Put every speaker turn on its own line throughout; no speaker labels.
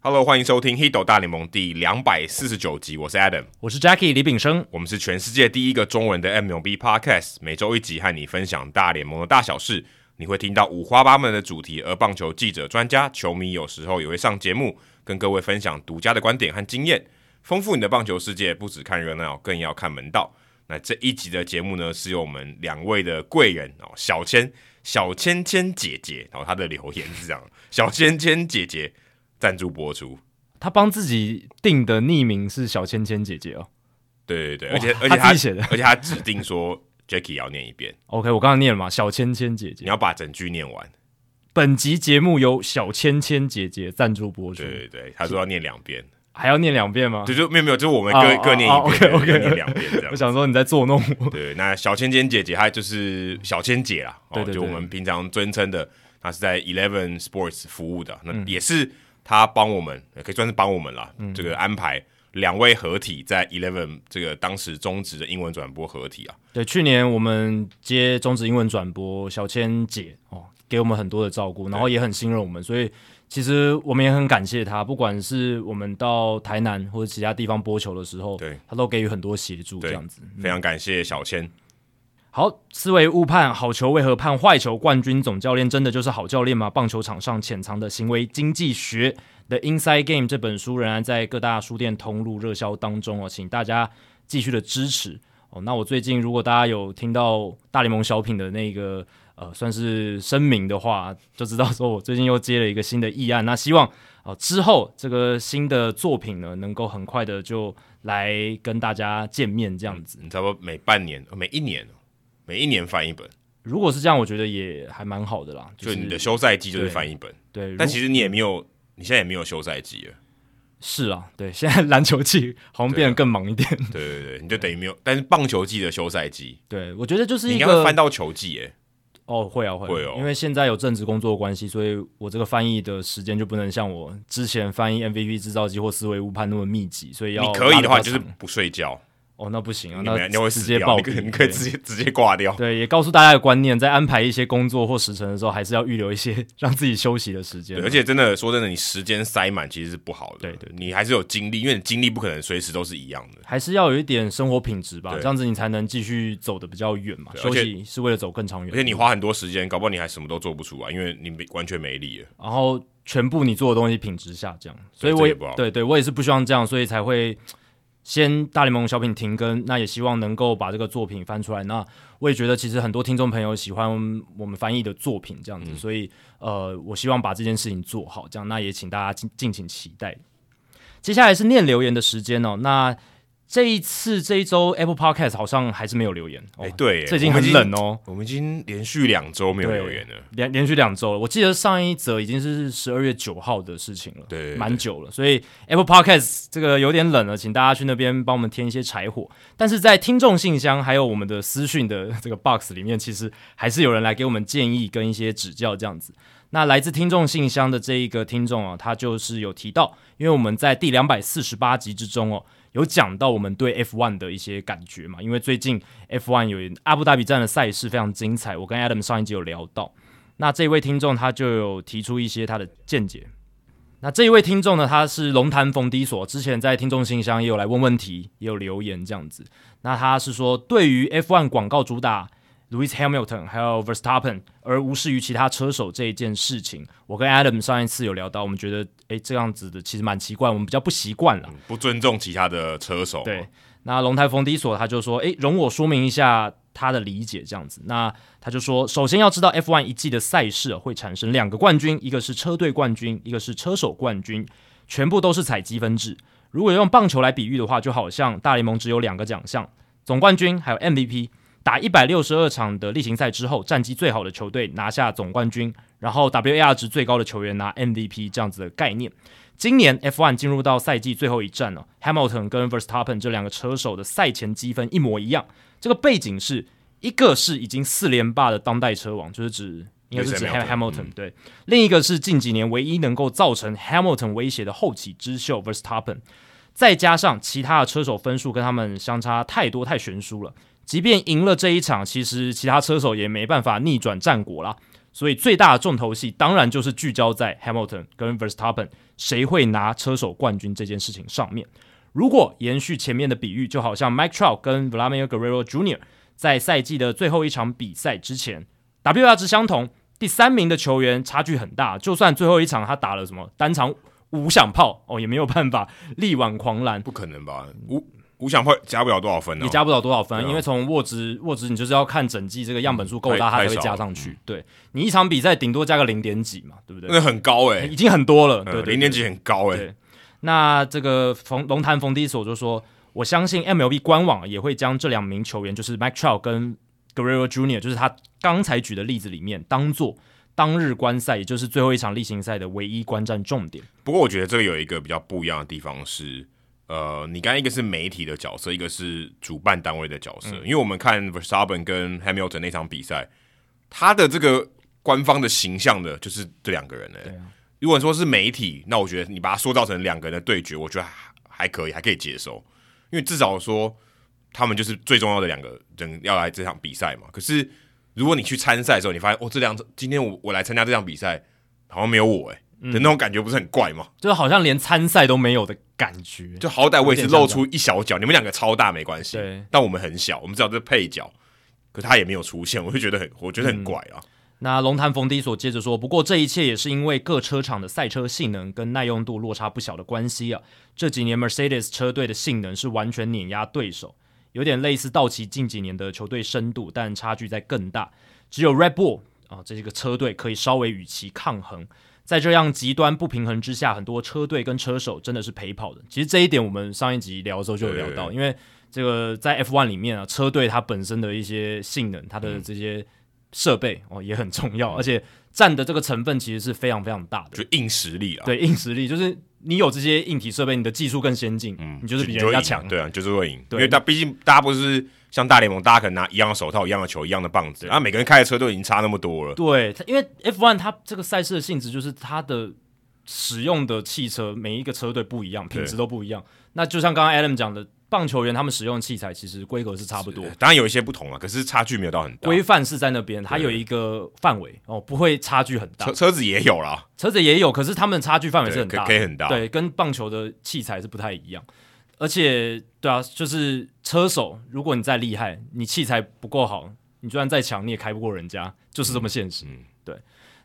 Hello，欢迎收听《h i d o 大联盟》第两百四十九集，我是 Adam，
我是 Jackie 李炳生。
我们是全世界第一个中文的 MLB Podcast，每周一集和你分享大联盟的大小事。你会听到五花八门的主题，而棒球记者、专家、球迷有时候也会上节目，跟各位分享独家的观点和经验，丰富你的棒球世界。不只看热闹，更要看门道。那这一集的节目呢，是由我们两位的贵人哦，小千、小芊芊姐姐，然后她的留言是这样：小芊芊姐姐赞助播出。
他帮自己定的匿名是小芊芊姐姐哦。
对对对，
哇
而且而且
他自己写的
而且他指定说 Jackie 要念一遍，
OK，我刚刚念了嘛，小芊芊姐
你
姐。
要把整句念完。
本集节目由小芊芊姐姐赞助播出
对，对对，他说要念两遍，
还要念两遍吗？
对，就啊没有没有，就是我们
哦
各
哦
各念
哦
一遍，对
OK，OK
各念两遍这样
我。想说你在捉弄我。
对，那小芊芊姐姐她就是小芊姐啦，哦
对，对
就
对
我们平常尊称的，她是在 Eleven Sports 服务的，那
嗯
也是她帮我们，也可以算是帮我们啦，这个安排。两位合体在 Eleven 这个当时中职的英文转播合体啊，
对，去年我们接中职英文转播，小芊姐哦，给我们很多的照顾，然后也很信任我们，所以其实我们也很感谢她。不管是我们到台南或者其他地方播球的时候，
对
她都给予很多协助，
对
这样子。
非常感谢小千。
好，思维误判，好球为何判坏球？冠军总教练真的就是好教练吗？棒球场上潜藏的行为经济学的《Inside Game》这本书仍然在各大书店通路热销当中哦，请大家继续的支持哦。那我最近如果大家有听到大联盟小品的那个呃算是声明的话，就知道说我最近又接了一个新的议案，那希望哦之后这个新的作品呢能够很快的就来跟大家见面这样子。
你差不多每半年、呃每一年、每一年翻一本，
如果是这样，我觉得也还蛮好的啦。
就是你的休赛季就是翻一本，
对，
但
如
其实你也没有，你现在也没有休赛季了，
是啊，对， 现在篮球季好像变得更忙一点。
对对对，你就等于没有。但是棒球季的休赛季，
对我觉得 就是
你
一
应该会
个
翻到球季耶，
哦，会啊会啊
会哦
因为现在有正职工作的关系，所以我这个翻译的时间就不能像我之前翻译 MVP 制造机或思维误判那么密集，所以要
你可以的话
拉得比
就
较
是
长
不睡觉，
哦，那不行啊，
你
那
们你会
直
死
接
掉，
爆
你可 以你可以
对
直接直接挂掉。
对，也告诉大家的观念，在安排一些工作或时辰的时候，还是要预留一些 让自己休息的时间
对，
啊。
而且真的说真的，你时间塞满其实是不好的，
对对对
你还是有精力，因为你精力不可能随时都是一样的。
还是要有一点生活品质吧，
对
这样子你才能继续走的比较远嘛。
对而
休
且
息是为了走更长远
而
的路，
且你花很多时间，搞不好你还什么都做不出来，因为你没完全没力了。
然后全部你做的东西品质下降，所以
这
我
也
也
不好
对对，我也是不希望这样，所以才会先大联盟小品停更，那也希望能够把这个作品翻出来。那我也觉得其实很多听众朋友喜欢我们翻译的作品这样
嗯
子，所以呃，我希望把这件事情做好，这样那也请大家敬敬请期待。接下来是念留言的时间哦，那。这一次这一周 Apple Podcast 好像还是没有留言哦
哎、，对耶，
最近
我们
很冷哦，
我们已经连续两周没有
对
留言了。
连连续两周了。我记得上一则已经是十二月九号的事情了，
对对对
蛮久了。所以 Apple Podcast 这个有点冷了，请大家去那边帮我们添一些柴火。但是在听众信箱还有我们的私讯的这个 box 里面，其实还是有人来给我们建议跟一些指教这样子。那来自听众信箱的这一个听众啊，他就是有提到，因为我们在第两百四十八集之中哦，有讲到我们对 F1 的一些感觉嘛，因为最近 F1 有阿布达比站的赛事非常精彩，我跟 Adam 上一集有聊到。那这一位听众他就有提出一些他的见解。那这一位听众呢，他是龙潭逢低所，之前在听众信箱也有来问问题，也有留言这样子。那他是说，对于 F1 广告主打 Lewis Hamilton 还有 Verstappen，而无视于其他车手这一件事情，我跟 Adam 上一次有聊到，我们觉得诶这样子的其实蛮奇怪，我们比较不习惯了。
不尊重其他的车手，
对，那龙台逢低所他就说，诶，容我说明一下他的理解这样子。那他就说，首先要知道 F1 一季的赛事、啊、会产生两个冠军，一个是车队冠军，一个是车手冠军，全部都是采积分制。如果用棒球来比喻的话，就好像大联盟只有两个奖项，总冠军还有 MVP。打一百六十二场的例行赛之后，战绩最好的球队拿下总冠军，然后 WAR 值最高的球员拿 MVP 这样子的概念。今年 F1 进入到赛季最后一站了、h a m i l t o n 跟 Verstappen 这两个车手的赛前积分一模一样。这个背景是一个是已经四连霸的当代车王，就是指应该是指
Lewis Hamilton，
Hamilton，、对；另一个是近几年唯一能够造成 Hamilton 威胁的后起之秀 Verstappen。再加上其他的车手分数跟他们相差太多太悬殊了，即便赢了这一场，其实其他车手也没办法逆转战果啦。所以最大的重头戏当然就是聚焦在 Hamilton 跟 Verstappen 谁会拿车手冠军这件事情上面。如果延续前面的比喻，就好像 Mike Trout 跟 Vladimir Guerrero Jr. 在赛季的最后一场比赛之前，WR 值相同，第三名的球员差距很大，就算最后一场他打了什么单场五响炮哦，也没有办法力挽狂澜。
不可能吧？五五想会加不了多少分呢、
也加不了多少分，
对啊
因为从沃值沃值你就是要看整季这个样本数够大，
太
它才
太
会
少
加
了嗯
上去。对你一场比赛顶多加个零点几嘛，对不对？
那很高哎、
已经很多了，对对
嗯
对
零点几很高哎、
对那这个冯龙潭冯迪所就说，我相信 MLB 官网也会将这两名球员，就是 Mike Trout 跟 Guerrero Jr.，就是他刚才举的例子里面，当做当日观赛，也就是最后一场例行赛的唯一观战重点。
不过我觉得这个有一个比较不一样的地方是，呃，你刚才一个是媒体的角色，一个是主办单位的角色。因为我们看 Verstappen 跟 Hamilton 那场比赛，他的这个官方的形象的就是这两个人呢、欸如果说是媒体，那我觉得你把它塑造成两个人的对决，我觉得还还可以，还可以接受，因为至少说他们就是最重要的两个人要来这场比赛嘛。可是如果你去参赛的时候，你发现哦，这两今天我我来参加这场比赛，好像没有我哎、的那种感觉不是很怪吗？
就是好像连参赛都没有的感觉，
就好歹我也是露出一小角，你们两个超大没关系
对，
但我们很小，我们至少是配角。可他也没有出现，我就 觉得很，我觉得很怪啊。
嗯那龙潭冯迪所接着说，不过这一切也是因为各车厂的赛车性能跟耐用度落差不小的关系啊。这几年 Mercedes 车队的性能是完全碾压对手，有点类似道奇近几年的球队深度，但差距在更大。只有 Red Bull 啊这个车队可以稍微与其抗衡。在这样极端不平衡之下，很多车队跟车手真的是陪跑的。其实这一点我们上一集聊的时候就有聊到，因为这个在 F1 里面啊，车队它本身的一些性能，它的这些设备哦也很重要，而且占的这个成分其实是非常非常大的。
嗯就硬实力啊，
对硬实力，就是你有这些硬体设备，你的技术更先进，你就是
嗯
比
就
人
会
家
赢
强。
对啊，就是会赢。因
对
为他毕竟大家不是像大联盟，大家可能拿一样的手套、一样的球、一样的棒子，然后啊每个人开的车都已经差那么多了。
对，它因为 F1 它这个赛事的性质就是它的使用的汽车每一个车队不一样，品质都不一样。那就像刚刚 Adam 讲的，棒球员他们使用的器材其实规格是差不多，
当然有一些不同啊，可是差距没有到很大。
规范是在那边，它有一个范围哦，不会差距很大
车。车子也有啦，
车子也有，可是他们差距范围是
对，
很
可
大
以
的
可以很大。
对，跟棒球的器材是不太一样。而且，对啊，就是车手，如果你再厉害，你器材不够好，你就算再强，你也开不过人家，就是这么现实。对。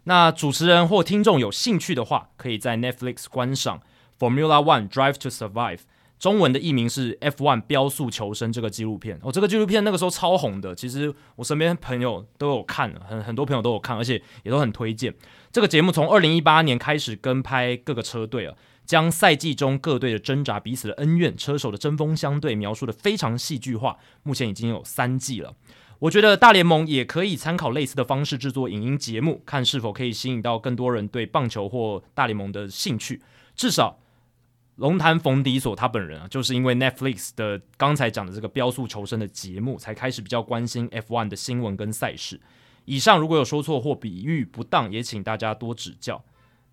那主持人或听众有兴趣的话，可以在 Netflix 观赏《Formula One Drive to Survive》，中文的译名是《F1 标速求生》这个纪录片。哦，这个纪录片那个时候超红的，其实我身边朋友都有看，很很多朋友都有看，而且也都很推荐。这个节目从二零一八年开始跟拍各个车队啊，将赛季中各队的挣扎、彼此的恩怨、车手的针锋相对描述的非常戏剧化。目前已经有三季了。我觉得大联盟也可以参考类似的方式制作影音节目，看是否可以吸引到更多人对棒球或大联盟的兴趣。至少龙潭冯迪索他本人啊，就是因为 Netflix 的刚才讲的这个《标速求生》的节目，才开始比较关心 F1 的新闻跟赛事。以上如果有说错或比喻不当，也请大家多指教。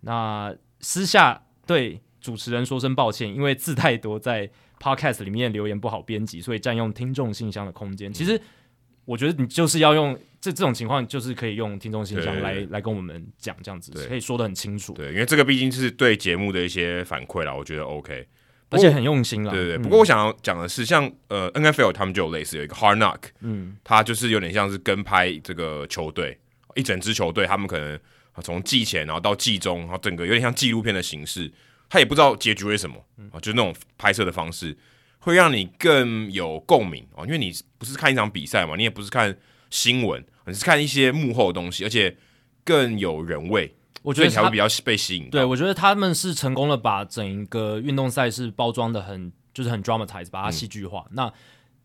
那私下对主持人说声抱歉，因为字太多，在 Podcast 里面留言不好编辑，所以占用听众信箱的空
嗯
间。其实我觉得你就是要用这这种情况，就是可以用听众信箱
对
来
对
来跟我们讲，这样子
对
可以说的很清楚，
对，因为这个毕竟是对节目的一些反馈啦，我觉得 OK。
而且很用心了。
对对对，
嗯
不过我想要讲的是，像呃 N F L 他们就有类似有一个 Hard Knock，
嗯，
它就是有点像是跟拍这个球队一整支球队，他们可能啊从季前然后到季中，然后整个有点像纪录片的形式，他也不知道结局为什么
嗯
啊，就是那种拍摄的方式会让你更有共鸣啊，因为你不是看一场比赛嘛，你也不是看新闻，你是看一些幕后的东西，而且更有人味，
我觉
所以
得
你才会
他
比较被吸引到。
对，我觉得他们是成功的把整个运动赛事包装的很，就是很 dramatize，把它
嗯
戏剧化。那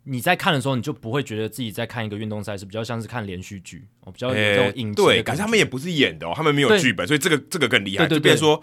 你在看的时候，你就不会觉得自己在看一个运动赛事，比较像是看连续剧，哦，比较有这
诶
种影集
哎对，
的
可
感
是
觉。
他们也不是演的哦，他们没有
对
剧本，所以这个这个更厉害。
对对
就变成
对
说，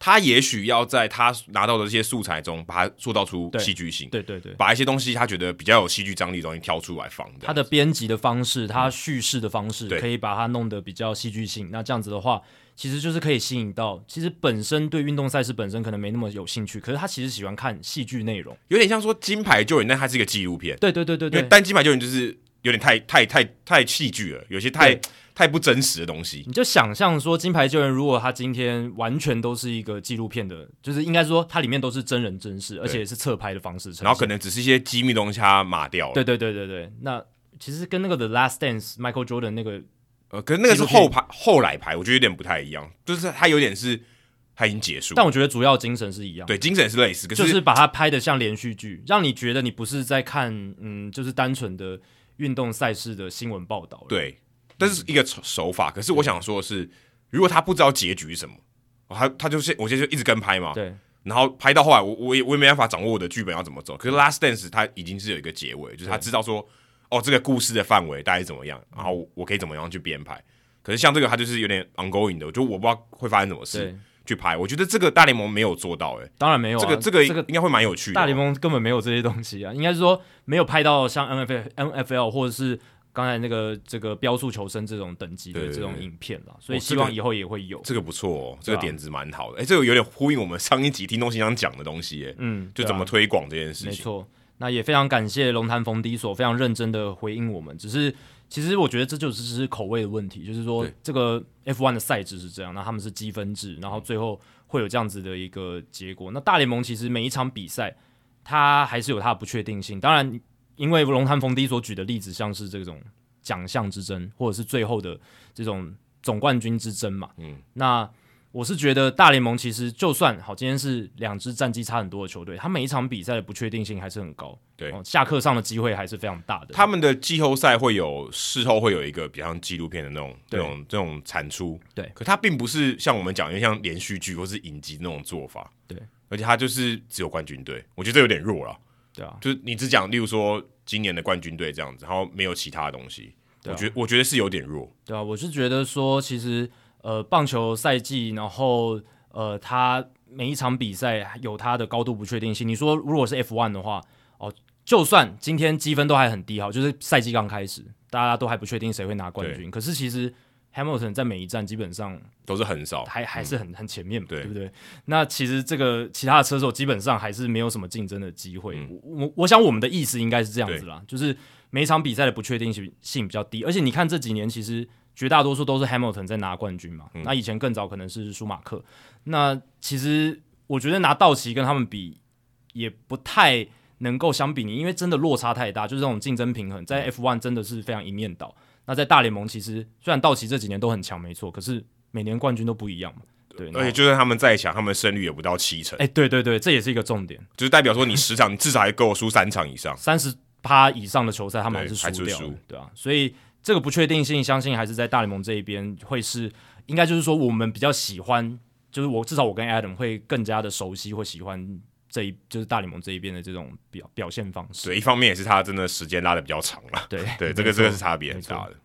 他也许要在他拿到的这些素材中，把它塑造出
对
戏剧性，
对对对，
把一些东西他觉得比较有戏剧张力的东西挑出来放。这样
它的编辑的方式，它叙事的方式
嗯对，
可以把它弄得比较戏剧性。那这样子的话，其实就是可以吸引到，其实本身对运动赛事本身可能没那么有兴趣，可是他其实喜欢看戏剧内容。
有点像说金牌救援，但它是一个纪录片，
对对对对
因
对
为，单金牌救援就是。有点太太太太戏剧了，有些太太不真实的东西。
你就想象说，《金牌救援》如果它今天完全都是一个纪录片的，就是应该说它里面都是真人真事，而且是侧拍的方式呈现，
然后可能只是一些机密东西，它码掉了。
对对对对对，那其实跟那个《The Last Dance》Michael Jordan 那个
呃，可是那个
纪
是
录片
后排后来排，我觉得有点不太一样，就是它有点是它已经结束了，
但我觉得主要精神是一样的，
对精神是类似，可是、
就是把它拍的像连续剧，让你觉得你不是在看，嗯，就是单纯的运动赛事的新闻报道。，
对，但是一个手手法。可是我想说的是，如果他不知道结局是什么，哦他他就是我现在就一直跟拍嘛，
对，
然后拍到后来，我我也我也没办法掌握我的剧本要怎么走。可是《Last Dance》它已经是有一个结尾，就是他知道说，哦，这个故事的范围大概是怎么样，然后我我可以怎么样去编排。可是像这个，它就是有点 ongoing 的，就我不知道会发生什么事
对
去拍。我觉得这个大联盟没有做到、欸，哎、
当然没有、啊、
这个这个
这个
应该会蛮有趣的。哦
大联盟根本没有这些东西啊，应 该是说没有拍到像 N F L N F L 或者是刚才那个这个标速求生这种等级的
对
这种
对
影片啦，所以
哦
希
这个
望以后也会有。
这个不错、哦，这个
对啊
点子蛮好的。哎、这个有点呼应我们上一集听东信箱讲的东西、欸，
嗯，
就
对啊
怎么推广这件事
没
情。
错，那也非常感谢龙潭逢低所非常认真的回应我们。只是其实我觉得这就只是口味的问题，就是说
对
这个 F1 的赛制是这样，那他们是积分制，
嗯
然后最后会有这样子的一个结果。那大联盟其实每一场比赛它还是有它的不确定性，当然因为龙潭逢低所举的例子，像是这种奖项之争，或者是最后的这种总冠军之争嘛，
嗯，
那。我是觉得大联盟其实就算好，今天是两支战绩差很多的球队，他每一场比赛的不确定性还是很高，
对
哦、下课上的机会还是非常大的。
他们的季后赛会有事后会有一个比较像纪录片的那种那
对
种这种产出，
对
可它并不是像我们讲，因为像连续剧或是影集那种做法，
对。
而且它就是只有冠军队，我觉得这有点弱了。
对啊，
就是你只讲，例如说今年的冠军队这样子，然后没有其他的东西，
对啊
我觉得我觉得是有点弱。
对啊，我是觉得说，其实呃，棒球赛季，然后呃，它每一场比赛有它的高度不确定性。你说如果是 F one 的话，哦，就算今天积分都还很低，好，就是赛季刚开始，大家都还不确定谁会拿冠军，可是其实 Hamilton 在每一站基本上
都是很少，嗯
还还是很、很前面嘛，
对
对不对？那其实这个其他的车手基本上还是没有什么竞争的机会。
嗯
我我我想我们的意思应该是这样子啦，就是每一场比赛的不确定性性比较低，而且你看这几年其实绝大多数都是 Hamilton 在拿冠军嘛，
嗯
那以前更早可能是舒马克。那其实我觉得拿道奇跟他们比也不太能够相比你，因为真的落差太大，就是这种竞争平衡
嗯
在 F1 真的是非常一面倒。那在大联盟，其实虽然道奇这几年都很强，没错，可是每年冠军都不一样嘛。对，
而且
且
就算他们再强，他们胜率也不到七成，
哎、对对对，这也是一个重点。
就是代表说你十场你至少还够输三场以上。
三十趴以上的球赛，他
对
们还是输
还
掉
是
了
输，
对啊，所以这个不确定性，相信还是在大联盟这一边会是，应该就是说我们比较喜欢，就是我至少我跟 Adam 会更加的熟悉，会喜欢这一就是大联盟这一边的这种表表现方式。
对，一方面也是他真的时间拉的比较长了，
对
对，这个
没错
这个是差别很大
没
的。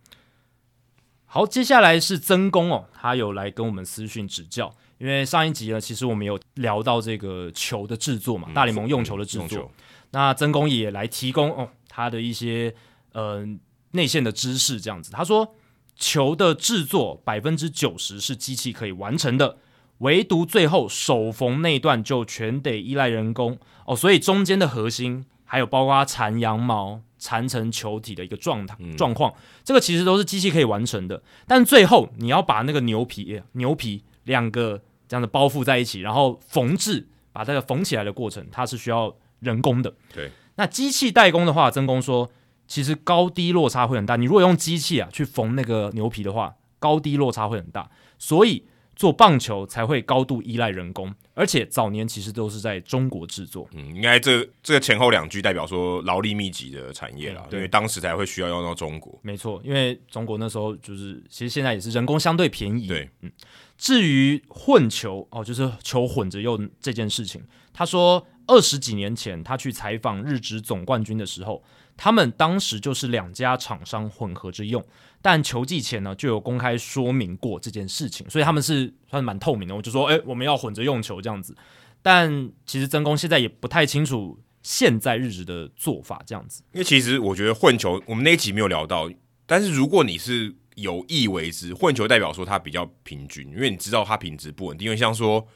好，接下来是曾公哦，他有来跟我们私讯指教，因为上一集呢，其实我们有聊到这个球的制作嘛，大联盟用球的制
嗯用
作
球，
那曾公也来提供哦他的一些呃内线的知识，这样子。他说，球的制作百分之九十是机器可以完成的，唯独最后手缝那一段就全得依赖人工哦，所以中间的核心还有包括缠羊毛、缠成球体的一个状态状况，这个其实都是机器可以完成的。但最后你要把那个牛皮、哎牛皮两个这样的包覆在一起，然后缝制，把这个缝起来的过程，它是需要人工的。
对，
那机器代工的话，曾工说，其实高低落差会很大。你如果用机器啊去缝那个牛皮的话，高低落差会很大，所以做棒球才会高度依赖人工，而且早年其实都是在中国制作。
嗯，应该这这个前后两句代表说劳力密集的产业啦
嗯，
因
对
为当时才会需要用到中国。
没错，因为中国那时候就是，其实现在也是人工相对便宜。
对，
嗯。至于混球哦，就是球混着用这件事情，他说二十几年前他去采访日职总冠军的时候，他们当时就是两家厂商混合着用，但球季前呢就有公开说明过这件事情，所以他们是算蛮透明的。我就说，哎，我们要混着用球这样子，但其实曾公现在也不太清楚现在日职的做法这样子。
因为其实我觉得混球，我们那一集没有聊到，但是如果你是有意为之，混球代表说它比较平均，因为你知道它品质不稳定。因为像说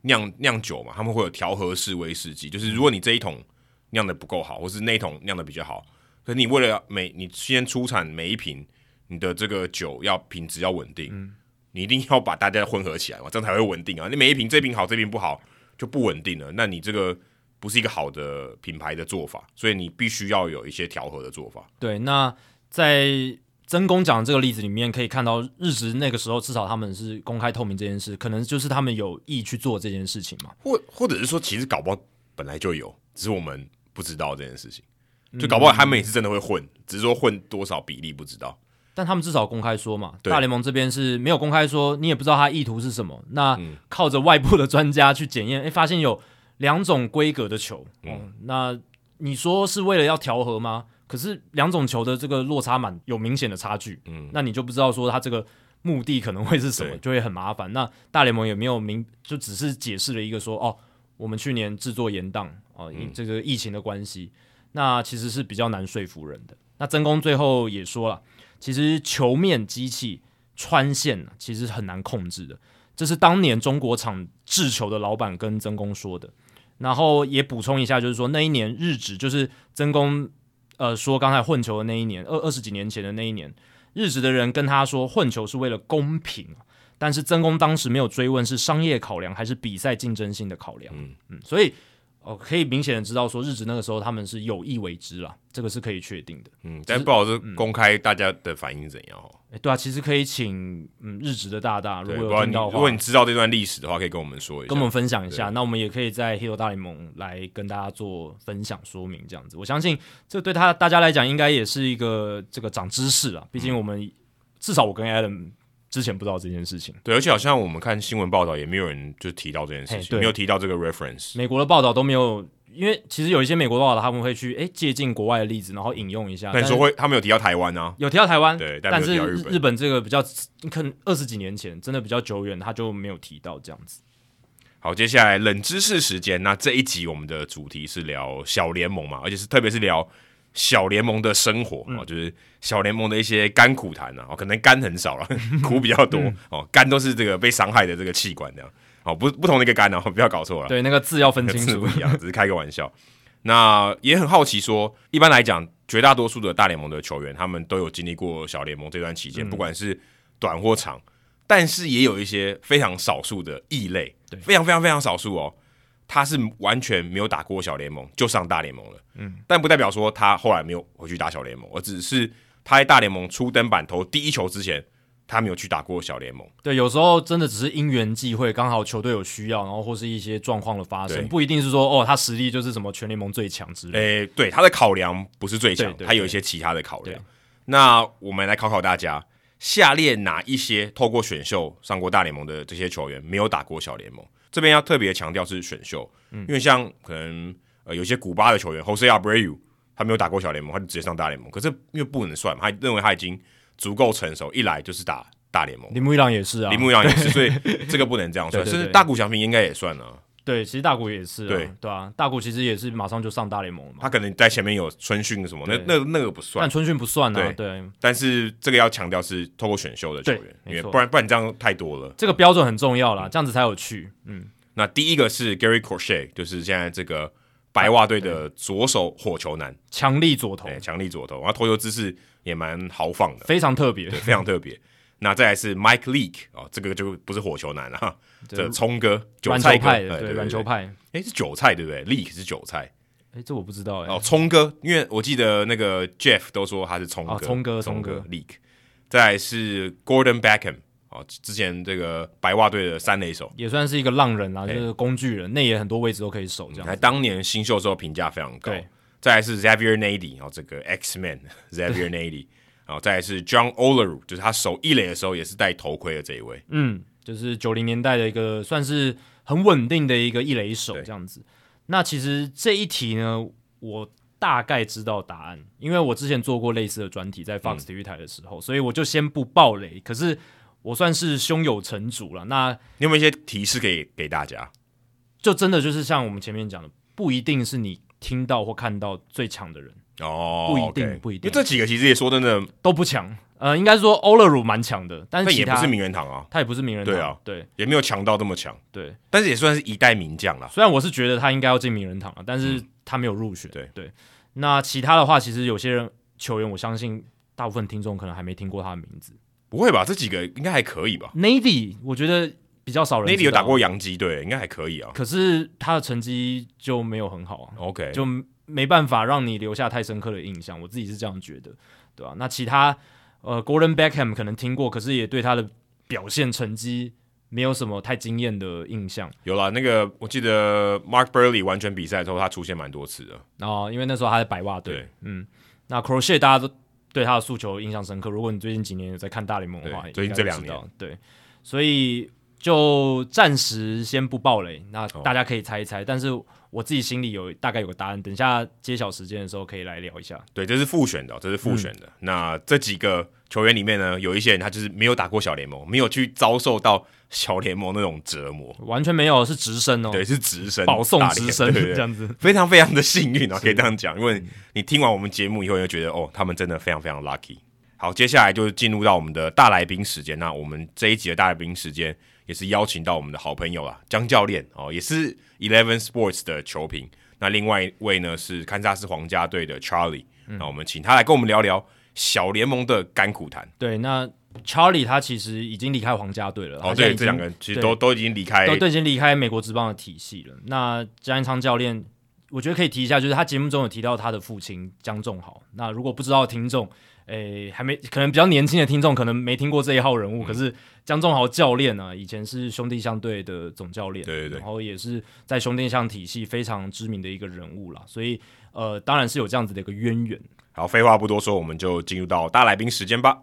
酿酿酒嘛，他们会有调和式威士忌，就是如果你这一桶酿的不够好，或是那一桶酿的比较好，可是你为了每你先出产每一瓶，你的这个酒要品质要稳定，你一定要把大家混合起来嘛，这样才会稳定啊。你每一瓶这瓶好，这瓶不好就不稳定了，那你这个不是一个好的品牌的做法，所以你必须要有一些调和的做法。
对，那在真工奖这个例子里面，可以看到日职那个时候至少他们是公开透明这件事，可能就是他们有意去做这件事情嘛。
或或者是说，其实搞不好本来就有，只是我们不知道这件事情。
嗯
就搞不好他们也是真的会混，只是说混多少比例不知道。
但他们至少公开说嘛，
对
大联盟这边是没有公开说，你也不知道他意图是什么。那
嗯
靠着外部的专家去检验，诶，发现有两种规格的球，
嗯
哦，那你说是为了要调和吗？可是两种球的这个落差蛮有明显的差距，
嗯，
那你就不知道说他这个目的可能会是什么，
对
就会很麻烦。那大联盟也没有明，就只是解释了一个说，哦，我们去年制作延宕，哦，
嗯
因这个疫情的关系，那其实是比较难说服人的。那真宫最后也说了，其实球面机器穿线啊其实很难控制的，这是当年中国厂制球的老板跟曾公说的。然后也补充一下，就是说那一年日职就是曾公呃说刚才混球的那一年，呃二二十几年前的那一年，日职的人跟他说混球是为了公平啊，但是曾公当时没有追问是商业考量还是比赛竞争性的考量，嗯
嗯
所以哦、呃可以明显的知道说日职那个时候他们是有意为之啦，这个是可以确定的。
嗯，但不好是公开大家的反应是怎样哦。
诶对啊，其实可以请嗯日职的大大，如
对，
果
不
有
然
听
你
到
如
的话
果，你知道这段历史的话，可以跟我们说一下。
跟我们分享一下，
对
那我们也可以在《Hero 大联盟》来跟大家做分享说明，这样子，我相信这对他大家来讲，应该也是一个这个长知识啊。
嗯
毕竟我们、至少我跟 Adam 之前不知道这件事情，
对，而且好像我们看新闻报道，也没有人就提到这件事
嘿
情，
对
没有提到这个 reference。
美国的报道都没有，因为其实有一些美国报道他们会去诶借鉴国外的例子，然后引用一下。
那你说
但是
会，他们有提到台湾啊？
有提到台湾，
对但
但
没有
是
提到日
日
本
日本这个比较可能二十几年前，真的比较久远，他就没有提到这样子。
好，接下来冷知识时间。那这一集我们的主题是聊小联盟嘛，而且是特别是聊小联盟的生活、哦，就是小联盟的一些甘苦谈啊。哦，可能甘很少了， 苦比较多、哦，甘都是这个被伤害的这个器官这样。哦，不不同的一个甘啊，不要搞错了。
对，那个字要分清
字
楚
不。一 样，只是开个玩笑。那也很好奇说，一般来讲，绝大多数的大联盟的球员，他们都有经历过小联盟这段期
嗯
间，不管是短或长，但是也有一些非常少数的异类，
对
非常非常非常少数哦，他是完全没有打过小联盟就上大联盟了，嗯，但不代表说他后来没有回去打小联盟，而只是他在大联盟初登板投第一球之前，他没有去打过小联盟，
对，有时候真的只是因缘际会，刚好球队有需要，然后或是一些状况的发生，
对哎
不一定是说哦，他实力就是什么全联盟最强之类的。
诶、对他的考量不是最强
对，对
他有一些其他的考量
对。
那我们来考考大家，下列哪一些透过选秀上过大联盟的这些球员没有打过小联盟？这边要特别强调是选秀，
嗯
因为像可能呃有些古巴的球员 Jose Abreu，他没有打过小联盟，他就直接上大联盟。可是因为不能算嘛，他认为他已经足够成熟，一来就是打大联盟。
铃木一朗也是啊，
铃木洋也是，所以这个不能这样算。
对对
甚至
对
大谷翔平应该也算啊，
对，其实大谷也是、啊，
对
对啊，大谷其实也是马上就上大联盟了嘛，
他可能在前面有春训什么，那那那个不算
但。春训不算啊，
对
对，
但是这个要强调是透过选秀的球
对
员，因为
没错
不然不然这样太多了。
这个标准很重要啦，这样子才有趣。嗯，
那第一个是 Gary Crochet，就是现在这个白袜队的左手火球男，
强力左投
哎、强力左投，然后投球姿势也蛮豪放的，
非常特别，
对，非常特别。那再来是 Mike Leake 哦，这个就不是火球男了、啊，
这
这聪哥，韭
软
菜
球
哥，
派
哎
的，
对，
对，软球
派，
派。
哎、是韭菜对不对？Leake 是韭菜，
哎，这我不知道哎、
哦，聪哥，因为我记得那个 Jeff 都说他是聪哥，
哦聪哥聪哥
Leak，再来是 Gordon Beckham，哦，之前这个白袜队的三垒手，
也算是一个浪人啊啦，就
哎
是工具人，内野很多位置都可以守这样
还
子。
当年新秀之后评价非常高
对。
再来是 Xavier Nady，哦，这个 X Man Xavier Nady，然后再来是 John Oleru，就是他守一垒的时候也是戴头盔的这一位。
嗯，就是九零年代的一个算是很稳定的一个一垒手
对
这样子。那其实这一题呢，我大概知道答案，因为我之前做过类似的专题，
嗯
在 Fox 体育台的时候，所以我就先不爆雷。可是我算是胸有成竹了，那
你有没有一些提示给给大家？
就真的就是像我们前面讲的，不一定是你听到或看到最强的人
哦，
不一定
OK
不一定
因为这几个其实也说真的，
都不强。呃，应该说欧勒鲁蛮强的，但
但
是其
也
他
不是名人堂啊，
他也不是名人堂
对啊
对
也没有强到这么强，
对。
但是也算是一代名将啦。
虽然我是觉得他应该要进名人堂了，但是他没有入选。
嗯对
对，那其他的话，其实有些人球员，我相信大部分听众可能还没听过他的名字。
不会吧？这几个应该还可以吧
Nady，我觉得比较少人。
？Nady 有打，过洋基队，应该还可以啊。
可是他的成绩就没有很好啊，
OK，
就没办法让你留下太深刻的印象。我自己是这样觉得，对吧、那其他呃，Gordon Beckham 可能听过，可是也对他的表现成绩没有什么太惊艳的印象
有啦。那个我记得 Mark Burley 完全比赛之后，他出现蛮多次的。
哦、因为那时候他在白袜队，
对
嗯，那 Crochet 大家都对他的诉求印象深刻。如果你最近几年有在看大联盟的话，
对
应该
最近这两
知道，对，所以就暂时先不爆雷，那
哦
大家可以猜一猜。但是我自己心里有大概有个答案，等一下揭晓时间的时候可以来聊一下。
对，这是复选的哦，这是复选
嗯
的。那这几个球员里面呢，有一些人他就是没有打过小联盟，没有去遭受到小联盟那种折磨，
完全没有是直升哦，
对，是直升
保送
大联
直升
对对
这样子。
非常非常的幸运啊，可以这样讲，因为你听完我们节目以后，你会觉得哦，他们真的非常非常 lucky。好，接下来就是进入到我们的大来宾时间。那我们这一集的大来宾时间也是邀请到我们的好朋友啊，江教练哦，也是 Eleven Sports 的球评。那另外一位呢是堪萨斯皇家队的 Charlie，、那我
嗯
们请他来跟我们聊聊小联盟的甘苦谈。
对，那 Charlie 他其实已经离开皇家队了，
哦，
他现在
对，
已
这
经
两个人其实
啊对
都都已经离开
都都已经离开美国职棒的体系了。那江一昌教练，我觉得可以提一下，就是他节目中有提到他的父亲江仲豪。那如果不知道的听众，诶、还没可能比较年轻的听众可能没听过这一号
嗯
人物，可是江仲豪教练啊呢、以前是兄弟象队的总教练，
对对对
然后也是在兄弟象体系非常知名的一个人物啦，所以呃，当然是有这样子的一个渊源。
好，废话不多说，我们就进入到大来宾时间吧。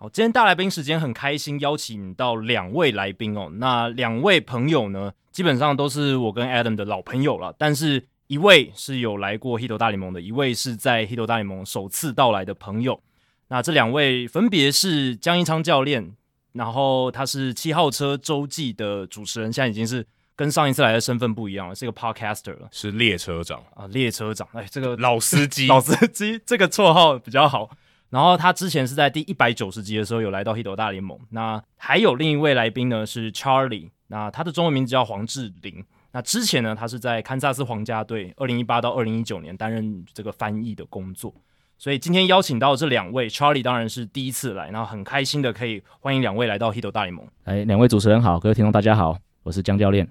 好，今天大来宾时间很开心，邀请到两位来宾哦。那两位朋友呢，基本上都是我跟 Adam 的老朋友了，但是一位是有来过 Hito 大联盟的，一位是在 Hito 大联盟首次到来的朋友。那这两位分别是江一昌教练，然后他是七号车周记的主持人，现在已经是跟上一次来的身份不一样了，是一个 podcaster 了
是列车长，
啊，列车长。哎，这个
老司机，
老司机这个绰号比较好。然后他之前是在第一百九十集的时候有来到 Hito 大联盟。那还有另一位来宾呢是 Charlie，那他的中文名字叫黄志玲。那之前呢，他是在堪萨斯皇家队二零一八到二零一九年担任这个翻译的工作。所以今天邀请到这两位，Charlie 当然是第一次来，然后很开心的可以欢迎两位来到 Hito 大联盟。
哎，两位主持人好，各位听众大家好，我是江教练，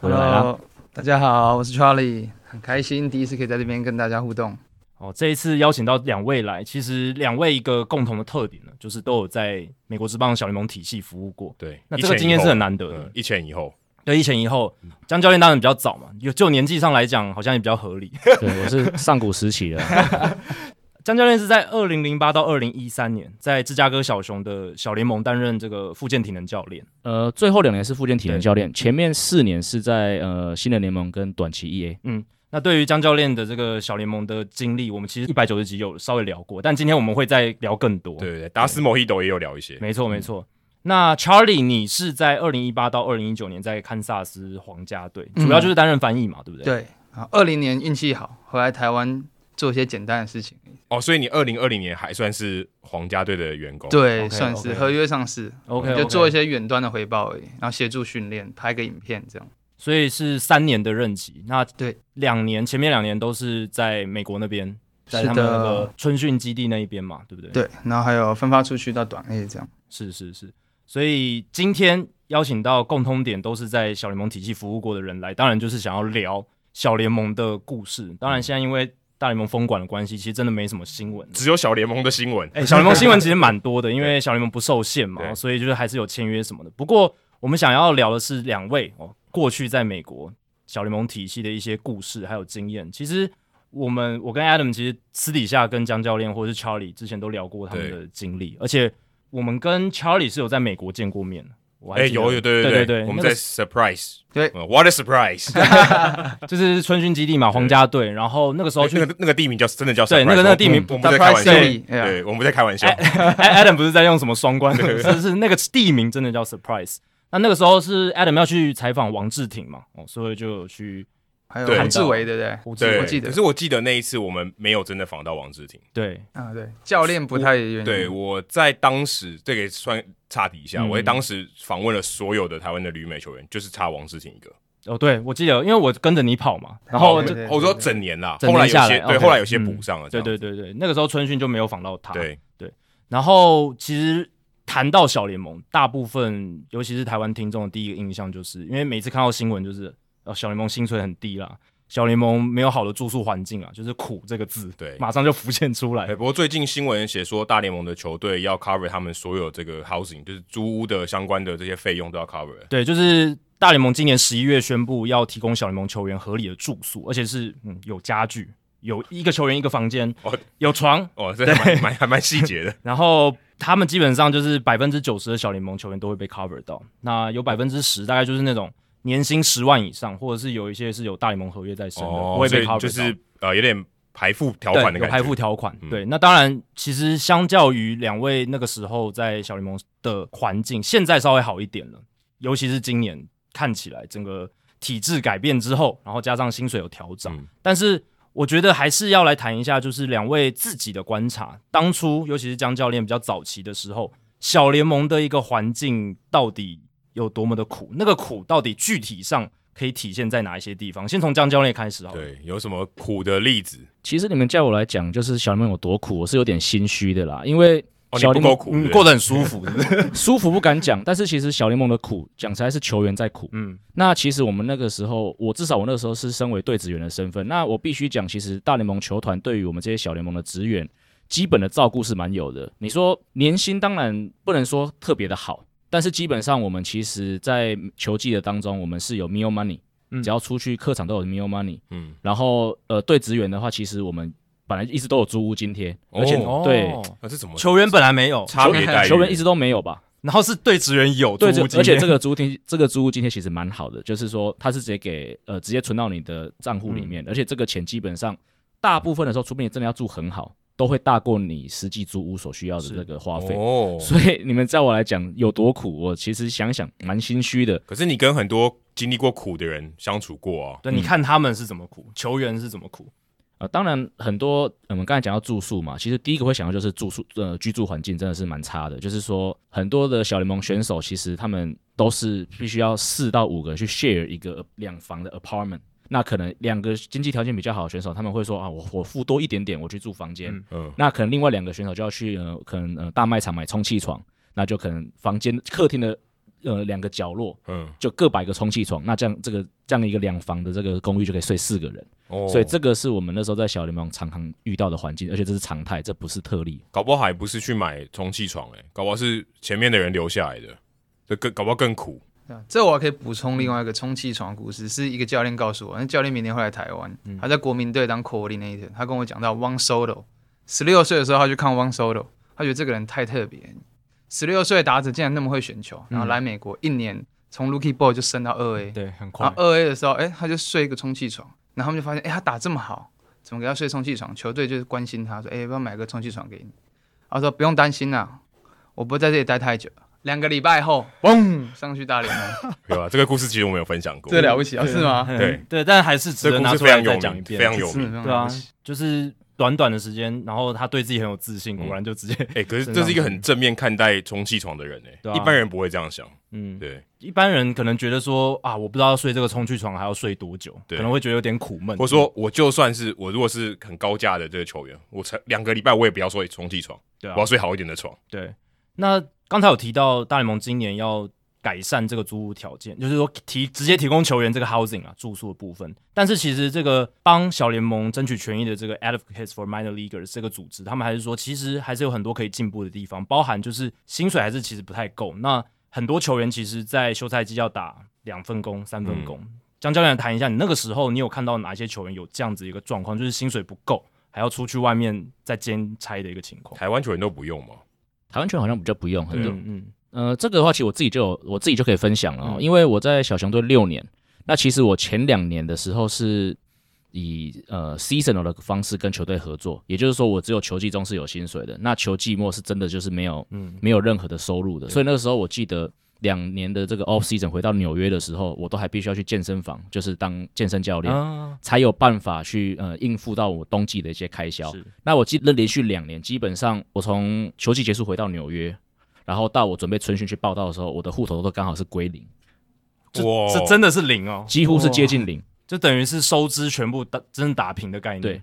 我又来
哦
了。
Hello，大家好，我是 Charlie，很开心第一次可以在这边跟大家互动。
哦，这一次邀请到两位来，其实两位一个共同的特点呢，就是都有在美国职棒小联盟体系服务过。
对，
那
一
这个
前
经
一
验
后
是很难得的。
嗯，一嗯前一后，
对，一前一后，江教练当然比较早嘛，有就年纪上来讲，好像也比较合理。
对，我是上古时期的，
江教练是在二零零八到二零一三年，在芝加哥小熊的小联盟担任这个复健体能教练。
呃，最后两年是复健体能
对
教练，前面四年是在呃新人联盟跟短期 E EA。
那对于江教练的这个小联盟的经历，我们其实一百九十集有稍微聊过，但今天我们会再聊更多。
对，对对，达斯莫希斗也有聊一些，
没
嗯
错没错。那 Charlie，你是在二零一八到二零一九年在堪萨斯皇家队，
嗯
主要就是担任翻译嘛，对不对？
对，啊，二零年运气好，回来台湾做一些简单的事情。
哦，所以你二零二零年还算是皇家队的员工，，
对
OK，
算是
OK
合约上市
，OK，,
就做一
些，
些远端的回报而已，然后协助训练，拍个影片这样。
所以是三年的任期。那
对
两年，前面两年都是在美国那边，在
是
他们那个
的
春训基地那一边嘛，对不对？，
对，然后还有分发出去到短 A 这样。
是是是。所以今天邀请到共通点都是在小联盟体系服务过的人来，当然就是想要聊小联盟的故事。当然，现在因为大联盟封管的关系，其实真的没什么新闻。
只有小联盟的新闻，
哎、小联盟新闻其实蛮多的，因为小联盟不受限嘛，
对
所以就是还是有签约什么的。不过我们想要聊的是两位哦，过去在美国小联盟体系的一些故事还有经验。其实我们我跟 Adam 其实私底下跟江教练或者是 Charlie 之前都聊过他们
对
的经历，而且我们跟 Charlie 是有在美国见过面的。我还
哎、
记得
有有，对
对
对
对，
我们
那
在
个
surprise，
对
嗯，what a surprise，
就是春训基地嘛，皇家队，然后那个时候 去
那个那个地名叫真的叫 surprise，
对那个那个地名
我们不我们在开玩笑，
Surprise City，哎呀
对，我们在开玩笑，
哎 Adam 不是在用什么双关，是是那个地名真的叫 Surprise。那那个时候是 Adam 要去采访王志挺嘛，哦，所以就有去
还有
对
韩志伟，对不对？
胡志
对，
我记得
可是我记得那一次我们没有真的访到王志廷。
对，
啊，对，教练不太
嗯
愿意。
对，我在当时这个算差底一下，
嗯
我在当时访问了所有的台湾的旅美球员，就是差王志廷一个。
哦，对，我记得，因为我跟着你跑嘛，然
好
后
对
就
对
我说整年啦，
整
后来
年
有
下
些
来
对，
OK，
后来有些
嗯
补上了。
对对对对，那个时候春训就没有访到他。
这样，对，
然后其实谈到小联盟，大部分尤其是台湾听众的第一个印象，就是因为每次看到新闻就是，呃，小联盟薪水很低啦，小联盟没有好的住宿环境啊，就是“苦”这个字，
对
马上就浮现出来
哎，。不过最近新闻写说，大联盟的球队要 cover 他们所有这个 housing，就是租屋的相关的这些费用都要 cover。
对，就是大联盟今年十一月宣布要提供小联盟球员合理的住宿，而且是嗯有家具，有一个球员一个房间
哦，
有床，
哦，这还蛮蛮还蛮细节 的。
然后他们基本上就是百分之九十的小联盟球员都会被 cover 到，那有百分之十大概就是那种年薪十万以上，或者是有一些是有大联盟合约在身的，不会
哦所
被
以
cover
就是
到
呃，有点排付条款的
对有
感
排
觉。
付条款。
嗯
对，那当然，其实相较于两位那个时候在小联盟的环境，现在稍微好一点了，尤其是今年看起来整个体制改变之后，然后加上薪水有调整。
嗯
但是我觉得还是要来谈一下，就是两位自己的观察，当初尤其是江教练比较早期的时候，小联盟的一个环境到底有多么的苦，那个苦到底具体上可以体现在哪一些地方？先从江教练开始好了。
对，有什么苦的例子？
其实你们叫我来讲，就是小联盟有多苦，我是有点心虚的啦，因为
哦，你
小
不
联
够
盟
苦，
嗯，
对
过得很舒服，是不是？
舒服不敢讲，但是其实小联盟的苦讲起来是球员在苦。
嗯，
那其实我们那个时候，我至少我那个时候是身为队职员的身份，那我必须讲，其实大联盟球团对于我们这些小联盟的职员，基本的照顾是蛮有的。你说年薪当然不能说特别的好，但是基本上我们其实在球季的当中，我们是有 meal money，、
嗯
只要出去客场都有 meal money。
嗯，
然后呃，对职员的话，其实我们本来一直都有租屋津贴，而且、
哦哎
对
啊，这怎么
球员本来没有，
差别待遇？
球员一直都没有吧？
然后是对职员有，
对，
租
这
屋津
而且
贴
这个租屋津这个租屋津贴其实蛮好的，就是说它是直接给呃直接存到你的账户里面，
嗯
而且这个钱基本上大部分的时候，除非你真的要住很好，都会大过你实际租屋所需要的
是
这个花费。
哦，
所以你们在我来讲有多苦，我其实想想蛮心虚的。
可是你跟很多经历过苦的人相处过啊，
对，
嗯
你看他们是怎么苦，球员是怎么苦，
呃，当然很多呃我们刚才讲到住宿嘛，其实第一个会想到就是住宿，呃，居住环境真的是蛮差的。就是说，很多的小联盟选手其实他们都是必须要四到五个人去 share 一个两房的 apartment。那可能两个经济条件比较好的选手，他们会说啊，我我付多一点点，我去住房间。
嗯
嗯
那可能另外两个选手就要去呃，可能呃大卖场买充气床，那就可能房间客厅的呃两个角落
嗯，
就各摆一个充气床，那这样这个这样一个两房的这个公寓就可以睡四个人。
哦，
所以这个是我们那时候在小联盟常常遇到的环境，而且这是常态，这不是特例。
搞不好还不是去买充气床，哎，搞不好是前面的人留下来的，这更搞不好更苦。
对啊这我还可以补充另外一个充气床的故事，是一个教练告诉我，那教练明年会来台湾，他在国民队当 coordinator，他跟我讲到 One Solo，十六岁的时候他去看 One Solo，他觉得这个人太特别，十六岁的打者竟然那么会选球，然后来美国一年从 Rookie Ball 就升到二 A，
对，
啊
很
然后二 A 的时候，哎、他就睡一个充气床，然后他们就发现，哎、他打这么好，怎么给他睡充气床？球队就是关心他说，哎、要不要买个充气床给你？他说不用担心啦、我不会在这里待太久，两个礼拜后，嘣，上去大联盟，
有啊，这个故事其实我们有分享过，
这了不起啊，是吗？
对
对，但还是值
这
得
故
拿
事
出
非
来
常
再
有
讲一
名，
遍，
非常有
是
名。嗯
非常
对啊
了不起，
就是短短的时间，然后他对自己很有自信，果然就直接，
哎、可是这是一个很正面看待充气床的人哎、
对啊
一般人不会这样想。
嗯，
对，
一般人可能觉得说啊，我不知道睡这个充气床还要睡多久，可
对
能会觉得有点苦闷。
我说我就算是我如果是很高价的这个球员，我才两个礼拜我也不要睡充气床，
对啊
我要睡好一点的床。
对，那刚才有提到大联盟今年要改善这个租屋条件，就是说提直接提供球员这个 housing 啊住宿的部分。但是其实这个帮小联盟争取权益的这个 Advocates for Minor Leaguers 这个组织，他们还是说其实还是有很多可以进步的地方，包含就是薪水还是其实不太够。那很多球员其实，在休赛季要打两份工、三
嗯
份工。江教练谈一下，你那个时候你有看到哪些球员有这样子一个状况，就是薪水不够，还要出去外面再兼差的一个情况？
台湾球员都不用嘛，
台湾圈好像比较不用很多。
嗯嗯，
呃，这个的话，其实我自己就有我自己就可以分享了、哦，
嗯
因为我在小熊队六年，那其实我前两年的时候是以呃 seasonal 的方式跟球队合作，也就是说我只有球季中是有薪水的，那球季末是真的就是没有
嗯
没有任何的收入的，所以那个时候我记得。两年的这个 off season 回到纽约的时候，我都还必须要去健身房，就是当健身教练，
啊，
才有办法去呃应付到我冬季的一些开销。
是
那我记得连续两年，基本上我从球季结束回到纽约，然后到我准备春训去报道的时候，我的户头都刚好是归零，
哇
这真的是零哦，
几乎是接近零。
就等于是收支全部打真的打平的概念，
对，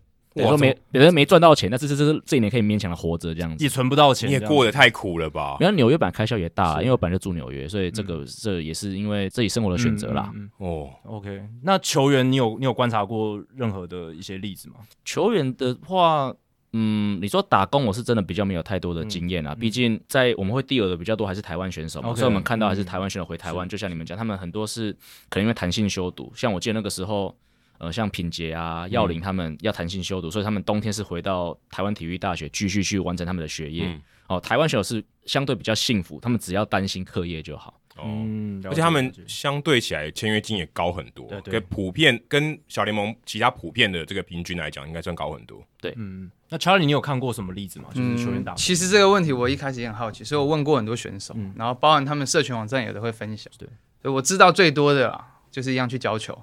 哇
有时候
这
没有时候没赚到钱，但是这这这这一年可以勉强的活着这样子
也。存不到钱，
你也
这样
过得太苦了吧？
然后纽约版开销也大，啊
是嗯
因为我本来就住纽约，所以这个、这也是因为自己生活的选择啦。
嗯嗯嗯
哦，
OK，那球员你有你有观察过任何的一些例子吗？
球员的话，嗯，你说打工，我是真的比较没有太多的经验啊。毕竟在我们会 deal 的比较多还是台湾选手嘛
OK，
所以我们看到还是台湾选手回台湾。就像你们讲，他们很多是可能因为弹性休读，像我记得那个时候。呃，像品杰啊、耀林他们要弹性休读，所以他们冬天是回到台湾体育大学继续去完成他们的学业。
嗯
哦，台湾选手是相对比较幸福，他们只要担心课业就好。
哦，
嗯，
而且他
了
们
解了解
相对起来签约金也高很多，
对对
跟普遍跟小联盟其他普遍的这个平均来讲，应该算高很多。
嗯，嗯那 Charlie 你有看过什么例子吗？
嗯
就是球员打
嗯其实这个问题我一开始也很好奇，所以我问过很多选手，
嗯
然后包含他们社群网站有的会分享。
对，
所以我知道最多的啦，就是一样去教球。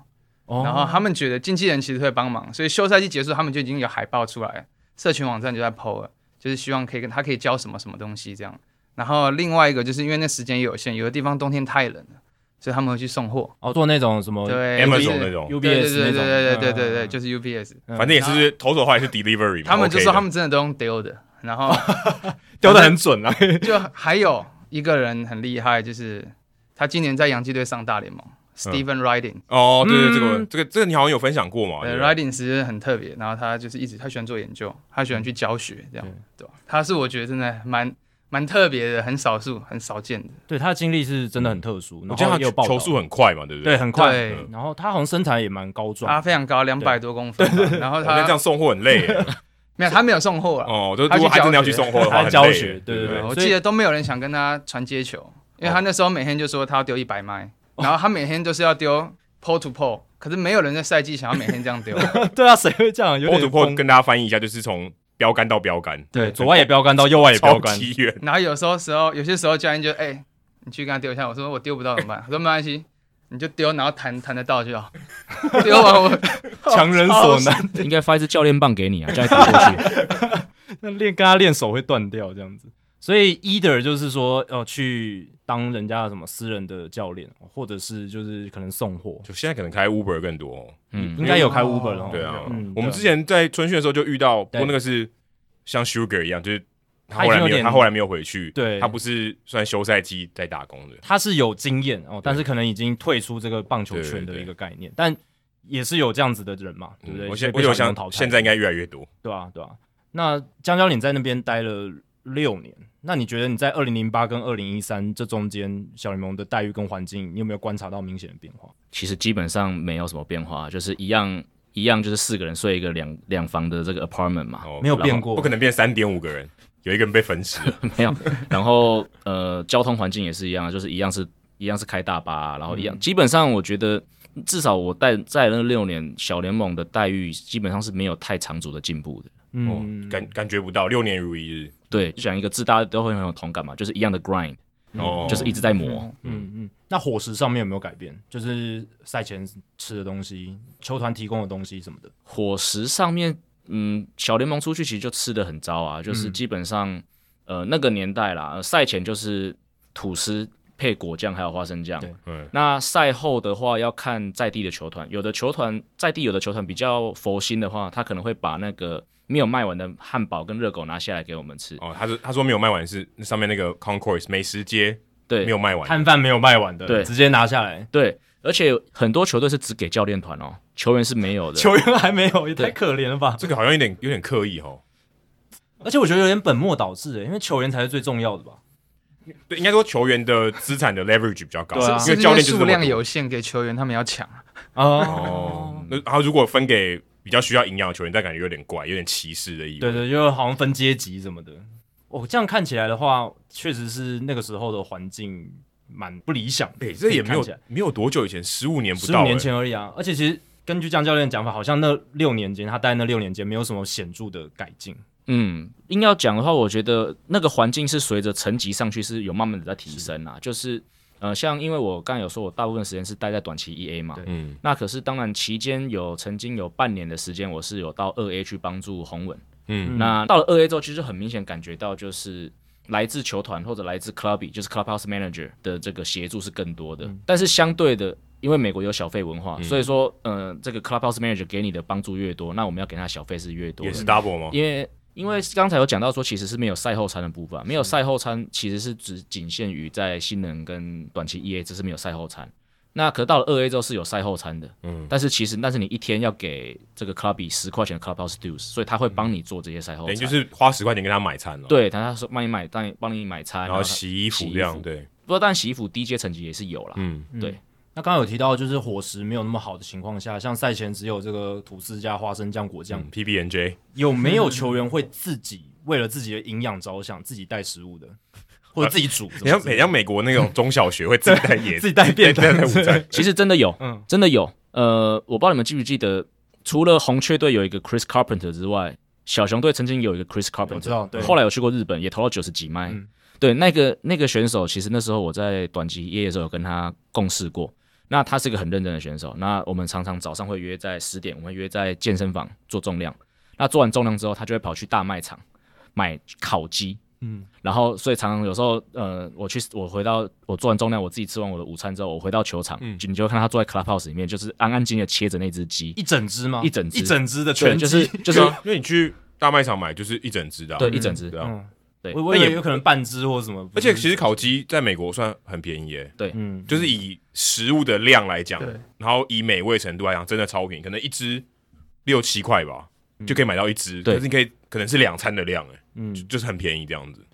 哦
然后他们觉得经纪人其实会帮忙，所以休赛季结束，他们就已经有海报出来了，社群网站就在 PO 了，就是希望可以跟他可以教什么什么东西这样。然后另外一个就是因为那时间有限，有的地方冬天太冷了，所以他们会去送货。
哦做那种什么
对
Amazon
就是
那种，
UBS
对对
那
对对
种，
对对对对对，
嗯
就是 UPS，
嗯
反正也是投手后来是 delivery 嘛。
他们就说
OK 的
他们真的都用丢的，然后
丢的很准啊，
就还有一个人很厉害，就是他今年在洋基队上大联盟，Steven
嗯
Riding。
哦，对对，
嗯
这个这个这个你好哦像有分享过嘛？
对
对不对
，Riding 其实很特别，然后他就是一直他喜欢做研究，他喜欢去教学，这样
嗯
对
对吧？他是我觉得真的蛮蛮特别的，很少数、很少见的。
对他的经历是真的很特殊，
嗯我
然
记得
后
他
也有报道
球速很快嘛，对不
对
对，啊
很快
对，
嗯然后他好像身材也蛮高
他
壮，
非常高，两百多公分吧，然后
哦那这样
他
送货很累
没有他没有送货了，
哦。就
他去
如果他真的要去
教
送货的话，
他
很
教
累
学
对
对对
对
对
我
所以
记得都没有人想跟他传接球，因
哦
为他那时候每天就说他要丢一百迈，然后他每天就是要丢 pole to pole，可是没有人在赛季想要每天 这样丢，
对啊，谁会这样？有
p
点
to p
疯
跟大家翻译一下，就是从标杆到标杆，
对左外野标杆到右外野标
超
杆，
级远。
然后有时候时候有些时候教练就哎、你去跟他丢一下，我说我丢不到怎么办？他说没关系，你就丢，然后弹弹得到就好。 丢完我
强人所难，
应该发一支教练棒给你啊，叫你打过去。
那练跟他练手会断掉这样子。所以 either 就是说，呃，去当人家的什么私人的教练，或者是就是可能送货，
就现在可能开 Uber 更多哦，
嗯，
应该有开 Uber 了哦。
对啊
嗯。
我们之前在春训的时候就遇到，不
对
过那个是像 Sugar 一样，就是他
他已
后来
经
没
有
有，
点
他后来没有回去，
对
他不是算休赛季在打工的，
他是有经验哦，但是可能已经退出这个棒球圈的一个概念，但也是有这样子的人嘛，对不对？
嗯我现
所以
我
被
有
小
想
联盟淘汰
现在应该越来越多。
对啊，对啊。那江教练在那边待了六年，那你觉得你在二零零八跟二零一三这中间小联盟的待遇跟环境，你有没有观察到明显的变化？
其实基本上没有什么变化，就是一样一样，就是四个人睡一个两两房的这个 apartment 嘛，
哦
没有变过，
不可能变三点五个人，有一个人被分尸了。
没有。然后呃，交通环境也是一样，啊就是一样是一样是开大巴、啊然后一
嗯
样、基本上我觉得至少我待在那六年小联盟的待遇基本上是没有太长足的进步的。
嗯，
哦感感觉不到，六年如一日。
对，就讲一个字，大家都会很有同感嘛，就是一样的 grind，、
哦，
就是一直在磨。
嗯嗯。那伙食上面有没有改变？就是赛前吃的东西，球团提供的东西什么的。
伙食上面，嗯，小联盟出去其实就吃的很糟啊，就是基本上，呃，那个年代啦，呃赛前就是吐司配果酱还有花生酱
对，
嗯，
那赛后的话要看在地的球团，有的球团在地有的球团比较佛心的话，他可能会把那个没有卖完的汉堡跟热狗拿下来给我们吃，
哦，他说他说没有卖完是那上面那个 concourse 美食街
对，
没有卖完，
摊贩没有卖完的，
对
直接拿下来。
对，而且很多球队是只给教练团哦，球员是没有的，
球员还没有，也太可怜了吧！
这个好像有点有点刻意哦。
而且我觉得有点本末倒置、欸，因为球员才是最重要的吧？
对，应该说球员的资产的 leverage 比较高，
对啊
因
是
为
不是
教
因为
练就是
数
这么
量
多
有限，给球员他们要抢。
啊，
哦。那然后如果分给比较需要营养的球员，但感觉有点怪，有点歧视的意味。
对对，就好像分阶级什么的。我、这样看起来的话，确实是那个时候的环境蛮不理想的。
对，这也没有
看起来
没有多久以前，十五年不
十
到、欸
五年前而已啊。而且其实根据江教练的讲法，好像那六年间，他待那六年间没有什么显著的改进。
嗯，硬要讲的话，我觉得那个环境是随着层级上去是有慢慢的在提升啦、就是呃，像因为我刚才有说，我大部分时间是待在短期一 A 嘛
对，
嗯，
那可是当然期间有曾经有半年的时间，我是有到二 A 去帮助红文。
嗯
那到了二 A 之后，其实很明显感觉到就是。来自球团或者来自 clubby，就是 clubhouse manager 的这个协助是更多的，但是相对的，因为美国有小费文化，所以说，呃，这个 clubhouse manager 给你的帮助越多，那我们要给他小费是越多的，
也是 double 吗？
因为因为刚才有讲到说，其实是没有赛后餐的部分，没有赛后餐其实是只仅限于在新人跟短期 EA，只是没有赛后餐。那可到了二 A 之后是有赛后餐的，嗯，但是其实但是你一天要给这个 clubby 十块钱的 clubhouse dues，所以他会帮你做这些赛
嗯
后
等于就
餐，
是帮花十块钱给他买餐了，，
对，他他说帮你买，帮你帮你买餐，
然后洗衣服这
洗
样，
衣服啊
对，
不过但洗衣服低阶层级也是有啦，
嗯，
对，
那刚刚有提到，就是伙食没有那么好的情况下，像赛前只有这个吐司加花生酱、果酱，
嗯 PB N J，
有没有球员会自己为了自己的营养着想，自己带食物的，或者自己煮？
你像美像美国那种中小学会自己带野
自己带便当
带带午餐，
其实真的有，
嗯
真的有。呃，我不知道你们记不记得，除了红雀队有一个 Chris Carpenter 之外，小熊队曾经有一个 Chris
我
Carpenter，
知道对嗯
后来有去过日本，也投到九十几迈。对，那个那个选手，其实那时候我在短期业的时候有跟他共事过。那他是一个很认真的选手。那我们常常早上会约在十点，我们约在健身房做重量。那做完重量之后，他就会跑去大卖场买烤鸡。
嗯，
然后所以常常有时候，呃，我去我回到我做完重量，我自己吃完我的午餐之后，我回到球场，
嗯
就你就会看他坐在 clubhouse 里面，就是安安静静的切着那只鸡，
一整只吗？
一整只
一整只的
对，
全
就
鸡
是就是
对啊因为你去大卖场买就是一整只的啊，
对一整只，
对啊。
嗯，
对
我我
那
以
也
为有可能半只或什么，
而且其实烤鸡在美国算很便宜耶，
嗯，
就是以食物的量来讲
对，
然后以美味程度来讲，真的超便宜，可能一只六七块吧，就可以买到一只，
对
可是你可以可能是两餐的量，哎，
嗯
就就是很便宜这样子。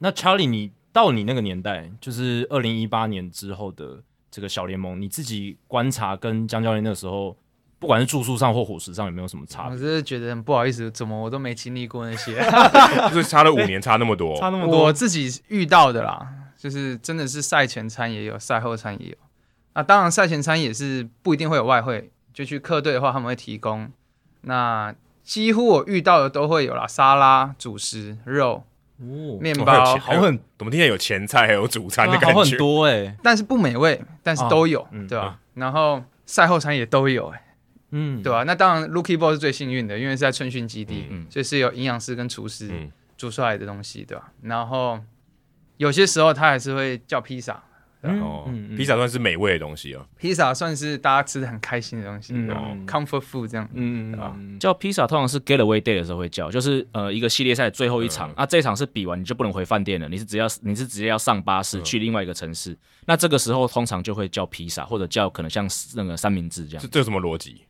那 Charlie，你到你那个年代，就是二零一八年之后的这个小联盟，你自己观察跟江教练那个时候，不管是住宿上或伙食上，有没有什么差
我
别？
真的觉得很不好意思，怎么我都没经历过那些。
就是差了五年，差那么 多，
那
我自己遇到的啦，就是真的是赛前餐也有，赛后餐也有。那当然，赛前餐也是不一定会有外汇，就去客队的话，他们会提供。那几乎我遇到的都会有啦，沙拉、主食、肉、
哦，
面
哇还有
包
钱，
好很
怎么听起来有前菜还有主餐的
对啊
感
好
觉
很？多哎、
但是不美味，但是都有，
嗯
对吧、然后赛后餐也都有、哎，
嗯，
对吧、那当然，Lucky Ball 是最幸运的，因为是在春训基地，
嗯
所以是有营养师跟厨师。
嗯
煮出来的东西，对吧？然后有些时候他还是会叫披萨，
嗯，
哦
嗯，
披，萨算是美味的东西啊，
披萨算是大家吃的很开心的东西、
嗯
对吧
嗯
c o m f o r t food 这样。
嗯嗯
啊
嗯，
叫披萨通常是 getaway day 的时候会叫，就是呃一个系列赛最后一
嗯
场，啊这一场是比完你就不能回饭店了，你是只要你是直接要上巴
嗯
士去另外一个城市，那这个时候通常就会叫披萨或者叫可能像那个三明治这样
这，这有什么逻辑？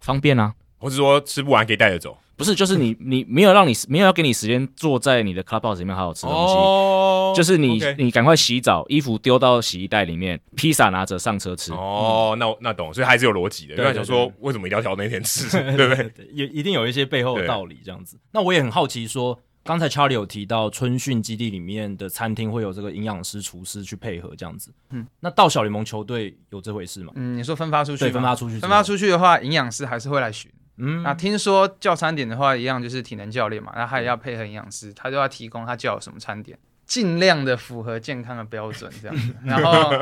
方便啊。
或者说吃不完可以带着走？
不是，就 是你你没有让你没有要给你时间坐在你的 clubhouse 里面好好吃东西，
哦
就是你
OK
你赶快洗澡，衣服丢到洗衣袋里面，披萨拿着上车吃。
哦，那我那懂，所以还是有逻辑的。因
对
为想说，为什么一定要挑那天吃， 对不对？
对也一定有一些背后的道理这样子。那我也很好奇说。刚才 Charlie 有提到春训基地里面的餐厅会有这个营养师、厨师去配合这样子。嗯，那到小联盟球队有这回事吗？
嗯，你说分发出去
对，
吗，
分发出去，
分发，出去的话，营养师还是会来巡。
嗯，
那听说叫餐点的话，一样就是体能教练嘛，那他也要配合营养师，他就要提供他叫什么餐点，尽量的符合健康的标准 这样子。然后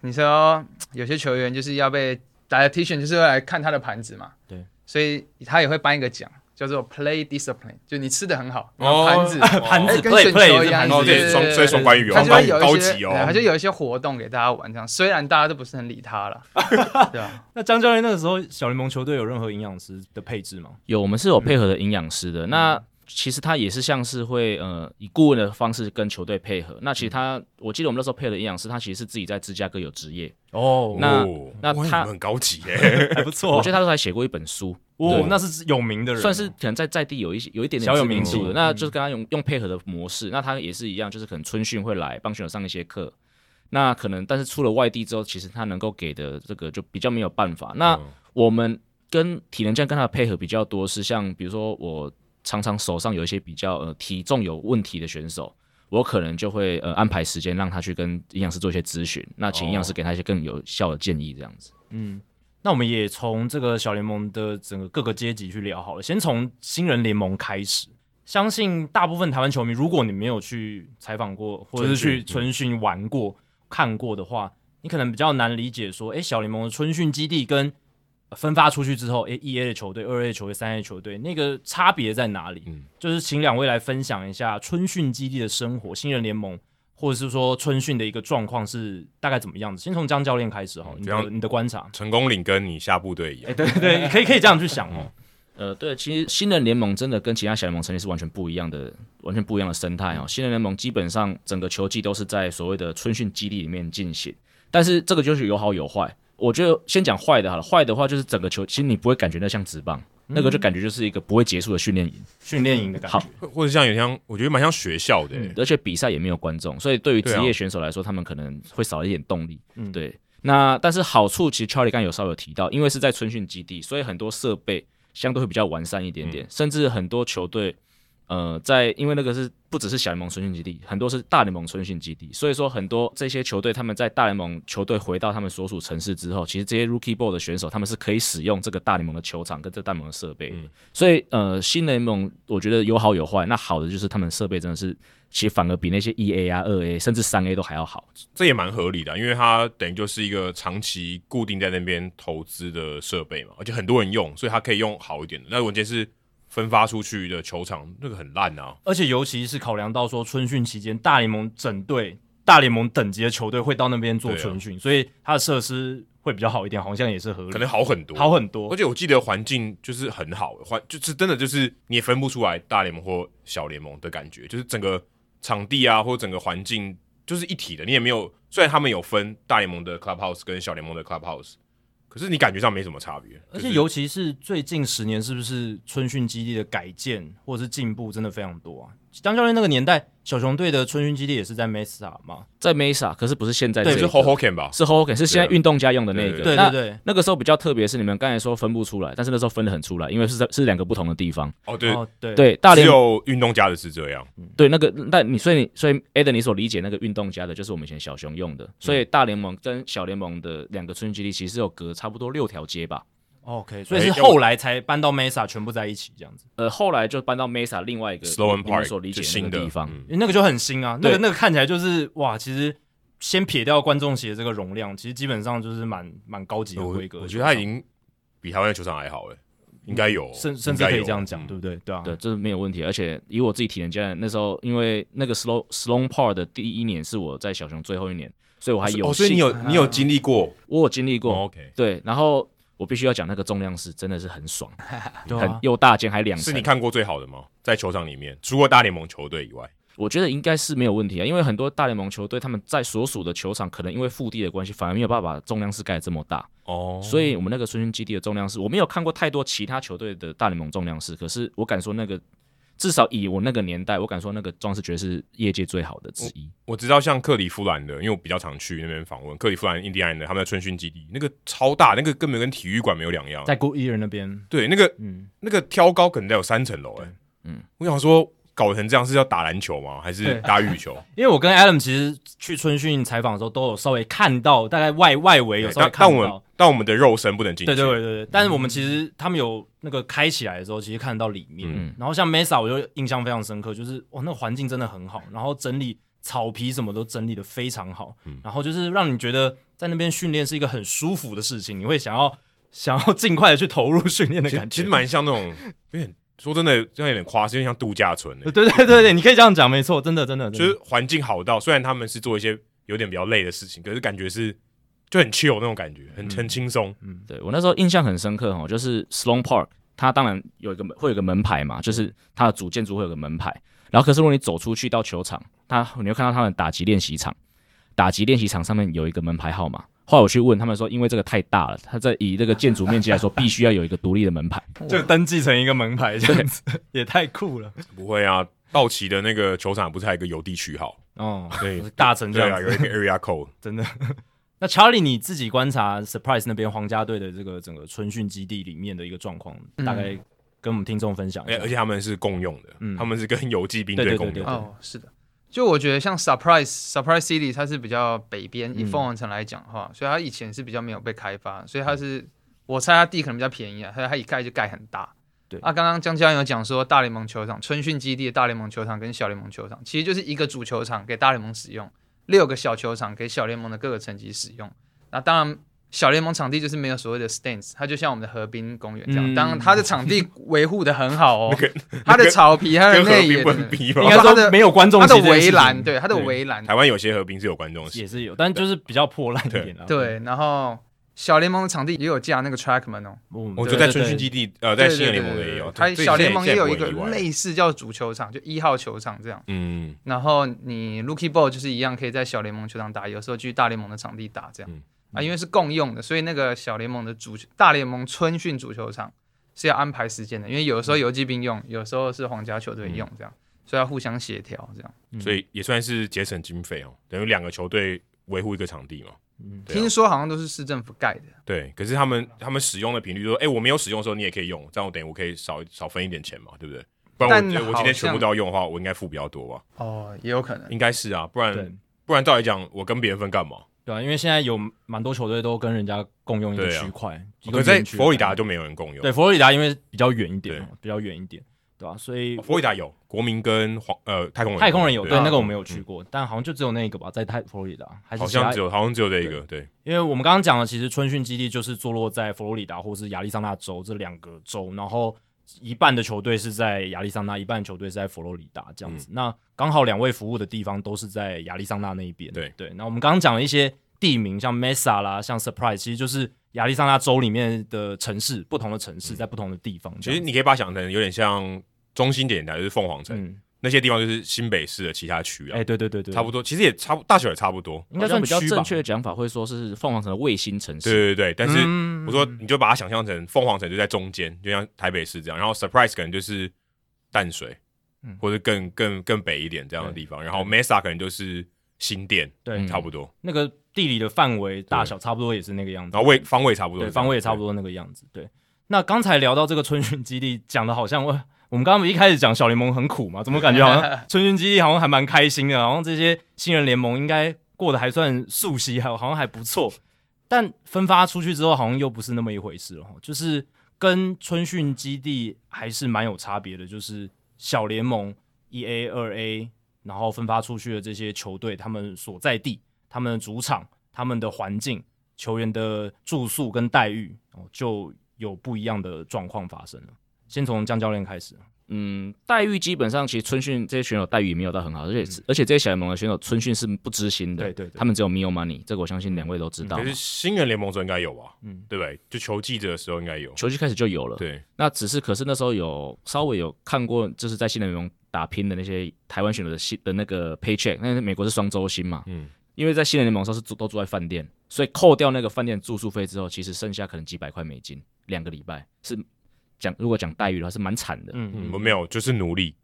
你说有些球员就是要被 dietitian 就是会来看他的盘子嘛，
对，
所以他也会颁一个奖。叫做 play discipline，就你吃的很好，然
哦
后盘子、
盘子
哎跟
play-
选
play
球一样，
是盘子
哦，这
对
也
对
双
对
所以双关语哦
他，就
双关
会
语
有
高
一些，
级
对他
哦。
就有一些活动给大家玩，这样虽然大家都不是很理 他了，对啊吧？
那张教练那个时候小联盟球队有任何营养师的配置吗？
有，我们是有配合的营养师的。
嗯
那其实他也是像是会呃以顾问的方式跟球队配合。那其实
嗯
他，我记得我们那时候配合的营养师，他其实是自己在芝加哥有职业，
哦
那
哦
那
哇
他
你们很高级耶，
还不错
我觉得他都还写过一本书。
哦
对，
那是有名的人，哦
算是可能在在地有一些有一点点
小有
知
名
度
气嗯
的，那就是跟他用用配合的模式，那他也是一样，就是可能春训会来帮选手上一些课，那可能但是出了外地之后，其实他能够给的这个就比较没有办法。
嗯
那我们跟体能教练跟他的配合比较多是像比如说我常常手上有一些比较呃体重有问题的选手。我可能就会呃安排时间让他去跟营养师做一些咨询，那请营
哦
养师给他一些更有效的建议，这样子。
嗯。那我们也从这个小联盟的整个各个阶级去聊好了，先从新人联盟开始。相信大部分台湾球迷，如果你没有去采访过，或者是去春训玩过，看过的话，你可能比较难理解说，诶，小联盟的春训基地跟呃分发出去之后，诶，一 A 的球队、二 A 的球队、三 A 的球队那个差别在哪里？
嗯
就是请两位来分享一下春训基地的生活、新人联盟，或者是说春训的一个状况是大概怎么样子。先从张教练开始哈，你
嗯这样
的你的观察，
成功领跟你下部队一样
诶，，对对对，可以可以这样去想哦。
呃，对，其实新人联盟真的跟其他小联盟成立是完全不一样的，完全不一样的生态哦。新人联盟基本上整个球季都是在所谓的春训基地里面进行，但是这个就是有好有坏。我觉得先讲坏的好了，坏的话就是整个球，其实你不会感觉那像职棒，那个就感觉就是一个不会结束的训练营，
训练营的感觉
好，
或或者像有点像，我觉得蛮像学校的、
而且比赛也没有观众，所以对于
嗯对
职
啊
业选手来说，他们可能会少一点动力。
嗯
对。那但是好处其实 Charlie 刚才有稍微有提到，因为是在春训基地，所以很多设备相对会比较完善一点
嗯
点，甚至很多球队，呃，在因为那个是不只是小联盟春训基地，很多是大联盟春训基地，所以说很多这些球队他们在大联盟球队回到他们所属城市之后，其实这些 Rookie Ball 的选手他们是可以使用这个大联盟的球场跟这个大联盟的设备的，
嗯
所以呃，新联盟我觉得有好有坏，那好的就是他们设备真的是。其实反而比那些一 A 啊、二 A 甚至三 A 都还要好，
这也蛮合理的，因为它等于就是一个长期固定在那边投资的设备嘛，而且很多人用，所以它可以用好一点的。那如果今天是分发出去的球场，那个很烂啊，
而且尤其是考量到说春训期间，大联盟整队、大联盟等级的球队会到那边做
对啊
春训，所以它的设施会比较好一点，好像也是合理，
可能好很多，
好很
而
多。
且我记得环境就是很好，环就是真的就是你也分不出来大联盟或小联盟的感觉，就是整个场地啊或整个环境就是一体的，你也没有虽然他们有分大联盟的 clubhouse 跟小联盟的 clubhouse，可是你感觉上没什么差别。
而
就
且
是
尤其是最近十年，是不是春训基地的改建或者是进步真的非常多啊？张教练那个年代，小熊队的春训基地也是在 Mesa 嘛，
在 Mesa，可是不是现在
对
这
是
个
ho ho can 吧，
是 Hogan，是现在运动家用的那个。
对
对
那
对对，
那个时候比较特别是你们刚才说分不出来，但是那时候分得很出来，因为是在是两个不同的地方。
哦对，
哦对
对，大
只
连
有运动家的是这样，
对那个，但你所以你所以 Eden 你所理解那个运动家的，就是我们以前小熊用的。所以大联盟跟小联盟的两个春基地其实有隔差不多六条街吧。
哦，OK，所以是
哎
后来才搬到 Mesa 全部在一起这样子，
呃，后来就搬到 Mesa 另外一个
Sloan
你们
Park
所理
就
解的那
新
个
的
地方。
嗯
因为那个就很新啊，那个
对
那个看起来就是哇，其实先撇掉观众席的这个容量，其实基本上就是蛮蛮高级的
我
规格。
我觉得他已经比台湾的球场还好哎、应该有，
甚甚至
应该
可以
有
这样讲，
嗯
对不对？对啊，
对，这是没有问题。而且以我自己体能教练，那时候因为那个 Slow Sloan Park 的第一年是我在小熊最后一年，所以我还有
哦，所以你
幸
有你有经历过、
我有经历过。
哦、，OK，
对，然后我必须要讲那个重量是真的是 很爽，
对
很
啊，
又大件还两
是
层
你，看过最好的吗？在球场里面，除了大联盟球队以外，
我觉得应该是没有问题啊，因为很多大联盟球队他们在所属的球场可能因为腹地的关系，反而没有办法把重量是盖得这么大，
哦
所以我们那个春训基地的重量是，我没有看过太多其他球队的大联盟重量是，可是我敢说那个。至少以我那个年代，我敢说那个装饰绝对是业界最好的之一。
我知道像克利夫兰的，因为我比较常去那边访问克利夫兰印第安人的，他们的春训基地那个超大，那个根本跟体育馆没有两样。
在 Good Ear 那边，
对，那个
嗯，
那个挑高可能得有三层楼哎。嗯
嗯，
我想说搞成这样是要打篮球吗？还是
对
打羽球？
因为我跟 Adam 其实去春训采访的时候都有稍微看到，大概外外围 有
对
稍微
但但
看
我们
到。
但我们的肉身不能进去。
对对对对对，但是我们其实他们有那个开起来的时候，其实看得到里面。
嗯
然后像 Mesa，我就印象非常深刻，就是哇，那个环境真的很好，然后整理草皮什么都整理的非常好，然后就是让你觉得在那边训练是一个很舒服的事情，你会想要 想要尽快的去投入训练的
其实
感觉。
其实蛮像那种有点说真的，这样有点夸张，有点像度假村哎
对。对对对，你可以这样讲，没错，真的真的，
嗯
就是环境好到，虽然他们是做一些有点比较累的事情，可是感觉是就很 chill 那种感觉，
嗯
很很轻松。
对我那时候印象很深刻哦，就是 Sloan Park，它当然有一个门会有一个门牌嘛，就是它的主建筑会有个门牌。然后可是如果你走出去到球场，它你会看到他们打击练习场，打击练习场上面有一个门牌号码。后来我去问他们说，因为这个太大了，它在以这个建筑面积来说，必须要有一个独立的门牌。
就登记成一个门牌这样子，也太酷了。
不会啊，道奇的那个球场不是还有一个邮地区 号？
哦，
对
就是大成这
对啊，
样
有
子，
一个 area code。
真的。那查理，你自己观察 Surprise 那边皇家队的这个整个春训基地里面的一个状况，
嗯
大概跟我们听众分享一
哎，
下。
而且他们是共用的，
嗯
他们是跟游击兵
对
队
对
共
对
用
对。
哦，是的，就我觉得像 Surprise Surprise City，它是比较北边，以
嗯
凤凰城来讲的话，所以它以前是比较没有被开发，所以它是我猜它地可能比较便宜啊，它它一盖就盖很大。
对
啊，刚刚江教练有讲说，大联盟球场、春训基地的大联盟球场跟小联盟球场，其实就是一个主球场给大联盟使用，六个小球场给小联盟的各个层级使用。那当然，小联盟场地就是没有所谓的 stands，它就像我们的河滨公园这样，
嗯
当然它的场地维护的很好 哦，它的草皮、它的
跟河
内野
滨
的、
不比
应
吧？
该
哦他的
说没有观众
它
席
的
这件事
围
情
栏，对它的
对
围栏
台湾有些河滨是有观众席
也，是有，但就是比较破烂一点了。
对，然后小联盟的场地也有架那个 Trackman 哦，
嗯，
我
我
觉得在春训基地，呃，在
对
新人
对对
联盟的也
对
有，
它
这这
小联盟
现
也
在
有
不
一
会
个
有意外
类似叫主球场，就一号球场这样。
嗯，
然后你 Rookie Ball 就是一样可以在小联盟球场打，有时候去大联盟的场地打这样、
嗯
啊，因为是共用的，所以那个小联盟的主大联盟春训主球场是要安排时间的，因为有时候
嗯
游击兵用，有时候是皇家球队用这样，所以要互相协调这样。
所以也算是节省经费哦，等于两个球队维护一个场地嘛。对啊
听说好像都是市政府盖的，
对，可是他们他们使用的频率，就说，哎、我没有使用的时候你也可以用，这样我等于我可以少少分一点钱嘛，对不对？不然
但
我觉得我
好
今天全部
像
都要用的话，我应该付比较多吧？
哦，也有可能。
应该是啊，不然
对
不然照理讲，我跟别人分干嘛？
对啊，因为现在有蛮多球队都跟人家共用一个
对啊
区块，一
可
个
是在
园区啊
佛罗里达就没有人共用，
对，佛罗里达因为比较远一点嘛，哦比较远一点，对吧？所以
哦佛罗里达有国民跟黄呃太空人，
太空人有，对
嗯
啊
那个我没有去过，但好像就只有那个吧，在太佛罗里达，还是
好
其他
像只有好像只有这一个，对，
因为我们刚刚讲的，其实春训基地就是坐落在佛罗里达或是亚利桑那州这两个州，然后一半的球队是在亚利桑那，一半的球队是在佛罗里达这样子。
嗯
那刚好两位服务的地方都是在亚利桑那那一边。
对
对，那我们刚刚讲了一些地名，像 Mesa 啦，像 Surprise，其实就是亚利桑那州里面的城市，不同的城市在不同的地方
嗯
这
其
样
实
子。
你可以把它想成有点像中心点的，就是凤凰城、
嗯，
那些地方，就是新北市的其他区啊，
哎、对对对对，
差不
多，
多，其实也差不大小也差不多，
应该
好像
算
比较
区吧
正确的讲法会说是凤凰城的卫星城
对
市，
对对，但是。
嗯
我说，你就把它想象成凤凰城就在中间，就像台北市这样。然后 Surprise 可能就是淡水，
嗯
或者更更更北一点这样的地方。然后 Mesa 可能就是新店，
对、
嗯
差不多。
那个地理的范围大小差不多也是那个样子。
然后位方位差不多
对，
是这样，
方位也差不多那个样子。对，那刚才聊到这个春训基地，讲的好像我我们刚刚一开始讲小联盟很苦嘛，怎么感觉好 像春训基地好像还蛮开心的，好像这些新人联盟应该过得还算熟悉，还好像还不错。但分发出去之后，好像又不是那么一回事了哦，就是跟春训基地还是蛮有差别的，就是小联盟一 A、二 A，然后分发出去的这些球队，他们所在地、他们的主场、他们的环境、球员的住宿跟待遇，哦，就有不一样的状况发生了。先从江教练开始，
嗯，待遇基本上其实春训这些选手待遇也没有到很好，而且、而且这些小联盟的选手春训是不知薪
嗯
的，
对对嗯对
他们只有 meal money，这个我相信两位都知道嘛。
可是新人联盟的时候应该有吧？
嗯
对不对？就球记者的时候应该有。
球季开始就有了，
对，
那只是可是那时候有稍微有看过，就是在新人联盟打拼的那些台湾选手的薪的那个 paycheck，那美国是双周薪嘛，
嗯，
因为在新人联盟的时候是住都住在饭店，所以扣掉那个饭店住宿费之后，其实剩下可能几百块美金，两个礼拜是讲如果讲待遇的话是蛮惨的。
嗯
我没有，就是奴隶，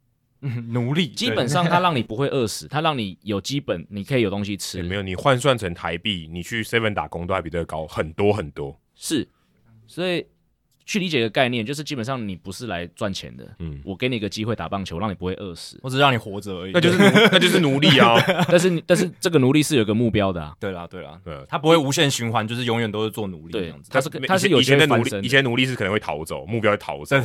嗯，奴隶，
基本上它让你不会饿死，它让你有基本，你可以有东西吃
也。没有。你换算成台币，你去 Seven 打工都还比这个高很多很多。
是，所以去理解一个概念，就是基本上你不是来赚钱的。
嗯
我给你一个机会打棒球，让你不会 饿死。
我只是让你活着而已。
那就是奴那就是奴隶 啊。
但是你，但是这个奴隶是有一个目标的啊。
对啦对啦，
对
他不会无限循环，就是永远都是做奴隶这
对
样子。
他是
没
他
以
是
前
有
以前的
机会
奴
翻身
隶，
的
以前奴隶是可能会逃走，目标是逃走。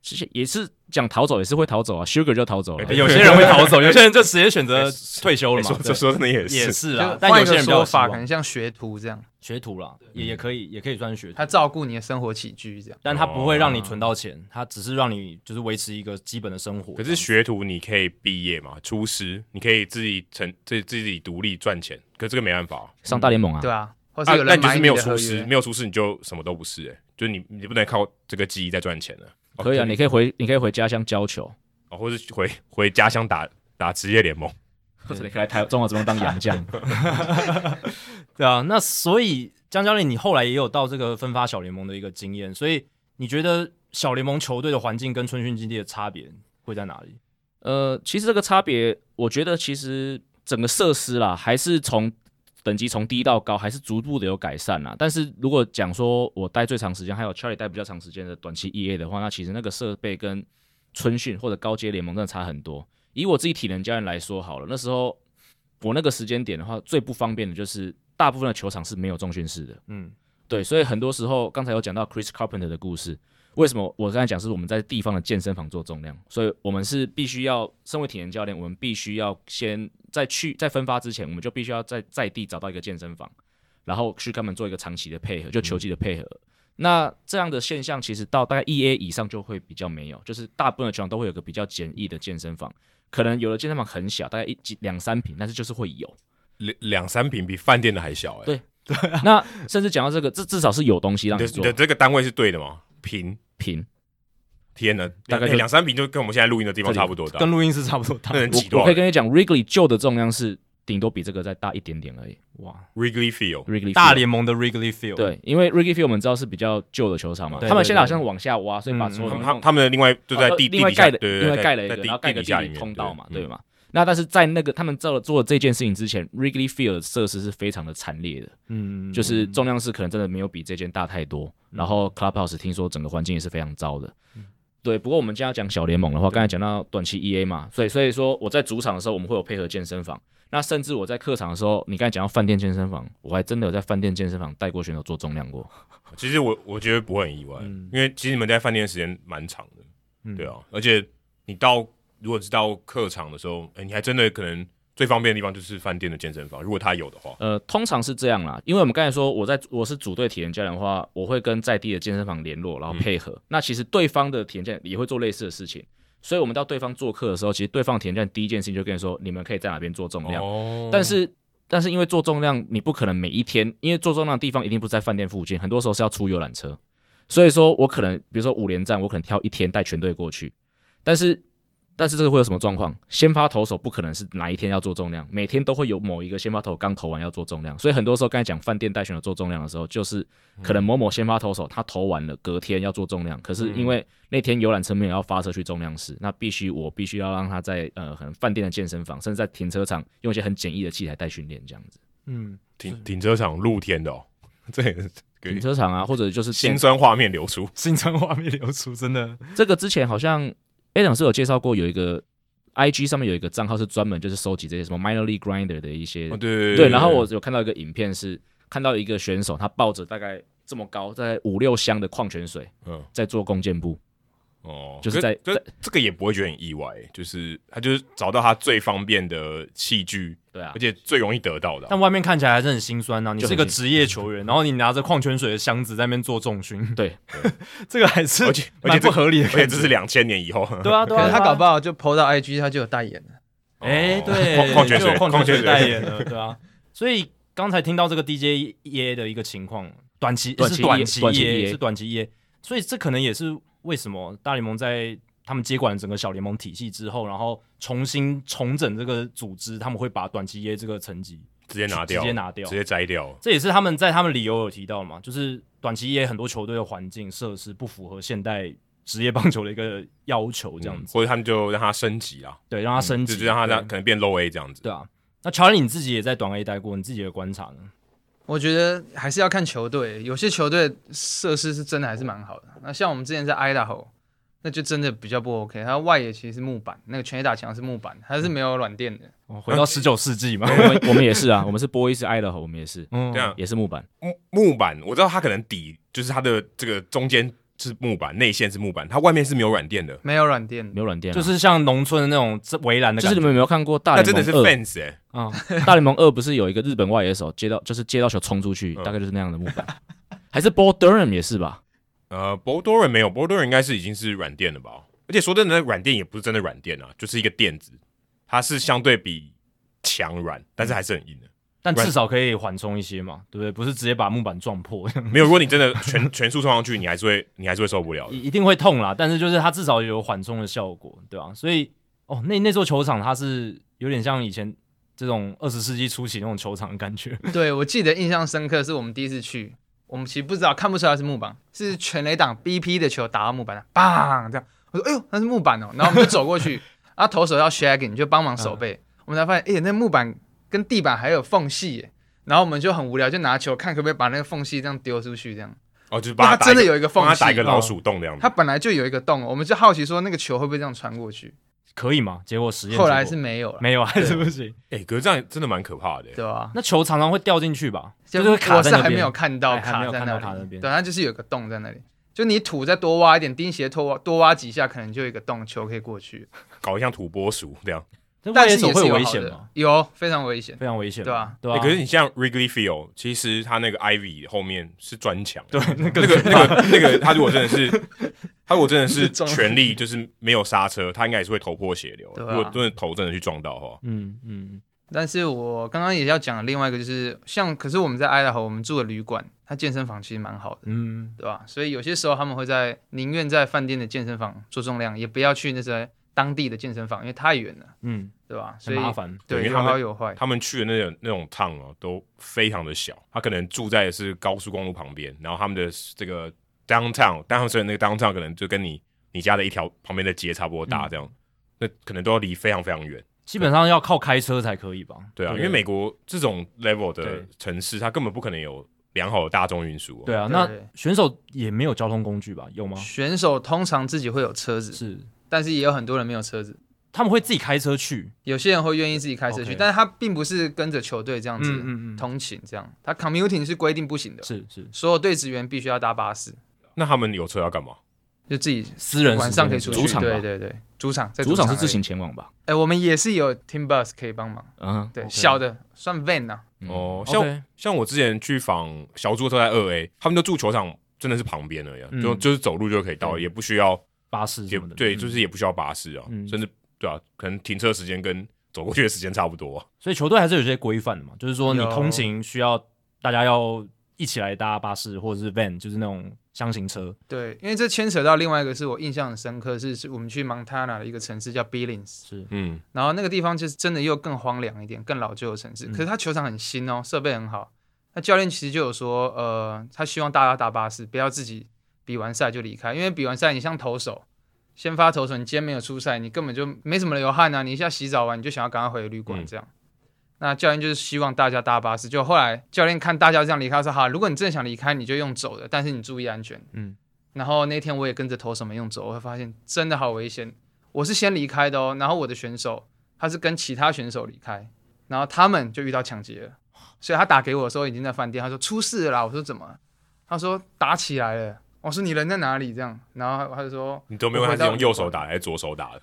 其实也是讲逃走，也是会逃走啊。Sugar 就逃走了
哎，
有些人会逃走，有些人就直接 选择退休了
哎
嘛。
说
对
这说真的也
也
是，啊
是
就
啦，但
换
有
一
些
个
人比较
说
有希
法，
望
可能像学徒这样，
学徒啦，
嗯
也也可以，也可以算是学徒
他。照顾你的生活起居这样。
但他不会
哦
让你存到钱，他只是让你就是维持一个基本的生活。
可是学徒你可以毕业嘛，厨师你可以自己成自自己独立赚钱，可这个没办法
上大联盟啊。
对啊，或
啊。
是有
那
人
你就
买
是
你
没有
的合
厨师，
约，
没有厨师你就什么都不是哎、就是你你不能靠这个技艺在赚钱了。
可以啊，
哦
你可以回，你可以回家乡教球，
哦，或是回回家乡打打职业联盟，
或者你 可以来台中华职棒当洋将。
对啊，那所以江教练，你后来也有到这个分发小联盟的一个经验，所以你觉得小联盟球队的环境跟春训基地的差别会在哪里？
呃，其实这个差别，我觉得其实整个设施啦，还是从等级从低到高，还是逐步的有改善啦。但是如果讲说我待最长时间，还有 Charlie 待比较长时间的短期 EA 的话，那其实那个设备跟春训或者高阶联盟真的差很多。以我自己体能教练来说好了，那时候我那个时间点的话，最不方便的就是大部分的球场是没有重训室的。
嗯，
对，所以很多时候刚才有讲到 Chris Carpenter 的故事，为什么我刚才讲是我们在地方的健身房做重量，所以我们是必须要身为体能教练，我们必须要先在去在分发之前，我们就必须要在在地找到一个健身房，然后去跟他们做一个长期的配合，就球技的配合。
嗯
那这样的现象其实到大概 E A 以上就会比较没有，就是大部分的球场都会有个比较简易的健身房，可能有的健身房很小，大概一几两三平，但是就是会 有。
两两三平比饭店的还小哎、
对那甚至讲到这个，至至少是有东西让
你
你
的你
做
的这个单位是对的吗？平，
平，
天哪，
大概
哎
就
两三平就跟我们现在录音的地啊方
这里
差不多大，
跟录音室差不多大
那。能挤
我
多少
我可以
人
跟你讲，Wrigley 旧的重量是顶多比这个再大一点点而已。
哇，
？Wrigley Field，
Wrigley
大
Field
联盟的 Wrigley Field，，
对，因为 Wrigley Field 我们知道是比较旧的球场嘛，
对
他们
对
现在好
对
像往下挖，所以把
嗯
他
所有东
们
西
他
弄
们他们另外就在地
哦
地
另外
底下，
盖的，
对对
另
对，
外
在
盖了一
在
个，
地
然后盖
地
个
底下
地
里
理
面
通道嘛，
对嗯
对嘛？那但是在那个他们做了做了这件事情之前，Wrigley Field 的设施是非常的惨烈的，
嗯，
就是重量是可能真的没有比这件大太多。然后 Clubhouse 听说整个环境也是非常糟的。
嗯
对，不过我们今天要讲小联盟的话，刚才讲到短期 EA 嘛，所以所以说我在主场的时候，我们会有配合健身房。那甚至我在客场的时候，你刚才讲到饭店健身房，我还真的有在饭店健身房带过选手做重量过。
其实我我觉得不会很意外，
嗯
因为其实你们在饭店的时间蛮长的，
嗯
对啊，而且你到如果是到客场的时候，哎、你还真的可能最方便的地方就是饭店的健身房，如果他有的话，
呃，通常是这样啦，因为我们刚才说我在我是组队体能教练的话，我会跟在地的健身房联络，然后配
嗯
合。那其实对方的体能教练也会做类似的事情，所以我们到对方做客的时候，其实对方的体能教练第一件事情就跟你说，你们可以在哪边做重量。
哦
但是但是因为做重量，你不可能每一天，因为做重量的地方一定不是在饭店附近，很多时候是要出游览车。所以说我可能，比如说五连战，我可能挑一天带全队过去，但是但是这个会有什么状况？先发投手不可能是哪一天要做重量，每天都会有某一个先发投手刚投完要做重量，所以很多时候刚才讲饭店带选手做重量的时候，就是
嗯
可能某某先发投手他投完了，隔天要做重量，可
嗯
是因为那天游览车没有要发车去重量室，那必须我必须要让他在呃可能饭店的健身房，甚至在停车场用一些很简易的器材带训练这样子，
嗯，
停停车场露天的哦， 这也是给
停车场啊，或者就是健
心酸画面流出，
新增画面流出，真的
这个之前好像 A 老师有介绍过，有一个 IG 上面有一个账号是专门就是收集这些什么 minor league grinder 的一些、
哦对对
对。然后我有看到一个影片是看到一个选手，他抱着大概这么高，大概五六箱的矿泉水
嗯
在做弓箭步，
哦，
就是
可
在
这这个也不会觉得很意外，就是他就是找到他最方便的器具，
对啊
而，且最容易得到的啊、
但外面看起来还是很心酸啊呐、你
就是很
个职业球员，然后你拿着矿泉水的箱子在那边做重 训，
对，
这个还是
而且而且
蛮
这
不合理的
而且
感
这
觉。
是两千年以后，
对啊，对啊，
可能他搞不
好，
好就 PO 到 IG，他就有代言了。
哦
哎，对，
矿矿泉水
就有矿
矿
泉
泉
水
水
代言了，对啊。 所以刚才听到这个 DJ EA 的一个情况，短期
短期
是短期
EA 短期
EA
EA
是短期 EA，所以这可能也是为什么大联盟在他们接管整个小联盟体系之后，然后重新重整这个组织，他们会把短期 EA 这个层级
直接拿掉，
直接拿掉
直接摘掉，
这也是他们在他们理由有提到嘛，就是短期也很多球队的环境设施不符合现代职业棒球的一个要求，这样子、
嗯或者他们就让它升级啊，
对，让他升级，
就就让它
对
让可能变 low A 这样子。
对啊。那乔恩你自己也在短 A 待过，你自己的观察呢？
我觉得还是要看球队，有些球队设施是真的还是蛮好的。那像我们之前在 Idaho，那就真的比较不 OK。它外野其实是木板，那个全垒打墙是木板，它是没有软垫的。
哦回到十九世纪嘛，
我们 我们也是啊，我们是波伊斯爱的吼，我们也是
嗯
啊
这，样
也是木板，
木木板，我知道它可能底就是它的这个中间是木板，内线是木板，它外面是没有软垫的，
没有软垫
没，有软垫啊、
就是像农村的那种这围栏的
就
感觉，
是你们有没有看过大
那
联
真的是
盟二？
fans 哎、
嗯，
大联盟二不是有一个日本外野手接到就是接到球冲出去，
嗯
大概就是那样的木板， 还是 Bo Durham 也是吧？
呃，博多人没有，博多人应该是已经是软垫了吧？而且说真的，那软垫也不是真的软垫啊，就是一个垫子，它是相对比强软，但是还是很 硬的。
但至少可以缓冲一些嘛，对不对？不是直接把木板撞 破，
没有，如果你真的全全速冲上去，你还是会你还是会受不 了的。
一一定会痛啦，但是就是它至少有缓冲的效果，对吧、所以哦，那那座球场它是有点像以前这种二十世纪初期那种球场的感觉，
对，我记得印象深刻，是我们第一次去，我们其实不知道看不出来是木板，是全垒打 BP 的球打到木板上，棒这样。我说哎呦，那是木板哦，然后我们就走过去，啊，投手要 shagging 就帮忙手背，
嗯
我们才发现，哎、那木板跟地板还有缝隙耶。然后我们就很无聊，就拿球看可不可以把那个缝隙这样丢出去，这样。
哦，就是帮
那它
他
真的
有
有一个缝
帮他
隙嗯
打一，个老鼠洞的样
它
子。
本来就有一个洞，我们就好奇说那个球会不会这样穿过去。
可以吗？结果实验
后来是
结果
没有了，
没有，啊还是不行。
哎、可是这样真的蛮可怕的欸、
对吧？
那球常常会掉进去吧，就是会卡
我
在
是
那
还
边。
没有看到
哎还没
卡
有
在
看
那
到
里，
卡在那边
对，它就是有个洞在那里。就你土再多挖一点，钉鞋多挖多挖几下，可能就有一个洞，球可以过去。
搞得像土拨鼠这样。
但
但
外
是
野
也
手
是
会
有
危
好
险
的
吗？？
有，非常危险。
非常危险嘛，
对啊
对
欸
啊。
可是你像 Wrigley Field，其实他那个 Ivy 后面是砖墙，对，
那
那
个
个那个那个，他如果真的是，他如果真的是
撞
全力就是没有刹车，他应该也是会头破血流。
对啊
如果真的头真的去撞到的话，
嗯嗯，
但是我刚刚也要讲另外一个，就是像，可是我们在爱达荷，我们住的旅馆，它健身房其实蛮好的，
嗯，
对吧？所以有些时候他们会在宁愿在饭店的健身房做重量，也不要去那些当地的健身房，因为太远了，
嗯，
对吧？所
很
以
麻烦。
对因为
对有
他们
好有坏，
他们去的那种那种趟啊，都非常的小，他可能住在的是高速公路旁边，然后他们的这个 downtown，但他们所以那个 downtown 可能就跟你你家的一条旁边的街差不多大，这样，那可能都要离非常非常远。
基本上要靠开车才可以吧？
对啊，因为美国这种 level 的
对
城市，它根本不可能有良好的大众运输、啊。
对啊，
对
那选手也没有交通工具吧？有吗？
选手通常自己会有车子，
是，
但是也有很多人没有车子。
他们会自己开车去。
有些人会愿意自己开车去
OK
但是他并不是跟着球队这样
嗯
子、
嗯嗯，
通勤，这样他 commuting 是规定不行的，
是是，
所有队职员必须要搭巴士，
那他们有车要干嘛？
就自己
私人时间
晚上可以出去。
主场吧
对对对，主场在
主场
场
是自
而已。
行前往吧？
哎、我们也是有 team bus 可以帮忙，
啊，
对
OK
小的算 van 呐、啊，
嗯
哦，像
OK，
像我之前去访小猪的时候在二 A，他们就住球场真的是旁边而已啊、
嗯
就就是走路就可以到，
对
也不需要
巴士
也
什么的。
对，
嗯
就是也不需要巴士啊，
嗯
甚至对啊，可能停车时间跟走过去的时间差不多啊、
所以球队还是有些规范的嘛，就是说你
有
通勤需要大家要一起来搭巴士或者是 van，就是那种箱型
哦
车。
对，因为这牵扯到另外一个是我印象很深刻，是是我们去 Montana 的一个城市叫 Billings，
是，
嗯，
然后那个地方就是真的又更荒凉一点，更老旧的城市。可是他球场很新哦，设备很好。那教练其实就有说，呃，他希望大家搭巴士，不要自己比完赛就离开，因为比完赛你像投手，先发投手，你今天没有出赛，你根本就没什么流汗啊，你一下洗澡完你就想要赶快回旅馆
嗯
这样。那教练就是希望大家搭巴士，就后来教练看大家这样离开，说好，如果你真的想离开，你就用走的，但是你注意安全。
嗯，
然后那天我也跟着投手们用走，我会发现真的好危险。我是先离开的哦，然后我的选手他是跟其他选手离开，然后他们就遇到抢劫了，所以他打给我的时候已经在饭店，他说出事了啦，我说怎么了？他说打起来了，我说你人在哪里？这样，然后他就说
你都没有问他是用右手打的还是左手打的，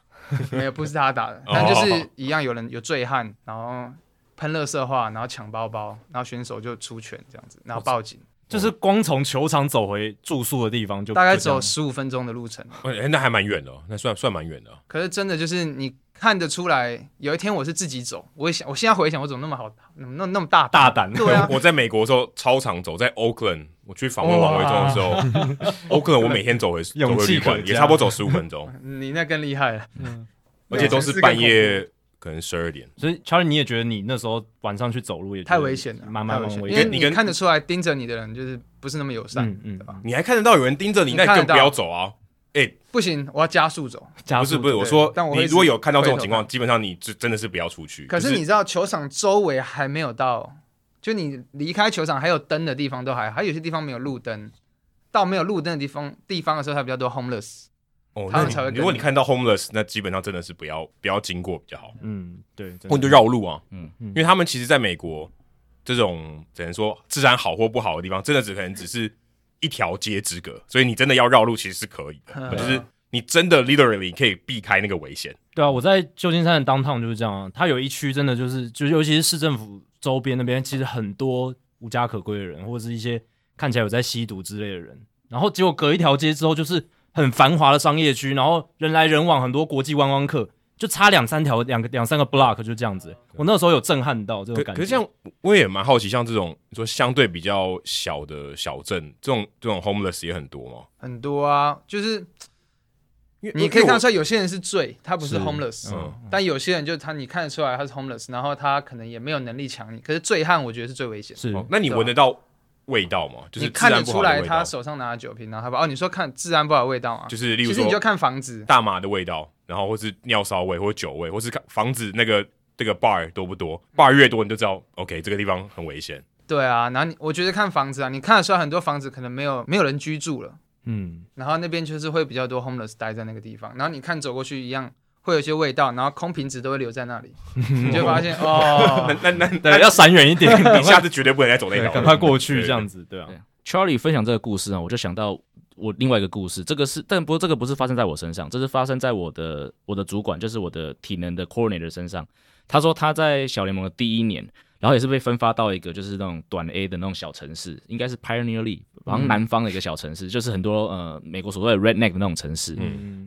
没有，不是他打的，
哦
但 就是一样有人有醉汉，然后喷乐色话，然后抢包包，然后选手就出拳这样子，然后报警，
就是光从球场走回住宿的地方就
大概
哦就这样
走十五分钟的路程。
哎、那还蛮远的哦、那算算蛮远的啊、，
可是真的就是你看得出来，有一天我是自己走，我也想，我现在回想我怎么那么好，那么那么那么大胆
大胆。
对啊
我在美国的时候超常走在 Oakland，我去访问王维忠的时候 ，Oakland 我每天 走回走
勇
回
气
旅馆
可，嘉
也差不多走十五分钟，
你那更厉害了。
而且都是半夜可能十二点。
所以乔 h 你也觉得你那时候晚上去走路也觉得
太危险了，
蛮蛮蛮
太
危
因
险
为
的。
你
你
跟
看得出来盯着你的人就是不是那么啊友善，
嗯嗯
对吧？
你还看得到有人盯着你，
你
那你
看得
更不要
到
走啊！
不行，我要加速走。
加
不
速
是不是，
对
我说
但我
你
会
如果有看到这种
回头
情况，基本上你就真的是不要出去。
可
就是
你知道球场周围还没有到，就你离开球场还有灯的地方都还好，还有些地方没有路灯。到没有路灯的地方地方的时候，才比较多 homeless。
哦，
他
那
们才会
你
跟
如果
你
你看到 homeless，那基本上真的是不要不要经过比较好，
嗯对，真的
或者就绕路啊。嗯
嗯，
因为他们其实在美国这种只能说治安好或不好的地方，真的只可能只是一条街之隔，所以你真的要绕路其实是可以 的，
嗯
就是你真的 literally 可以避开那个危险。
对啊，我在旧金山的 downtown 就是这样啊，它有一区真的就是，就是尤其是市政府周边那边，其实很多无家可归的人，或者是一些看起来有在吸毒之类的人。然后结果隔一条街之后，就是很繁华的商业区，然后人来人往，很多国际观光客，就差两三条、两个两三个 block 就这样子。我那时候有震撼到这种
可
感觉。
可是像我也蛮好奇，像这种你说相对比较小的小镇，这种这种 homeless 也很多吗？
很多啊，就是
因为
你可
因为
以看
我
得出来，有些人是醉，他不是
是
homeless，
嗯
但有些人就他你看得出来他是 homeless，然后他可能也没有能力抢你。可是醉汉我觉得是最危险的，
是、
哦，那你闻得到味道吗？就是
啊你看
治
得
安不好
出
的
来
味
他
道
手上拿着酒瓶，然后他把哦，你说看治安不好的味道啊，
就是例如
其实你
说
就看房子，
大麻的味道，然后或是尿骚味，或酒味，或是看房子那个这个 bar 多不多，bar 越多你就知道，OK 这个地方很危险。
对啊，然后你我觉得看房子啊，你看得出来很多房子可能没有没有人居住了，
嗯，
然后那边就是会比较多 homeless 待在那个地方，然后你看走过去一样会有一些味道，然后空瓶子都会留在那里， 你就会发现
那
哦，
那 那
对，要闪远一 点，
那
赶
你下
快
次绝对不能再走那条
对
路，
赶快过去
对
这样子，对啊，
对 Charlie 分享这个故事呢，我就想到我另外一个故事，这个是，但不过这个不是发生在我身上，这是发生在我的我的主管，就是我的体能的 coordinator 身上。他说他在小联盟的第一年，然后也是被分发到一个就是那种短 A 的那种小城市，应该是 Pioneer League，好像南方的一个小城市，就是很多呃美国所谓的 redneck 的那种城市。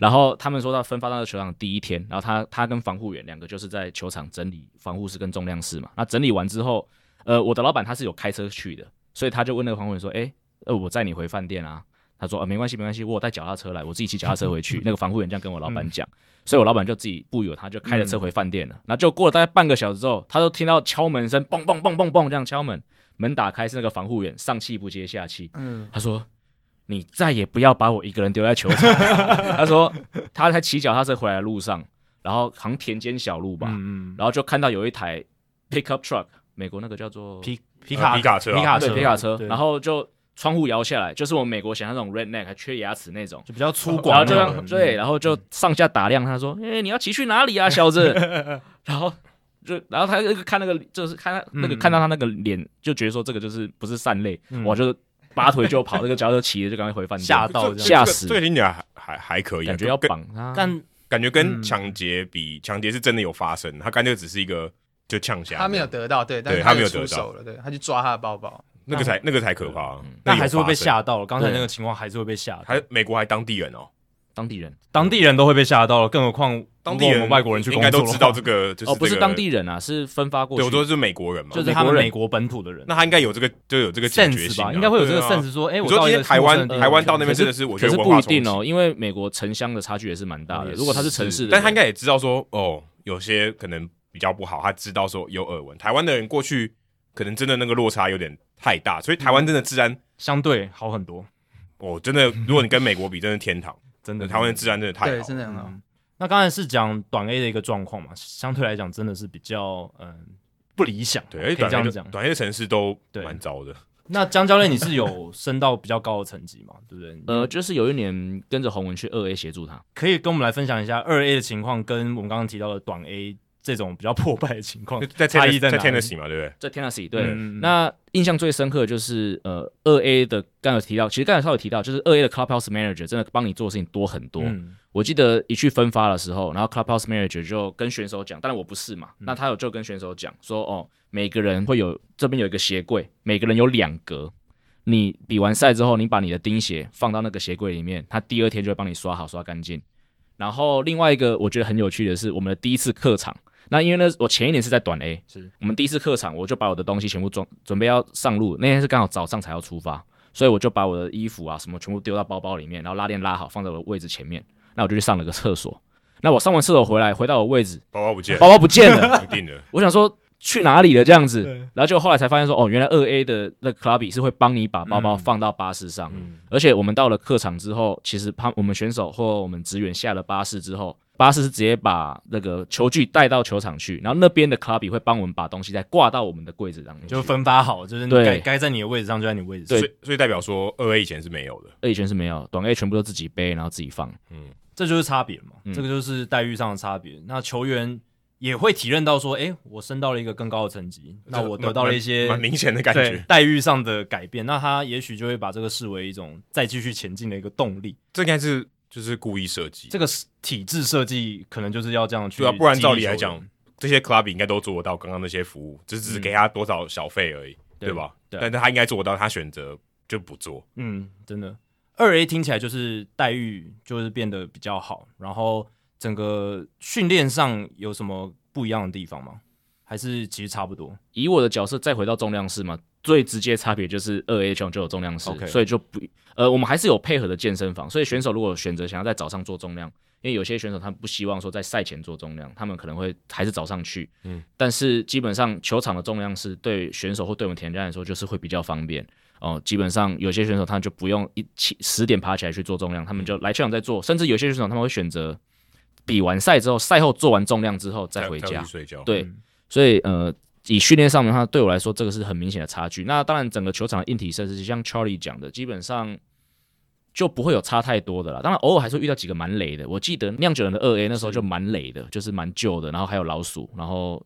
然后他们说到分发到球场第一天，然后他他跟防护员两个就是在球场整理防护室跟重量室嘛。那整理完之后，呃，我的老板他是有开车去的，所以他就问那个防护员说：“哎，呃，我载你回饭店啊。”他说：“啊，没关系，没关系，我有带脚踏车来，我自己骑脚踏车回去。”那个防护员这样跟我老板讲，所以我老板就自己不由他就开着车回饭店了。那、就过了大概半个小时之后，他就听到敲门声，嘣嘣嘣嘣嘣这样敲门，门打开是那个防护员，上气不接下气，
嗯，
他说。你再也不要把我一个人丢在球场。 他说他在骑脚踏车回来的路上，然后好像田间小路吧，
嗯嗯
然后就看到有一台 pickup truck，美国那个叫做
皮皮
呃
卡
皮卡车啊
皮卡
对
车
皮卡车，
对
然后就窗户摇下来，就是我们美国想象那种 redneck 还缺牙齿那种。
就比较粗
然后
犷
就
那
让
种，
对，然后就上下打量，他说：“
嗯
哎、你要骑去哪里啊，小子？” 然后就，然后他那个看那个，就是看他那个、
嗯
看到他那个脸，就觉得说这个就是不是善类，
嗯
我就拔腿就跑，那个脚就骑着就赶快回饭店，
吓到这样
吓死
这个听起来还还还可以啊，
感觉
就
要
跟
绑他。
但
感觉跟
嗯
抢劫比，抢劫是真的有发生，他干脆只是一个就呛下，
他没有得到，对，但
对
是
他没有
有
得到
出手了，对，他去抓他的包包，
那个才那个才可怕
嗯
啊，
但
个有
还是会被
发生，
吓到了。刚才那个情况还是会被吓到，
还美国还当地人哦，
当地人
当地人都会被吓到了，更何况
当地
如果我
人
们外国人去
应
工
该
作
都
的
知
话
道这 个，就是
哦，不
这
是
个
当地人啊，是分发过
对
去。
我说是美国人嘛，
就是他们
美国人
美国本土的人
那他应该有这个就有这个警觉
sense
性
吧，
啊
应该会有这个
对啊
sense 说，哎，
你
我
说
到
今
一
天
个
台
陌
湾
生的地方
台湾到那边
可
真
是
的是我觉得
可是
文化
不一
冲
定
击
哦，因为美国城乡的差距也是蛮大
哦
的。
也
如果他是
是
城市的人，
但他应该也知道说，哦，有些可能比较不好，他知道说有耳闻。台湾的人过去可能真的那个落差有点太大，所以台湾真的治安，
相对好很多，
哦，真 的，如果你跟美国比，真的天堂。
真的。
台湾的治安真的太
对，
好
真
了，嗯
的很好。
那刚才是讲短 A 的一个状况嘛，相对来讲真的是比较嗯不理想，
对，
可
而
以
且
这
短
样
黑
讲
的。短黑的城市都
对
蛮糟的。
那江教练你是有升到比较高的层级嘛，对不对？
呃，就是有一年跟着洪文去二 A 协助他，
可以跟我们来分享一下二 A 的情况，跟我们刚刚提到的短 A 这种比较破败的情况，
在
哦差异
Tennessee
在
在
哪里？
Tennessee 嘛，对不对？
在 Tennessee 对。
嗯
那印象最深刻的就是呃二 A 的，刚有提到，其实刚才稍微提到，就是二 A 的 clubhouse manager 真的帮你做的事情多很多。
嗯
我记得一去分发的时候，然后 clubhouse manager 就跟选手讲，当然我不是嘛，那他有就跟选手讲说，哦，每个人会有这边有一个鞋柜，每个人有两格。你比完赛之后，你把你的钉鞋放到那个鞋柜里面，他第二天就会帮你刷好刷干净。然后另外一个我觉得很有趣的是，我们的第一次客场，那因为呢，我前一年是在短 A，
是
我们第一次客场，我就把我的东西全部装，准备要上路。那天是刚好早上才要出发，所以我就把我的衣服啊什么全部丢到包包里面，然后拉链拉好，放在我的位置前面。那我就去上了个厕所。那我上完厕所回来，回到我位置，
包包不见，
包包不见了。
一定的。
我想说去哪里了这样子
对，
然后就后来才发现说，哦，原来二 A 的那 clubby 是会帮你把包包放到巴士上，而且我们到了客场之后，其实他我们选手或我们职员下了巴士之后，巴士是直接把那个球具带到球场去，然后那边的 clubby 会帮我们把东西再挂到我们的柜子上面去，
就分发好，就是你
对
该该在你的位置上就在你的位置上。
所以所以代表说，二 A 以前是没有的。
A 圈是没有，短 A 全部都自己背，然后自己放。
这就是差别嘛，这个就是待遇上的差别。那球员也会体认到说，诶，我升到了一个更高的层级，那我得到了一些
蛮蛮明显的感
对
觉。
待遇上的改变，那他也许就会把这个视为一种再继续前进的一个动力。
这应该是就是故意设计。
这个是体制设计可能就是要这样去
对啊，
激励球员，
不然照理来讲，这些 club 应该都做得到刚刚那些服务，只只是给他多少小费而已，对吧？
对
但是他应该做得到，他选择就不做。
嗯，真的，二 A 听起来就是待遇就是变得比较好，然后整个训练上有什么不一样的地方吗？还是其实差不多？
以我的角色再回到重量式嘛，最直接差别就是二 A 圈就有重量式
OK
所以就不呃，我们还是有配合的健身房，所以选手如果选择想要在早上做重量，因为有些选手他们不希望说在赛前做重量，他们可能会还是早上去，嗯，但是基本上球场的重量是对选手或对我们田家来说就是会比较方便。哦，基本上有些选手他就不用一起十点爬起来去做重量，他们就来球场再做，甚至有些选手他们会选择比完赛之后，赛后做完重量之后再回
才
家
会去，睡觉。
对，所以呃，以训练上面的话，对我来说这个是很明显的差距。那当然，整个球场的硬体设施，像 Charlie 讲的，基本上就不会有差太多的啦。当然，偶尔还是会遇到几个蛮雷的。我记得酿酒人的二 A 那时候就蛮雷的，就是蛮旧的，然后还有老鼠，然后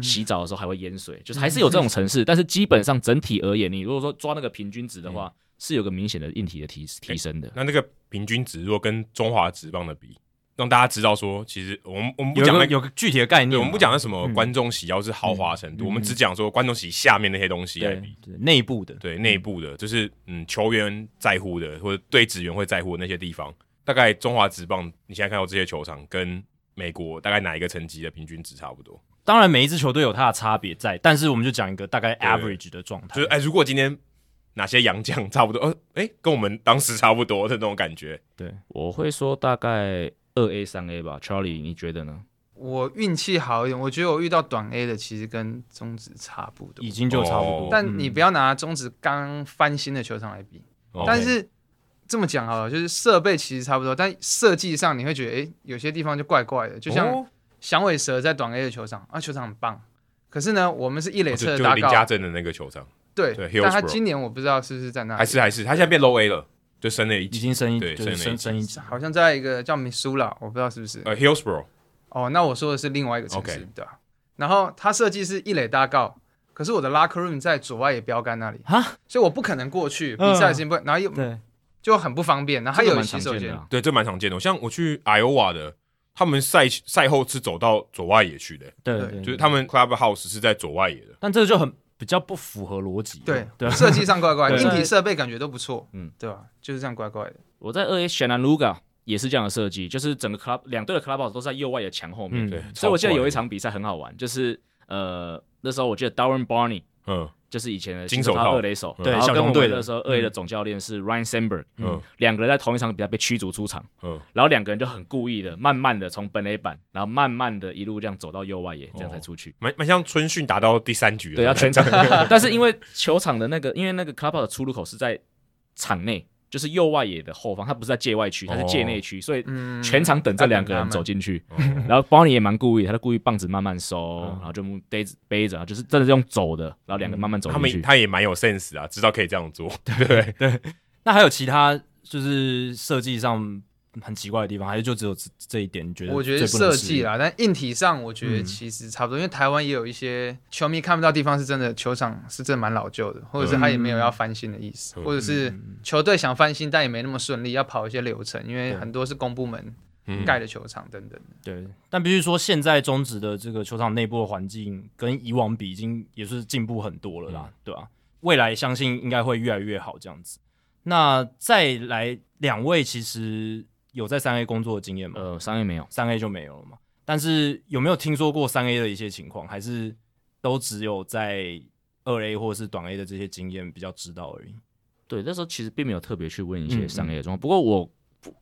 洗澡的时候还会淹水，就是还是有这种城市，但是基本上整体而言，你如果说抓那个平均值的话，是有个明显的硬体的提提升的。
那那个平均值如果跟中华职棒的比，让大家知道说，其实我们我们不
有
讲那
个嗯
个
有个具体的概念
对，
嘛，
我们不讲那什么观众席要是豪华程度，我们只讲说观众席下面那些东西来
嗯对
比。
对内部的，
对内部的，就是嗯球员在乎的，或者对职员会在乎的那些地方，大概中华职棒你现在看到这些球场跟美国大概哪一个层级的平均值差不多？
当然每一支球队有它的差别在，但是我们就讲一个大概
对
average 的状态，
就是哎、如果今天哪些洋将差不多，呃，哎、跟我们当时差不多的那种感觉，
我会说大概二 A 三 A 吧，Charlie，你觉得呢？
我运气好一点，我觉得我遇到短 A 的其实跟中职差不多
已，经就差不多嗯
哦。
但你不要拿中职刚翻新的球场来比。但是这么讲好了，就是设备其实差不多，但设计上你会觉得，诶，有些地方就怪怪的，就像
哦
响尾蛇在短 A 的球场啊，球场很棒。可是呢，我们是一垒
哦就
侧的
就
打
林家
稿，
镇的那个球场，
对
对，
但他
Hillsborough
今年我不知道是不是在那里，
还是还是他现在变 low A 了，就升了一
已
级，
经升一，
对
就
升了
是
一
升
级
升一级。
好像在一个叫米苏拉，我不知道是不是。
呃 Hillsborough
哦，那我说的是另外一个城市
OK
对吧、然后它设计是一垒大告，可是我的 locker room 在左外野标杆那里
哈，
所以我不可能过去，
嗯
比赛已经不，然后又
对，
就很不方便，然后它
这个
有
蛮
洗
常
手
见的
间，
啊、
对，这蛮常见的。像我去 Iowa 的，他们赛赛后是走到左外野去的，
对
对
对，
就是他们 clubhouse 是在左外野的。
但这个就很比较不符合逻辑。
对
对，
设计上怪怪，
对
硬体设备感觉都不错，
嗯
嗯，对吧？就是这样怪怪的，
我在二 A 显然 Luga 也是这样的设计，就是整个 club 两队的 clubhouse 都是在右外野墙后面，
嗯
对，
所以我记得有一
超怪
场比赛很好玩，就是呃那时候我记得 Darren Barney
的，
就是以前的
金手套
新二垒手，
对
然后
小
跟
熊
我
队
们
的嗯
那时候二 A 的总教练是 Ryan Sandberg，
嗯嗯
两个人在同一场比赛被驱逐出场，
嗯，
然后两个人就很故意的慢慢的从本垒板，然后慢慢的一路这样走到右外野，这
哦
样才出去。
蛮蛮像春训打到第三局的，
对，要全场。 但是因为球场的那个，因为那个 club 的出入口是在场内，就是右外野的后方，它不是在界外区，它是界内区，所以
嗯，
全场等这两个人走进去。然后 Bonnie 也蛮故意，他就故意棒子慢慢收，然后就背着背着，就是真的是用走的，然后两个慢慢走
他
进
们
去。
他也蛮有 sense 啊，知道可以这样做， 对不
嗯
对？
那还有其他就是设计上很奇怪的地方，还是就只有这这一点？你觉得
我觉得
最不能
设
适应
计，啊啦，但硬体上我觉得
嗯
其实差不多，因为台湾也有一些球迷看不到地方，是真的球场是真的蛮老旧的，
嗯
或者是他也没有要翻新的意思，
嗯
或者是球队想翻新但也没那么顺利，要跑一些流程，因为很多是公部门
嗯
盖的球场等等。
对，但必须说现在中职的这个球场内部的环境跟以往比，已经也是进步很多了啦，
嗯
对吧、未来相信应该会越来越好这样子。那再来，两位其实有在三 A 工作的经验吗？
呃，商业没有，
三 A 就没有了嘛。但是有没有听说过三 A 的一些情况，还是都只有在二 A 或者是短 A 的这些经验比较知道而已？
对，那时候其实并没有特别去问一
嗯
些
嗯
商 A 的状况，不过我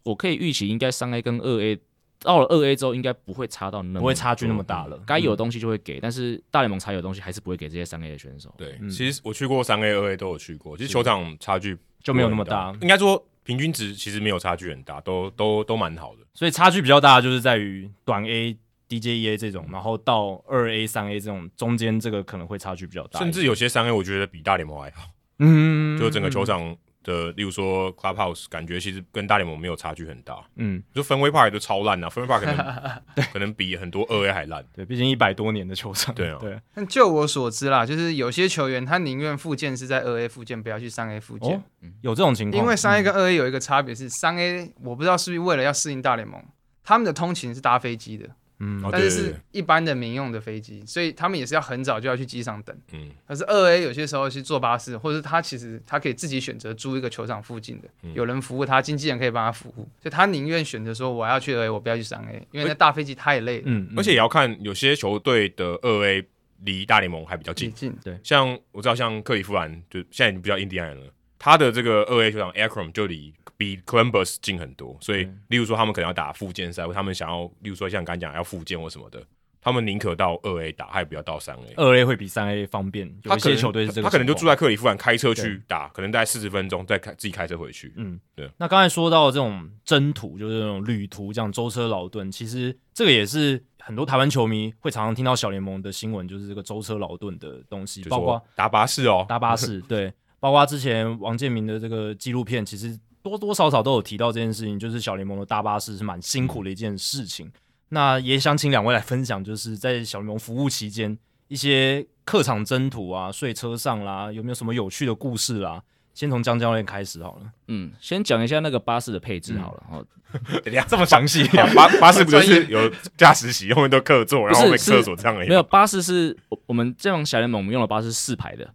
我可以预期，应该商 A 跟二 A 到了二 A 之后，应该不会差到那么
不会差距那么
多
大了
该有
嗯
的东西就会给，但是大联盟才有的东西还是不会给这些商 A 的选手。
对
嗯，
其实我去过三 A、二 A 都有去过，其实球场差距
就没有那么
不会很
大
应该说平均值其实没有差距很大，都都都蛮好的。
所以差距比较大的就是在于短 A、DJEA 这种，然后到二 A、三 A 这种中间这个可能会差距比较大一
甚
点，
至有些三 A 我觉得比大联盟还好，
嗯
就整个球场的，例如说 clubhouse，感觉其实跟大联盟没有差距很大。
嗯，
就分威派都超 烂啊，分威派可能可能比很多二 A 还烂。
对，毕竟一百多年的球场，
对啊
对，
但就我所知啦，就是有些球员他宁愿复健是在二 A 复健，不要去三 A 复健。
哦，有这种情况，
因为三
嗯
A 跟二 A 有一个差别是，三 A 我不知道是不是为了要适应大联盟，他们的通勤是搭飞机的，
哦
但
对
是
对对
是一般的民用的飞机，所以他们也是要很早就要去机场等。
嗯，
可是二 A 有些时候是坐巴士，或者是他其实他可以自己选择租一个球场附近的，
嗯
有人服务他，经纪人可以帮他服务，所以他宁愿选择说我要去二 A，我不要去三 A，因为那大飞机太累了，
嗯，嗯，
而且也要看有些球队的二 A 离大联盟还比较
挤
近，
进。
像我知道像克利夫兰，就现在已经不叫印第安人了，他的这个二 A 球场 Akron 就离比 Columbus 近很多，所以
嗯
例如说他们可能要打附件赛，或他们想要，例如说像刚才讲要附件或什么的，他们宁可到二 A 打，他也不要到三 A。
二 A 会比三 A 方便，呃有
他
一
可
些
能
球队是这个情况，
他可能就住在克利夫兰，开车去打，可能大概四十分钟，再开自己开车回去。
嗯，
对。
那刚才说到这种征途，就是那种旅途，这样舟车劳顿，其实这个也是很多台湾球迷会常常听到小联盟的新闻，就是这个舟车劳顿的东西，
就
包括
说打巴士哦，
搭巴士，对，包括之前王建民的这个纪录片，其实多多少少都有提到这件事情，就是小联盟的搭巴士是蛮辛苦的一件事情。那也想请两位来分享，就是在小联盟服务期间，一些客场征途啊、睡车上啦，有没有什么有趣的故事啦？先从江教练开始好了。
嗯，先讲一下那个巴士的配置好了。哦，
等一下
这么详细
巴巴士不就是有驾驶席，后面都客座，然后后面厕所这样而已
没有巴士是我我们这样小联盟我们用的巴士是四排的，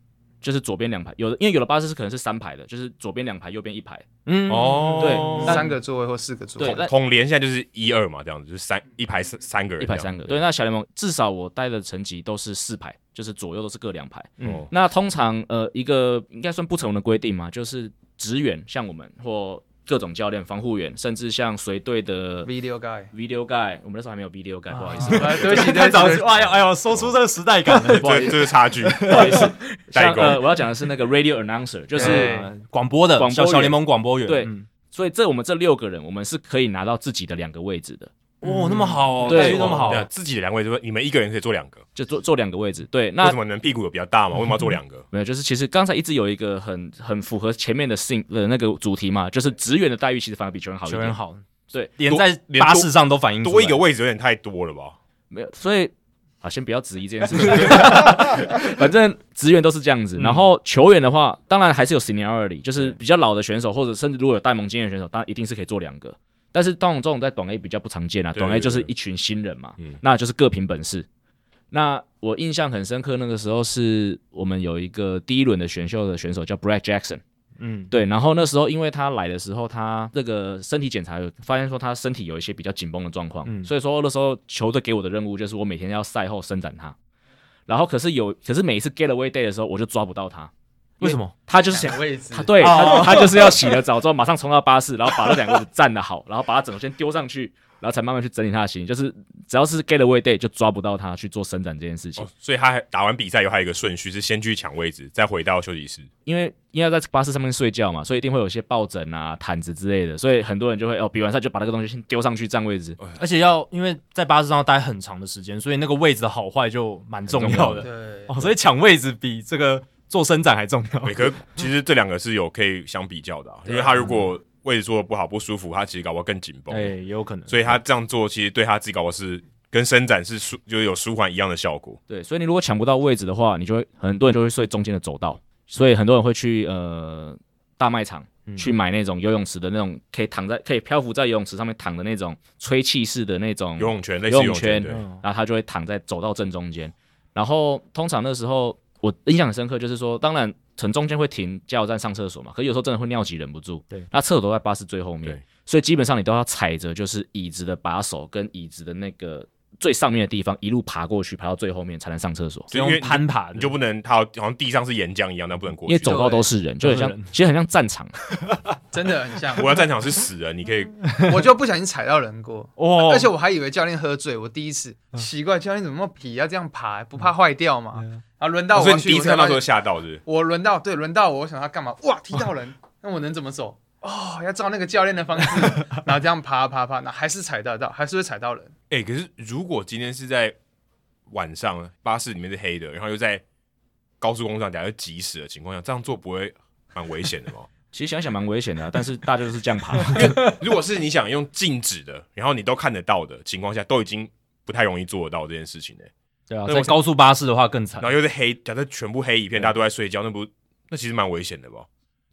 就是左边两排，有的因为有的巴士是可能是三排的，就是左边两排，右边一排。
嗯，
哦，
对
三个座位或四个座
对
位，
那
统联现在就是一二嘛，这样子就是三一排三三个人，
一排三个。对，那小联盟至少我待的层级都是四排，就是左右都是各两排。
这样，哦
那通常呃，一个应该算不成文的规定嘛，就是职员像我们或各种教练、防护员，甚至像随队的
video guy，
video guy，我们那时候还没有 video guy，、不好意思，
啊对不 起，
太
对
早
不
期，
起，
哎呦哎呦，说出这个时代感了。
不好意
这
思
这是 差距。
不好意 思，像
代沟
呃，我要讲的是那个 radio announcer，就是
对
呃广播的
广播
小
员
小联盟广播员，
对
嗯
所以这我们这六个人，我们是可以拿到自己的两个位置的，
哇，那么好哦，
对
待遇那么好
对，啊自己的两位，就是你们一个人可以坐两个，
就坐坐两个位置。对，
为
那
什么你们屁股有比较 大嘛？为什么要坐两个？
没有，就是其实刚才一直有一个很很符合前面的 thing 的那个主题嘛，就是职员的待遇其实反而比球员好一
球
点
员。好，
对，
连
多
在
连
巴
多
士上都反映
嗯
出
多一
来
个位置有点太多了吧？
没有，所以啊，先不要质 疑这件事 情。反正职员都是这样
嗯
子，然后球员的话，当然还是有 seniority，就是比较老的选手，或者甚至如果有带盟经验的选手，当然一定是可以做两个。但是当这种在短 A 比较不常见啊，
对
短 A 就是
对对
一群新人嘛
嗯，
那就是各凭本事。那我印象很深刻，那个时候是我们有一个第一轮的选秀的选手叫 Brad Jackson，
嗯，
对，然后那时候因为他来的时候，他这个身体检查有发现说他身体有一些比较紧绷的状况，
嗯
所以说那时候球队给我的任务就是我每天要赛后伸展他。然后可是有，可是每一次 getaway day 的时候，我就抓不到他，
为什么？
他就是想
两个位置
他，对
哦
他他就是要洗了澡之后马上冲到巴士，然后把那两个位置站得好，然后把他整个先丢上去，然后才慢慢去整理他的行李。就是只要是 getaway day 就抓不到他去做伸展这件事情。
哦，所以他还打完比赛以后还有一个顺序是先去抢位置，再回到休息室。
因为因为要在巴士上面睡觉嘛，所以一定会有一些抱枕啊、毯子之类的，所以很多人就会哦，比完赛就把那个东西先丢上去占位置。
而且要因为在巴士上要待很长的时间，所以那个位置的好坏就蛮重要的
对，
哦，所以抢位置比这个做伸展还重要。
对，可是其实这两个是有可以相比较的、哦啊，因为他如果位置坐的不好不舒服，他其实搞不好更紧绷，
哎，也有可能，
所以他这样做其实对他自己搞不好是跟伸展是舒就是有舒缓一样的效果。
对，所以你如果抢不到位置的话，你就会很多人就会睡中间的走道，所以很多人会去呃大卖场
嗯
去买那种游泳池的那种可以躺在可以漂浮在游泳池上面躺的那种吹气式的那种
游泳圈嗯类似游
游泳
泳圈，
圈
对，
嗯
然后他就会躺在走到正中间。然后通常那时候我印象很深刻，就是说，当然从中间会停加油站上厕所嘛，可有时候真的会尿急忍不住。
对，
那厕所都在巴士最后面
对，
所以基本上你都要踩着就是椅子的把手跟椅子的那个最上面的地方一路爬过去，爬到最后面才能上厕所。
不
因为
用
你
攀爬的，
你就不能他好像地上是岩浆一样，那不能过去。
因为走道都是人，就很像
都是人，
其实很像战场。啊
真的很像。
我要战场是死人，你可以
我就不小心踩到人过，
哦，
而且我还以为教练喝醉，我第一次奇怪，教练怎么那么皮啊要这样爬，不怕坏掉吗？然后轮到
哦所以
我
你
去，
第一次
我才
看到
发
时候
现
吓到是不是？
我轮到对轮到我，我想他干嘛？哇，踢到人，那我能怎么走？哦，要照那个教练的方式，然后这样爬爬爬，那还是踩得到，还是会踩到人。
哎、可是如果今天是在晚上，巴士里面是黑的，然后又在高速公路上，等下又急死的情况下，这样做不会蛮危险的 吗？
其实想想蛮危险的啊、但是大家就是这样爬。
如果是你想用静止的，然后你都看得到的情况下，都已经不太容易做得到这件事情 嘞、
对啊，
那我
在高速巴士的话更惨
然后，又是黑，假设全部 黑一片，大家都在睡觉，那不那其实蛮危险的吧？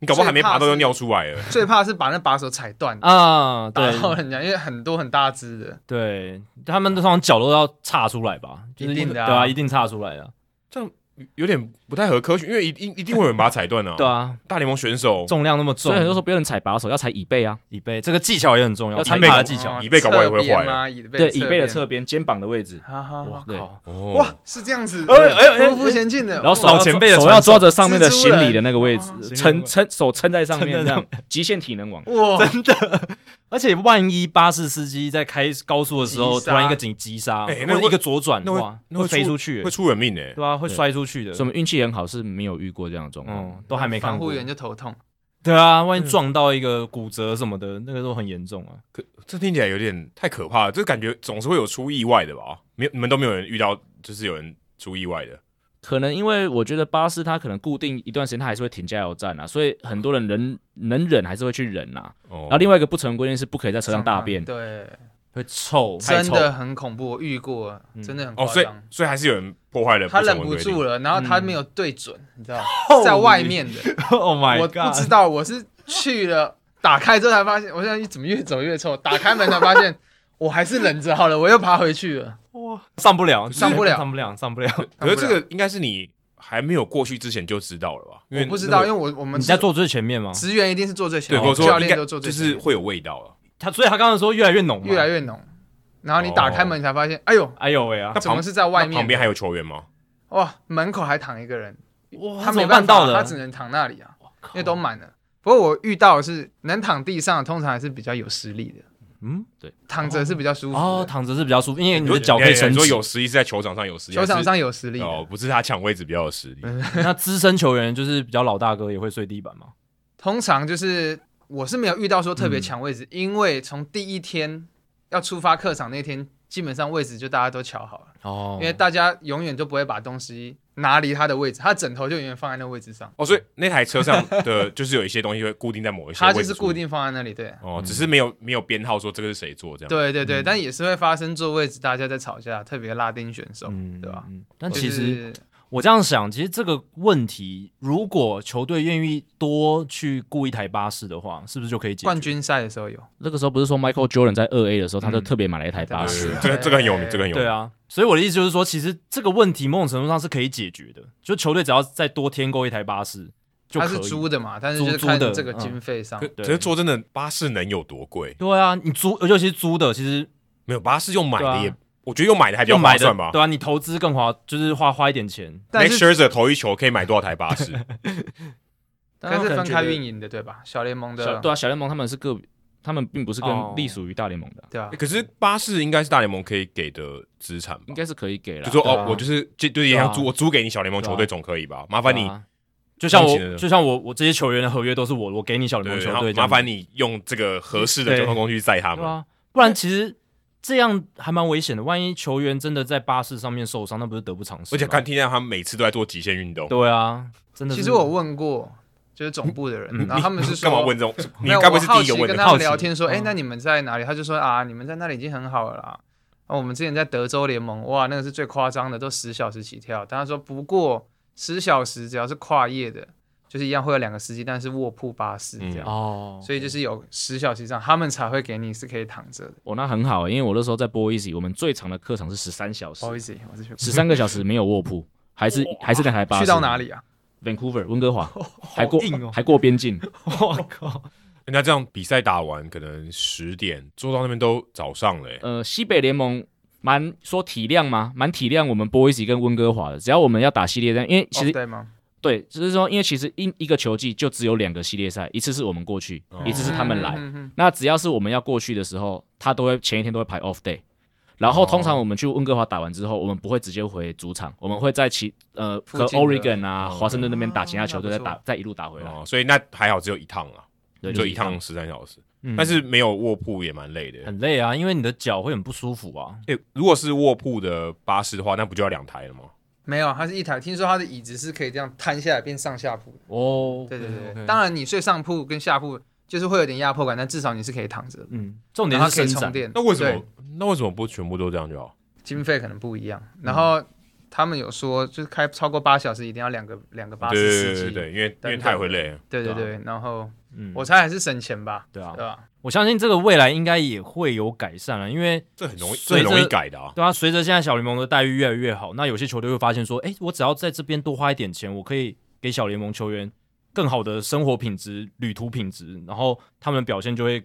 你搞不好还没爬到就尿出来了。
最怕是把那把手踩断，
啊，
打
对
到人家，因为很多很大只的。
对，他们通常脚都要岔出来吧，就是
一定的啊
对啊，一定岔出来的，
有点不太合科学，因为一定一定会有人把它踩 断啊。
对，啊，
大联盟选手
重量那么重
所以，很多时候不要人踩把手，要踩椅背啊。
椅背这个技巧也很重要，
要
攀
踩
爬的
背
技巧
椅背搞不好也会坏
侧边吗？椅背
对，椅背的
侧
侧边、肩膀的位置。
边，哈哈，哇
对
靠
哦，
哇，是这样子，
哎哎哎
匍匐前进的，
然后手
哇
老前辈的
手
传
要
授
抓着上面的
蜘蛛
行李
人
的那个位
哦
置，
行李
撑撑手撑在上
撑
面，
在
这
上
样 极限体能网。
哇，
而且万一巴士司机在开高速的时候，
急
突
刹
然一个紧急刹，
哎那
或者
会
一个左转，
那会
哇，
那会
飞出去
会，出人命哎、
对啊，会摔出去
所以我
的。
们运气很好，是没有遇过这样的状况。
嗯，都还没看
防护
过。
员就嗯头痛。
对啊，万一撞到一个骨折什么的，那个都很严重啊。
这听起来有点太可怕了，这感觉总是会有出意外的吧？没有，你们都没有人遇到，就是有人出意外的。
可能因为我觉得巴士它可能固定一段时间，它还是会停加油站啊，所以很多人能能忍还是会去忍啊。
哦
然后另外一个不成文规定是不可以在车上大便，
对，
会臭，
太
真的很恐怖，我遇过啊，真的很
哦，
夸
所以
张。
所以还是有人破坏了
他
不成
忍
文
不
规定
住了，然后他没有对准，你知道，
Holy-
在外面的，
，Oh my
我
god，
不知道，我是去了，打开之后才发现，我现在怎么越走越臭，打开门才发现我还是忍着好了，我又爬回去了。
哇，上不了，
上不了
上不了，上不了。
可是这个应该是你还没有过去之前就知道了吧？因为
我不知
那
道，
个
因为我我们
你在做最前面吗？
职员一定是做最前
对，
面，
或者
教
说应
练
该
都做最
就
前面
是会有味道了。
他所以他刚刚说越来越浓嘛，
越来越浓，然后你打开门才发现，哎呦，
哎呦喂啊
那！
怎么
旁
是在外
那
面？
旁边还有球员吗？
哇，门口还躺一个人，
哇
他
哦怎
没
么办
办法，啊
到
他
的？
只能躺那里啊，
靠
因为都满了。不过我遇到的是能躺地上，通常还是比较有实力的，
嗯
躺着是比较舒服的。
哦，躺着是比较舒服，因为你的
说
脚可以伸
你
直
说。有实力是在球场上有实力，
球场
还
上有实力
是
的，
哦，不是他抢位置比较有实力。
那资深球员就是比较老大哥，也会睡地板嘛。
通常就是我是没有遇到说特别抢位
嗯
置，因为从第一天要出发客场那天，基本上位置就大家都瞧好了，
哦
因为大家永远都不会把东西拿离他的位置，他枕头就永远放在那位置上，
哦，所以那台车上的就是有一些东西会固定在某一些
他
位置，
就是固。定放在那里，对。
哦，只是没有没有编号说这个是谁做这样。
对对对，
嗯
但也是会发生坐位置大家在吵架，特别拉丁选手，
嗯
对啊吧？
嗯但
就
其实
是
我这样想，其实这个问题，如果球队愿意多去雇一台巴士的话，是不是就可以解决？
冠军赛的时候有，
那个时候不是说 Michael Jordan 在二 A 的时候，他就特别买了一台巴
对，
士
是
对
这个这个很有名，这个很有名。
对啊，所以我的意思就是说，其实这个问题某种程度上是可以解决的，就球队只要再多添购一台巴士就
他
可
是
以。
租的嘛，但是就是
租
看
租的
这个经费
嗯
上
可，
对
可是说真的，巴士能有多贵？
对啊，你租，尤其是租的，其实
没有，巴士用买
对
的
啊
也，我觉得用买的还比较
用买
划
的
算吧。
对啊，你投资更划，就是花花一点钱。
但
Next
是
Scherzer 投一球可以买多少台巴士？ 欸
但
但
是
我可
分
能觉
开
得
运营的对吧？小联盟
小
的
对啊，小联盟他们是个，他们并不是
哦
跟隶属于大联盟的，
对啊
欸，可是巴士应该是大联盟可以给的资产吧
应？该是可以给了。
就说
对啊
哦，我就是这对也
对啊
想租，我租给你小联盟球队总可以吧？麻烦你
对，啊
就像
通勤
我，
的
就像我，我这些球员的合约都是我，我给你小联
对
盟球
然后
队，
啊
麻烦你用这个合适的
对
交通工具载他
对
们。
啊，不然其实这样还蛮危险的。万一球员真的在巴士上面受伤，那不是得不偿失吗？
而且看听见他们每次都在做极限运动，
对啊，真的是。
其实我问过，就是总部的人，啊然后他们是
干嘛
说
问。这种？嗯你
没有，
该不
我
会是
好
第一
奇
个问
跟
的？
他们
好奇
聊天说，哎、
嗯
那你们在哪里？他就说啊，你们在那里已经很好了啦。啊，我们之前在德州联盟，哇，那个是最夸张的，都十小时起跳。但他说，不过十小时只要是跨夜的，就是一样会有两个司机，但是卧铺巴士
嗯
这样。
哦，
所以就是有十小时以上，他们才会给你是可以躺着的。
我哦那很好，啊因为我那时候在 Boise，我们最长的课程是十三小时
不，好意思，我是去
十三个小时没有卧铺，还是还是那台巴士。
去到哪里啊？
？Vancouver 温哥 华，还过
硬哦
还过边境，
我靠，
人家这样比赛打完可能十点，坐到那边都早上了欸。
呃，西北联盟蛮说体谅吗？蛮体谅我们 Boise 跟温哥华的。只要我们要打系列赛，因为其
哦、
实、
对吗？
对，就是说，因为其实一一个球季就只有两个系列赛，一次是我们过去，一次是他们来。
嗯嗯嗯嗯
那只要是我们要过去的时候，他都会前一天都会排 off day。然
哦
后通常我们去温哥华打完之后，我们不会直接回主场，我们会在其呃
附
和
近的
Oregon 啊、华盛顿那边打
哦
其他球队，
那
再
不错
打再一路打回来。
哦，所以那还好，只有一趟啊，
啊对，
就
一
一趟十三小时，
嗯
但是没有卧铺也蛮累的。
很累啊，因为你的脚会很不舒服啊。
哎，如果是卧铺的巴士的话，那不就要两台了吗？
没有，啊它是一台。听说它的椅子是可以这样摊下来变上下铺的。
哦
对对对对，当然你睡上铺跟下铺就是会有点压迫感，但至少你是可以躺着的，
嗯，重
然
点
后
是
可以
伸
充
展。
电。
那为什
对
么？那为什么不全部都这样就好？
经费可能不一样？然
嗯
后他们有说，就是开超过八小时一定要两个两个巴
对
士
对
司
对对
机。
对，因为因
等
为
等
太会累了。
对对
对
对，然后
嗯，
我猜还是省钱吧，
对啊
对，吧？
我相信这个未来应该也会有改善啊了，因为
这很容易，这
随
很
着
容易改的啊。
对啊，随着现在小联盟的待遇越来越好，那有些球队会发现说，哎、我只要在这边多花一点钱，我可以给小联盟球员更好的生活品质、旅途品质，然后他们的表现就会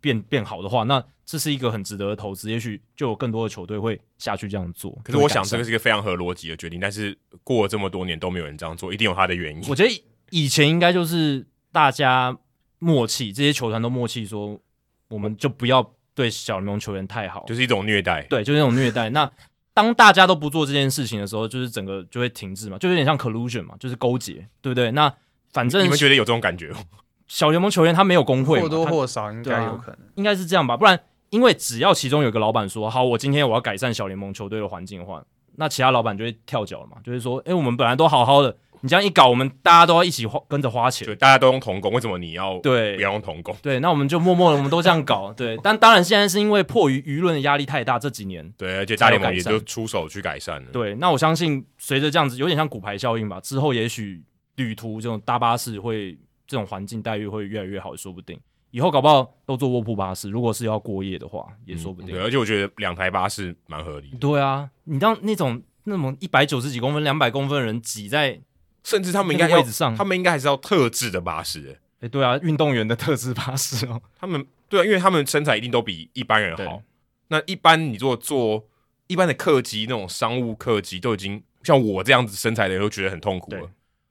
变变好的话，那这是一个很值得的投资，也许就有更多的球队会下去这样做。
可是我想，
就
这个
会改善，
是一个非常合逻辑的决定，但是过了这么多年都没有人这样做，一定有它的原因。
我觉得以前应该就是大家默契，这些球团都默契说，我们就不要对小联盟球员太好，
就是一种虐待，
对，就是那种虐待。那当大家都不做这件事情的时候，就是整个就会停滞嘛，就有点像 collusion 嘛，就是勾结，对不对？那反
你
正
们觉得有这种感觉吗？
小联盟球员他没有工会嘛，
或多
他
或少应该
对啊
有可能。
应该是这样吧，不然因为只要其中有个老板说好，我今天我要改善小联盟球队的环境的话，那其他老板就会跳脚了嘛，就是说，哎、我们本来都好好的，你这样一搞，我们大家都要一起花跟着花钱
就。大家都用童工，为什么你要
对
不要用童工？
对，那我们就默默的，我们都这样搞。对，但当然现在是因为迫于舆论的压力太大，这几年
对，而且大联盟
才有
也
改善
就出手去改善了。
对，那我相信随着这样子，有点像骨牌效应吧，之后也许旅途这种大巴士会这种环境待遇会越来越好，也说不定。以后搞不好都坐卧铺巴士，如果是要过夜的话，也
嗯，
说不定。
对，而且我觉得两台巴士蛮合理的，
对啊，你当那种那种一百九十几公分、两百公分的人挤在，
甚至他们应
那
该
个
要
位置上
他们应该还是要特制的巴士、欸
哎，对啊，运动员的特制巴士哦，
他们对啊，因为他们身材一定都比一般人好。那一般你如果坐一般的客机那种商务客机，都已经像我这样子身材的人都觉得很痛苦
对嗯
了。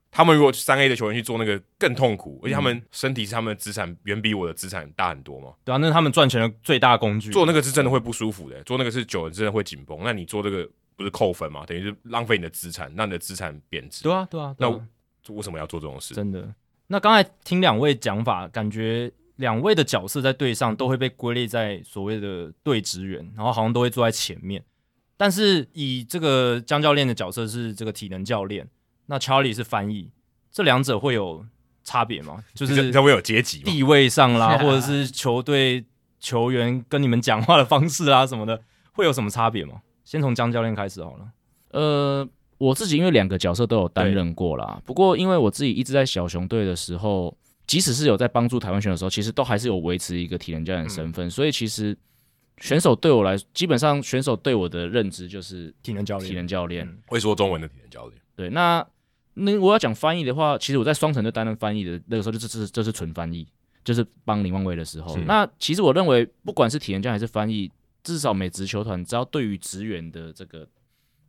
他们如果三 A 的球员去做那个更痛苦，而且他们身体是他们的资产远比我的资产大很多嘛。
对啊，那是他们赚钱的最大工具。
做那个是真的会不舒服的、做那个是久了真的会紧绷。那你做这个不是扣分嘛？等于是浪费你的资产，让你的资产贬值。
对啊，对啊，对
那
啊
我为什么要做这种事？
真的。那刚才听两位讲法，感觉两位的角色在队上都会被归类在所谓的队职员，然后好像都会坐在前面。但是以这个江教练的角色是这个体能教练，那 Charlie 是翻译，这两者会有差别 吗？就
你知道你
是
知道会有阶级吗？
地位上啦，
是啊
或者是球队球员跟你们讲话的方式啊什么的，会有什么差别吗？先从江教练开始好了。
呃，我自己因为两个角色都有担任过啦，不过因为我自己一直在小熊队的时候，即使是有在帮助台湾选手的时候，其实都还是有维持一个体能教练的身份，所以其实选手对我来，基本上选手对我的认知就是
体能教练，
体能教练。
嗯
会说中文的体能教练，
对，那那我要讲翻译的话，其实我在双城队担任翻译的那个时候，就是就是就是纯翻译，就是帮林万威的时候
是。
那其实我认为，不管是体验教还是翻译，至少每支球团只要对于职员的这个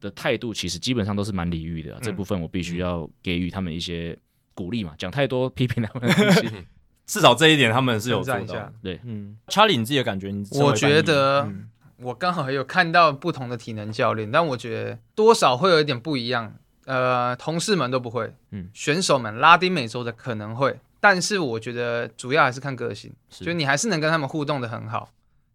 的态度，其实基本上都是蛮礼遇的啊、这部分我必须要给予他们一些鼓励嘛。讲太多批评他们的东西，
至少这一点他们是有做
称赞一
到的
下。
嗯，Charlie，你自己的感觉？你身为
我觉得
翻译嗯
我刚好也有看到不同的体能教练，但我觉得多少会有一点不一样。呃，同事们都不会，
嗯
选手们拉丁美洲的可能会，但是我觉得主要还是看个性，
是
就你还是能跟他们互动的很好，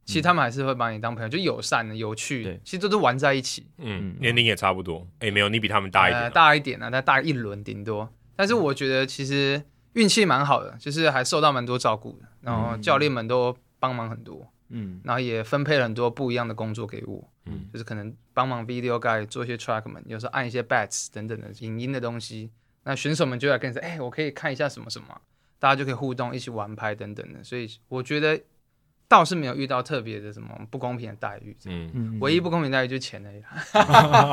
其实他们还是会把你当朋友，就友善的、有趣的
对，
其实都是玩在一起。
嗯
嗯，
年龄也差不多。哎、没有，你比他们大一点、
呃，
啊。
大一点啊，但大一轮顶多。但是我觉得其实运气蛮好的，就是还受到蛮多照顾的，然后教练们都帮忙很多，
嗯
然后也分配了很多不一样的工作给我，
嗯
就是可能帮忙 video guy 做一些 trackman，有时候按一些 bats 等等的影音的东西。那选手们就来跟你说，哎、我可以看一下什么什么啊，大家就可以互动，一起玩牌等等的。所以我觉得倒是没有遇到特别的什么不公平的待遇，
嗯，
嗯
唯一不公平的待遇就是钱而已啦。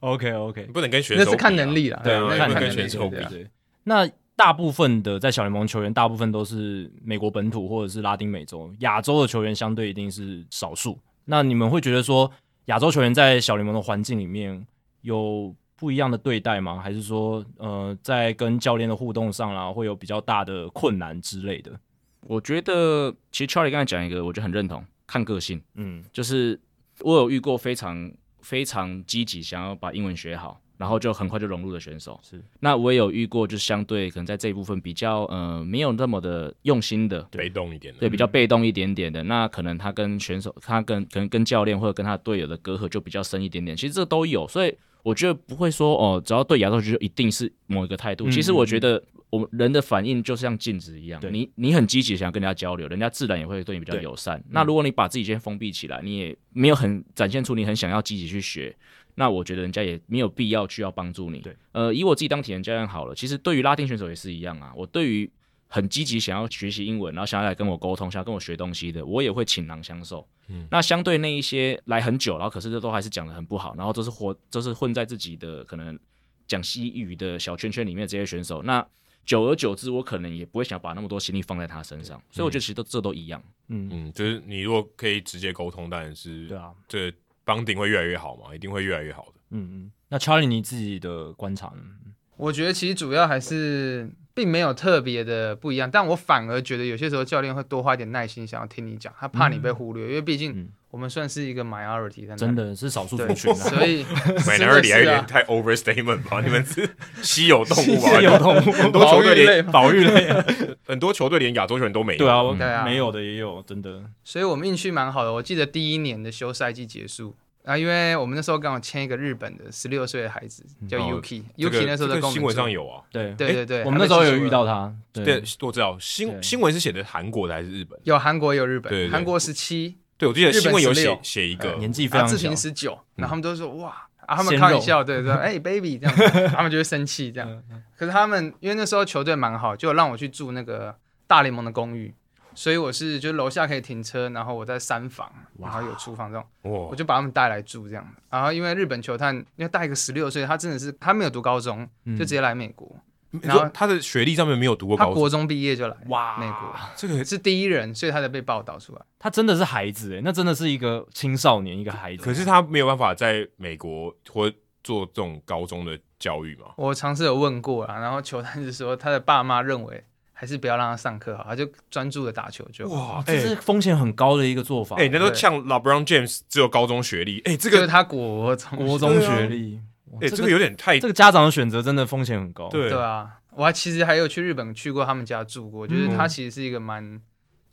OK OK，
你不能跟选手、
那是看能。力啦，
对啊
那
那也
是看
不
能
能
力
选手比
对啊
对。那大部分的在小联盟球员，大部分都是美国本土或者是拉丁美洲、亚洲的球员，相对一定是少数。那你们会觉得说，亚洲球员在小联盟的环境里面有不一样的对待吗？还是说，呃，在跟教练的互动上啦，会有比较大的困难之类的？
我觉得其实 Charlie 刚才讲一个，我觉得很认同，看个性。
嗯
就是我有遇过非常非常积极想要把英文学好，然后就很快就融入的选手。
是，
那我也有遇过，就是相对可能在这一部分比较呃没有那么的用心的，
被动一点啊的，
对，比较被动一点点的。那可能他跟选手，他跟可能跟教练或者跟他队友的隔阂就比较深一点点。其实这都有，所以我觉得不会说哦，只要对亚洲就一定是某一个态度。
嗯
其实我觉得我们人的反应就像镜子一样
对，
你你很积极想要跟人家交流，人家自然也会对你比较
对嗯
友善。那如果你把自己先封闭起来，你也没有很展现出你很想要积极去学。那我觉得人家也没有必要去要帮助你。
对，
呃，以我自己当体能教练好了，其实对于拉丁选手也是一样啊。我对于很积极想要学习英文，然后想要来跟我沟通、想要跟我学东西的，我也会倾囊相授。嗯，那相对那一些来很久，然后可是这都还是讲的很不好，然后都是活，都是混在自己的可能讲西语的小圈圈里面的这些选手，那久而久之，我可能也不会想把那么多心力放在他身上。所以我觉得其实都这都一样。
嗯，
嗯，就是你如果可以直接沟通，当然是
对啊，
这帮顶会越来越好嘛，一定会越来越好的。
嗯嗯，那 Charlie 你自己的观察呢？
我觉得其实主要还是并没有特别的不一样，但我反而觉得有些时候教练会多花一点耐心，想要听你讲，他怕你被忽略，因为毕竟
嗯
我们算是一个 minority 在那
真的是少数族
对，
群啊，
所以
买
真
那二
的
里还有
是
点
啊，
太 overstatement 吧？你们是稀有动物吧？啊
稀有动物，
很多球队连
保育类啊，
很多球队连亚洲球员都没有。
对啊，我
对啊
没有的也有，真的，
所以我们运气蛮好的。我记得第一年的休赛季结束，啊，因为我们那时候刚好签一个日本的十六岁的孩子
嗯
叫
哦
Yuki，Yuki、
这个
那时候在
这
跟
个
我们
新闻
做
上有啊，
对
对对对，
我们那时候有遇到他，
对
对，，
我知道
对
新新闻是写的韩国的还是日本？
有韩国有日本，
对对对
韩国十七，
对，我记得
日本
新闻有写
16
写一个
呃
年纪非
啊
常
志
小嗯
平，十九，然后他们都说哇，啊他们
鲜
开玩
肉嗯
笑，对对，哎、baby 这样子，他们就会生气这样。可是他们因为那时候球队蛮好，就让我去住那个大联盟的公寓，所以我是就是楼下可以停车，然后我在三房，然后有厨房这种。我
哇，
就把他们带来住这样。然后因为日本球探，因为带一个十六岁，他真的是他没有读高中，就直接来美国，
你
然后
说他的学历上面没有读过
他
高中，
国中毕业就来
哇
美国，
这个
是第一人，所以他才被报道出来。
他真的是孩子哎，那真的是一个青少年一个孩子，
可是他没有办法在美国或做这种高中的教育嘛？
我尝试有问过啊，然后球探是说他的爸妈认为还是不要让他上课好，他就专注的打球就好。
哇，
哦这
哎
是风险很高的一个做法，
哎，那都像 LeBron James 只有高中学历，哎，这
这个
个
他国中啊
国中学历，哇
啊哎这个有点太
这个家长的选择真的风险很高，
对
对啊，我还其实还有去日本去过他们家住过，就是他其实是一个蛮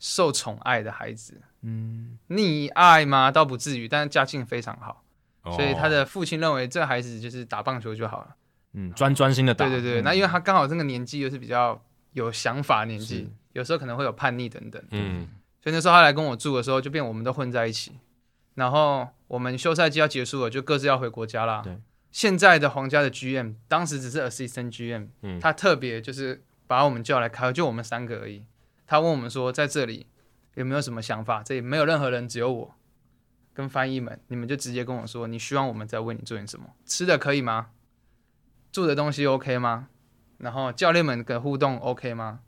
受宠爱的孩子，
嗯，
溺爱吗？倒不至于，但是家境非常好。
哦
所以他的父亲认为这孩子就是打棒球就好了。
嗯，专专心的打，
对对对，
嗯
那因为他刚好这个年纪又是比较有想法的年纪，有时候可能会有叛逆等等，
嗯，
所以那时候他来跟我住的时候，就变我们都混在一起。然后我们休赛季要结束了，就各自要回国家啦。
对，
现在的皇家的 GM 当时只是 assistant GM，、
嗯
他特别就是把我们叫来开会，就我们三个而已。他问我们说，在这里有没有什么想法？这里没有任何人，只有我跟翻译们，你们就直接跟我说，你希望我们在为你做点什么？吃的可以吗？住的东西 OK 吗？然后教练们的互动 OK 吗？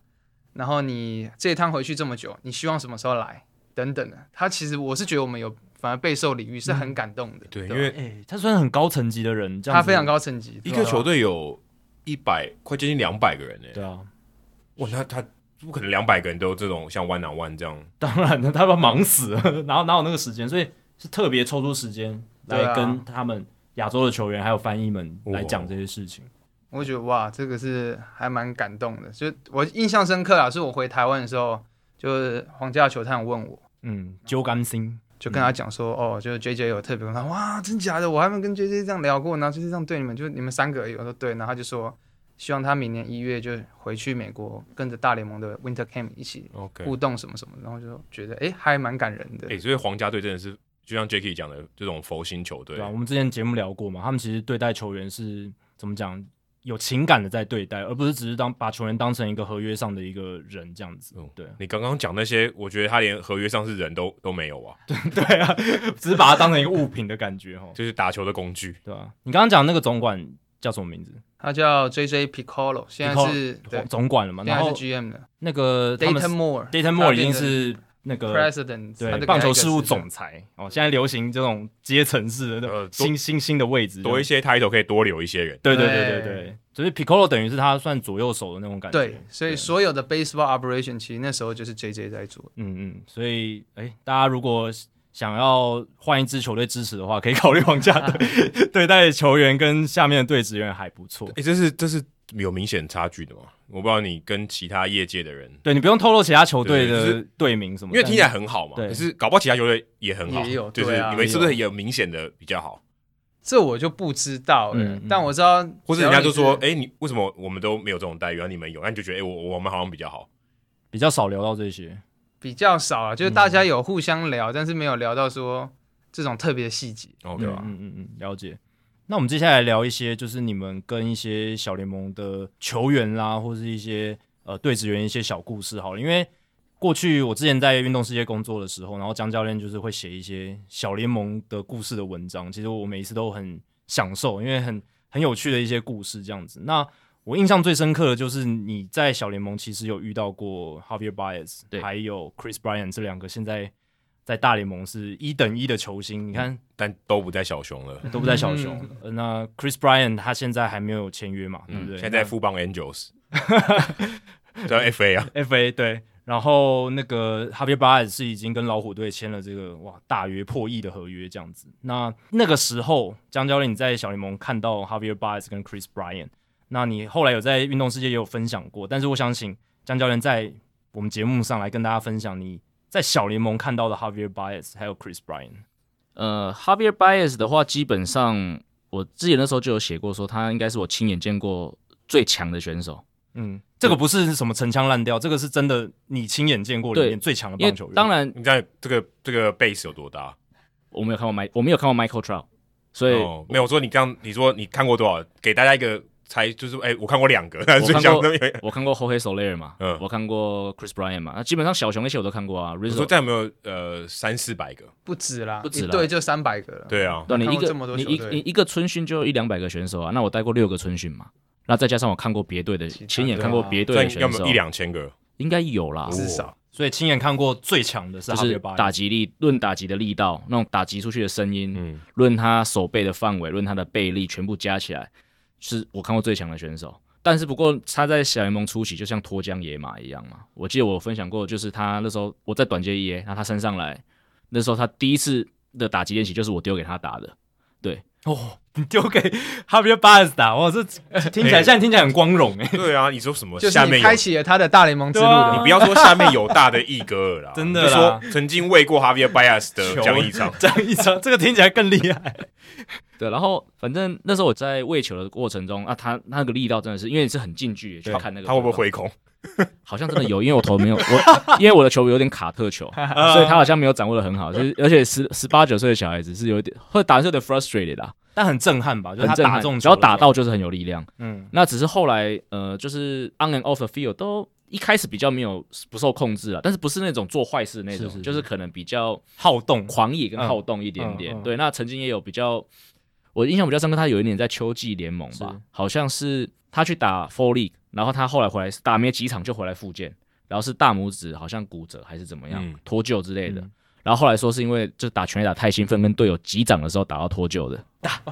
然后你这一趟回去这么久，你希望什么时候来？等等的，他其实我是觉得我们有反而备受礼遇，是很感动的。
对，
吧
因为
哎，他算是很高层级的人，这样
他
子
非常，高层级，
一
对啊
个
吧
球队有一百快接近两百个人呢，
对啊，
哇，那他不可能两百个人都这种像 one on one 这样，
当然了，他们忙死了， 哪有哪有那个时间？所以是特别抽出时间
对啊
来跟他们亚洲的球员还有翻译们
哇
来讲这些事情。
我觉得哇，这个是还蛮感动的。就我印象深刻啊，是我回台湾的时候，就是皇家球探问我，
嗯，揪干心，
就跟他讲说，哦，就是 J J 有特别跟他，哇，真假的，我还没跟 J J 这样聊过，然后就是这样对你们，就你们三个而已。我说对，然后他就说，希望他明年一月就回去美国，跟着大联盟的 Winter Camp 一起
OK
互动什么什么，然后就觉得哎、诶还蛮感人的。
哎，所以皇家队真的是就像 Jacky 讲的这种佛心球队
对吧、，啊我们之前节目聊过嘛，他们其实对待球员是怎么讲，有情感的在对待，而不是只是当把球员当成一个合约上的一个人这样子。
嗯
对，啊
你刚刚讲那些，我觉得他连合约上是人都都没有啊，，
只是把他当成一个物品的感觉哦
就是打球的工具。
对吧、啊你刚刚讲那个总管叫什么名字？
他叫 J J Piccolo，现在是对，
总管了嘛？
现在
然
是
后
GM 的
那个他们
Dayton Moore。
Dayton Moore 已经是那个
President，他就
对，
给
棒
他一
球
个
事务
职称
总裁哦，现在流行这种阶层式的那
呃多
种新新兴的位置，
多一些 title 可以多留一些人，
对对对对
对
对，所以 Piccolo 等于是他算左右手的那种感觉，
对，所以所有的 baseball operation 其实那时候就是 JJ 在做。
嗯嗯，所以哎，大家如果想要换一支球队支持的话，可以考虑往下 对对待球员跟下面的队职员还不错
哎、。这是这是有明显差距的吗？我不知道你跟其他业界的人，
对你不用透露其他球队
对就
的队名什么，
因为听起来
但是
很好嘛，
对
可是搞不好其他球队也很好，
也有
就是
对啊
你们是不是也有明显的比较好？
这我就不知道了，
嗯嗯
但我知道，
或者人家就说，哎、你为什么我们都没有这种待遇，然后你们有，那你就觉得，哎、我我们好像比较好。
比较少聊到这些。
比较少
嗯
啊，就是大家有互相聊，但是没有聊到说这种特别细节。
哦，对
嗯
吧？
嗯嗯嗯，了解。那我们接下来聊一些，就是你们跟一些小联盟的球员啦，或是一些呃队职员一些小故事好了。因为过去我之前在运动世界工作的时候，然后江教练就是会写一些小联盟的故事的文章，其实我每一次都很享受，因为很很有趣的一些故事这样子。那我印象最深刻的就是你在小联盟其实有遇到过 Javier Baez，
对
还有 Chris Bryant 这两个现在在大联盟是一等一的球星，你看。
但都不在小熊 了，
都不在小熊。呃那 Chris Bryant 他现在还没有签约嘛，对不
嗯，
对？
现在在富邦 Angels，在 FA 啊，
那 FA 对。然后那个 Javier Baez 是已经跟老虎队签了这个哇大约破亿的合约这样子。那那个时候，江教练你在小联盟看到 Javier Baez 跟 Chris Bryant，那你后来有在运动世界也有分享过，但是我想请江教练在我们节目上来跟大家分享你在小联盟看到的 Javier Baez 还有 Chris Bryant。
呃，Javier Baez 的话，基本上我之前那时候就有写过，说他应该是我亲眼见过最强的选手。
嗯，这个不是什么陈腔滥调，这个是真的，你亲眼见过里面
对
最强的
因
棒球
为
员。
当，然
你在这个这个 base 有多大？
我没有看过 Mike，我没有看过 Michael Trout，所以
哦，没有我说你刚你说你看过多少？给大家一个猜，就是哎、我看过两个， 但是
我
最
看
想
过
那边。
我看过 Jorge Soler 嘛，
嗯
我看过 Chris Bryant 嘛，那基本上小熊那些我都看过啊。
你说
Rizzo，
这样有没有呃三四百
嗯
个？
不止啦，
不止啦
一队就三百个了。
对啊，
对，你
看
一
过
个
这么多
你
球
一
队
你一个春训就有一两百个选手啊，那我带过六个春训嘛，那再加上我看过别队的，
其他
亲眼
队
看过
啊
别队
这样
的
要
选
么
手
一，两千 个？
应该有啦，
至少
哦
所以亲眼看过最强的是
就
哈维
是
巴耶
打击力，论打击的力道，那种打击出去的声音，
嗯，
论他手背的范围，论他的背力，全部加起来，是我看过最强的选手。但是不过他在小联盟初期就像脱缰野马一样嘛，我记得我分享过，就是他那时候我在短接一 A，然后他升上来，那时候他第一次的打击练习就是我丢给他打的，
哦，你丢给哈维巴耶打，哇，这
呃
听起来现在听起来很光荣哎，
对啊，你说什么？
就是
下面
你
有
开启了他的大联盟之路
对啊
的
你不要说下面有大的一哥 尔啦，
真的
你就
啦
说曾经喂过 Javier Bias 的
球
江一 昌，
这样一张，这个听起来更厉害。
对，然后反正那时候我在喂球的过程中啊，他那个力道真的是，因为你是很近距离去
他
看那个，
啊他会不会回空？
好像真的有，因为我投没有我，因为我的球有点卡特球，
嗯
所以他好像没有掌握的很好，就是而且十十八九岁的小孩子是有点会打得是有点 frustrated 啦，
但很震撼吧？就是
很
他
震
打
撼
中，
只要
球
打
的时候，
到就是很有力量。
嗯，
那只是后来呃，就是 on and off the field 都一开始比较没有不受控制了，啊但是不是那种做坏事那种，
是是是
就是可能比较
好动，
狂野跟好动一点点。
嗯嗯嗯
对，那曾经也有比较，我印象比较深刻，他有一年在秋季联盟吧
是，
好像是他去打 Four League，然后他后来回来打没几场就回来复健，然后是大拇指好像骨折还是怎么样、
嗯
脱臼之类的。
嗯
然后后来说是因为就打全垒打太兴奋，跟队友击掌的时候打到脱臼的。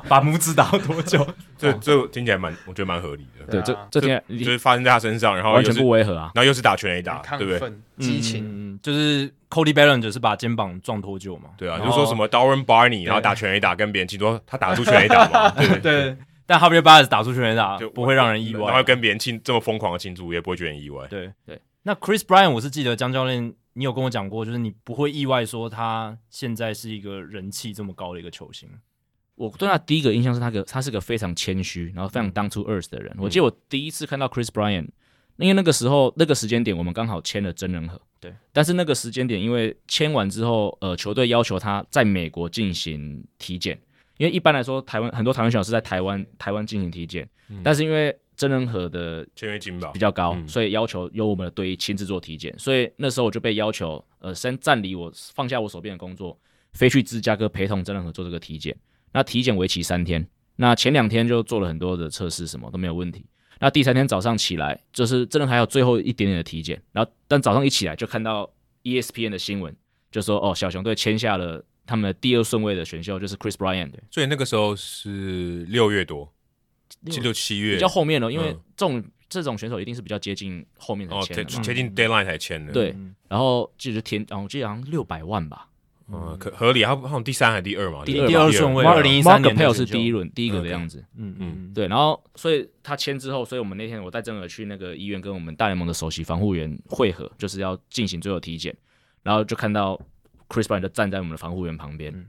把拇指打到多 久？
这这听起来蛮，我觉得蛮合理的，
哦对，
对啊
这
就
这天
就、是发生在他身上，然后
完
又
全
是
不违和啊。
然后又是打全垒打，对不
亢
对？
奋、激情，
嗯，就是 Cody Bellinger 是把肩膀撞脱臼嘛？哦
对啊，
然
就
后
是说什么 Darren Barney，然后
哦
打全垒打，跟别人气说他打出全垒打 嘛，对不对，
对，但 Javier Baez 打出全垒打
就
啊不会让人意
然后
外。
跟别人庆这么疯狂的庆祝，也不会觉得很意外。
对
对。
那 Chris Bryant，我是记得江教练，你有跟我讲过，就是你不会意外说他现在是一个人气这么高的一个球星。
我对他第一个印象是他个他是个非常谦虚，然后非常 down to earth 的人。我记得我第一次看到 Chris Bryan，因为那个时候那个时间点我们刚好签了真人合，
对。
但是那个时间点因为签完之后，呃，球队要求他在美国进行体检，因为一般来说台湾很多台湾选手是在台湾台湾进行体检，但是因为真人合的
签约金吧
比，较高，
嗯
所以要求由我们的队医亲自做体检。所以那时候我就被要求，呃，先暂离我放下我手边的工作，飞去芝加哥陪同真人合做这个体检。那体检为期三天，那前两天就做了很多的测试，什么都没有问题。那第三天早上起来，就是真的还有最后一点点的体检，然后但早上一起来就看到 E ESPN 的新闻，就说哦，小熊队签下了他们的第二顺位的选
嗯
秀，就是 Chris Bryant，
所以那个时候是六月多，七六七月
比较后面了，因为
嗯
这种、这种选手一定是比较接近后面才
哦，
签的
接
嘛。
接近 deadline 才签的，
对
嗯
然后就是填，哦，我记得好像六百万吧。
嗯，可合理。他好像第三还是第二嘛？
第
对吧
二吧
第二顺位啊
第
嘛
二
2011
Mark
年的选秀
Pell 是第一轮第一个的
OK
样子。
嗯嗯，
对，然后所以他签之后，所以我们那天我带郑尔去那个医院跟我们大联盟的首席防护员会合，就是要进行最后体检，然后就看到 Chris Bryant 就站在我们的防护员旁边，
嗯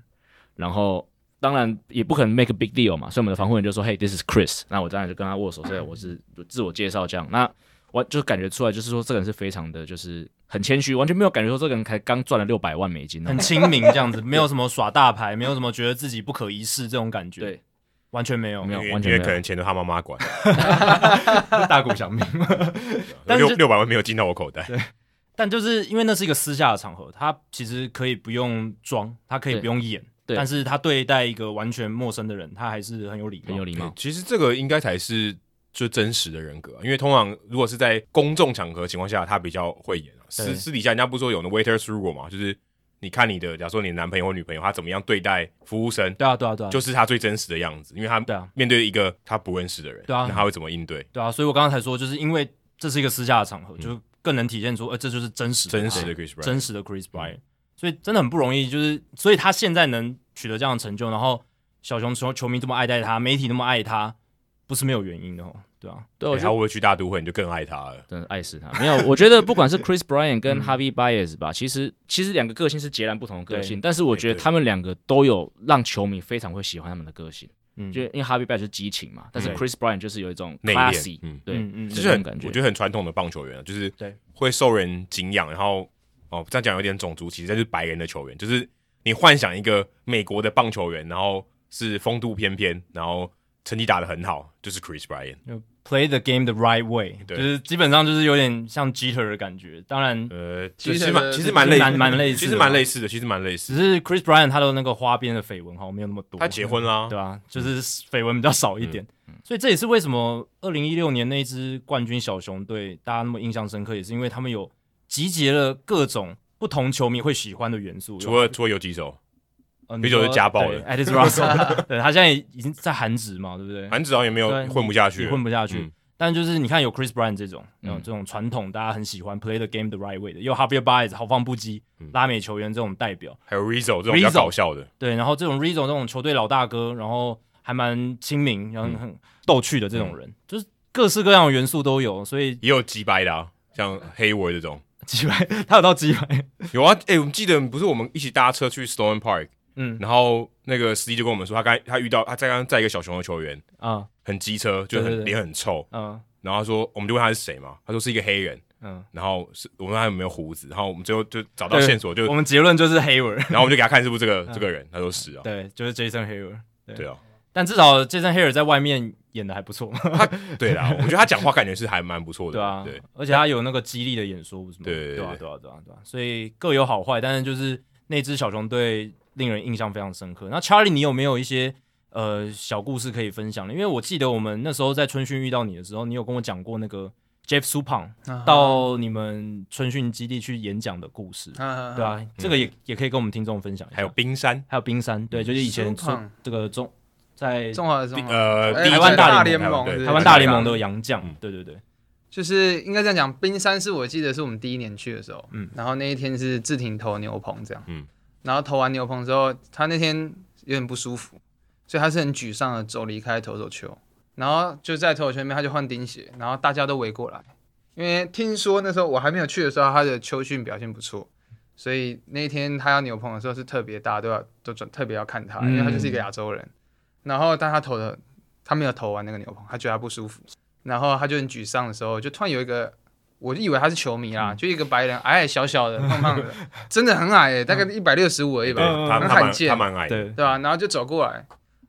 然后当然也不可能 make a big deal 嘛，所以我们的防护员就说，Hey, this is Chris。那我当然就跟他握手，所以我是自我介绍这样。那我就感觉出来，就是说这个人是非常的，就是很谦虚，完全没有感觉说这个人才刚赚了六百万美金那
很
种，
亲民这样 子，没有什么耍大牌，没有什么觉得自己不可一世这种感觉，
对，
完全没有，
没有
因为
完全
因为
没有
可能钱都他妈妈管，啊
大鼓小民。 但是
六六百万没有进到我口袋。
但就是因为那是一个私下的场合，他其实可以不用装，他可以
对
不用演，
对
但是他对待一个完全陌生的人，他还是很有礼貌，
很有礼貌
嗯。其实这个应该才是最真实的人格啊，因为通常如果是在公众场合情况下，他比较会演啊。私
对
私底下人家不是说有那 waiters rule 嘛，就是你看你的，假如说你的男朋友或女朋友，他怎么样对待服务生，
对啊，对啊，对啊，
就是他最真实的样子，因为他
对啊
面对一个他不认识的人，
对啊
那他会怎么应对？
对啊，所以我刚刚才说，就是因为这是一个私下的场合，就更能体现出，呃，这就是真实的
嗯真
他
实的 Chris Brown，
真实的 Chris Bryant，、所以真的很不容易，就是所以他现在能取得这样的成就，然后小熊球球迷这么爱戴他，媒体那么爱他，不是没有原因的哦，对啊，
对，
欸
我
他
觉
会
得
不会去大都会，你就更爱他了。
真的爱死他。没有，我觉得不管是 Chris Bryan 跟
嗯
Harvey Baez 吧，其实其实两个个性是截然不同的个性，
对
但是我觉
哎
得
对
他们两个都有让球迷非常会喜欢他们的个性。
嗯，
就因为 Harvey Baez 是激情嘛，但是
对
Chris Bryan 就是有一种
内
classy，
敛，嗯，
对，
嗯嗯
对
就
那
是
种
很
感
我觉得很传统的棒球员啊，就是
对
会受人敬仰，然后哦这样讲有点种族歧视，但就是白人的球员，就是你幻想一个美国的棒球员，然后是风度翩翩，然后成绩打得很好，就是 Chris Bryan，
就 play the game the right way，
对
就是基本上就是有点像 Jeter 的感觉。当然，
呃，
其
其
实
实蛮其
其
实
实
蛮类
蛮蛮类似的啊
其实蛮类似的，其实蛮类似
只。是 Chris Bryan 他的那个花边的绯闻哈没有那么多，
他结婚啦，
对啊，就是绯闻比较少一点，
嗯
所以这也是为什么二零一六年那一支冠军小熊队大家那么印象深刻，也是因为他们有集结了各种不同球迷会喜欢的元素，
除了除了有几手，
呃
啤酒就家暴了
a d i s Russell，对 他现在已经在韩职嘛，对不对？
反正至少也没有
对
混不下去
也
了，
混不下去。
嗯
但就是你看有 Chris Brown 这种，
嗯
嗯，这种传统大家很喜欢 play the game the right way 的，又 Javier Baez 豪放不羁、
嗯
拉美球员这种代表，
还有 Rizzo 这种比较
Rizzo
搞笑的，
对，然后这种 Rizzo 这种球队老大哥，然后还蛮亲民，然后很嗯逗趣的这种人，就是各式各样的元素都有，所以
也有鸡掰的啊，像黑维这种
击败他有到击 败，
有啊。哎，我们记得不是我们一起搭车去 Stone Park，
嗯
然后那个司机就跟我们说，他刚他遇到他在刚在一个小熊的球员，
啊
很机车，就
对对
很
对
脸很臭。
嗯
然后他说，我们就问他是谁嘛，他说是一个黑人，
嗯，
然后是我问他有没有胡子，然后我们最后就找到
对嗯
线索，就
我们结论就是 Hayward，
然后我们就给他看是不是这个这个人，他说是啊，
对，就是 Jason Hayward，
对啊，
但至少 Jason Hayward 在外面演的还不错，
对啦，我觉得他讲话感觉是还蛮不错的，
对啊，
对，
而且他有那个激励的演说，不是吗？
对
对啊，对啊，对啊，对啊，所以各有好坏，但是就是那支小熊队令人印象非常深刻。那 Charlie，你有没有一些呃小故事可以分享的？因为我记得我们那时候在春训遇到你的时候，你有跟我讲过那个 Jeff Supon
嗯
啊
到你们春训基地去演讲的故事，
啊
对，啊，这个也也可以跟我们听众分享一下。
嗯还有冰山，
还有冰山，对，就是以前
Supon
中这个中在
嗯中华的中华
呃，
哎
第一
台湾
届
大
联
联
盟
对
是
啊台湾大联盟的洋将
嗯，
对对对，
就是应该这样讲，冰山是我记得是我们第一年去的时候，
嗯
嗯，然后那一天是志廷投牛棚这样，
嗯
嗯，然后投完牛棚之后，他那天有点不舒服，所以他是很沮丧的走离开投手球，然后就在投手球那边他就换钉鞋，然后大家都围过来，因为听说那时候我还没有去的时候，他的秋训表现不错，所以那一天他要牛棚的时候是特别大家都要都准特别要看他，因为他就是一个亚洲人，然后但他投的他没有投完那个牛棚，他觉得他不舒服。然后他就很沮丧的时候，就突然有一个，我就以为他是球迷啦，就一个白人，矮矮小小的，胖胖的，真的很矮耶，大概一百六十五而已
对，
吧，
他他
很
蛮
罕
他
见，
蛮矮的，
对，
对吧、然后就走过来，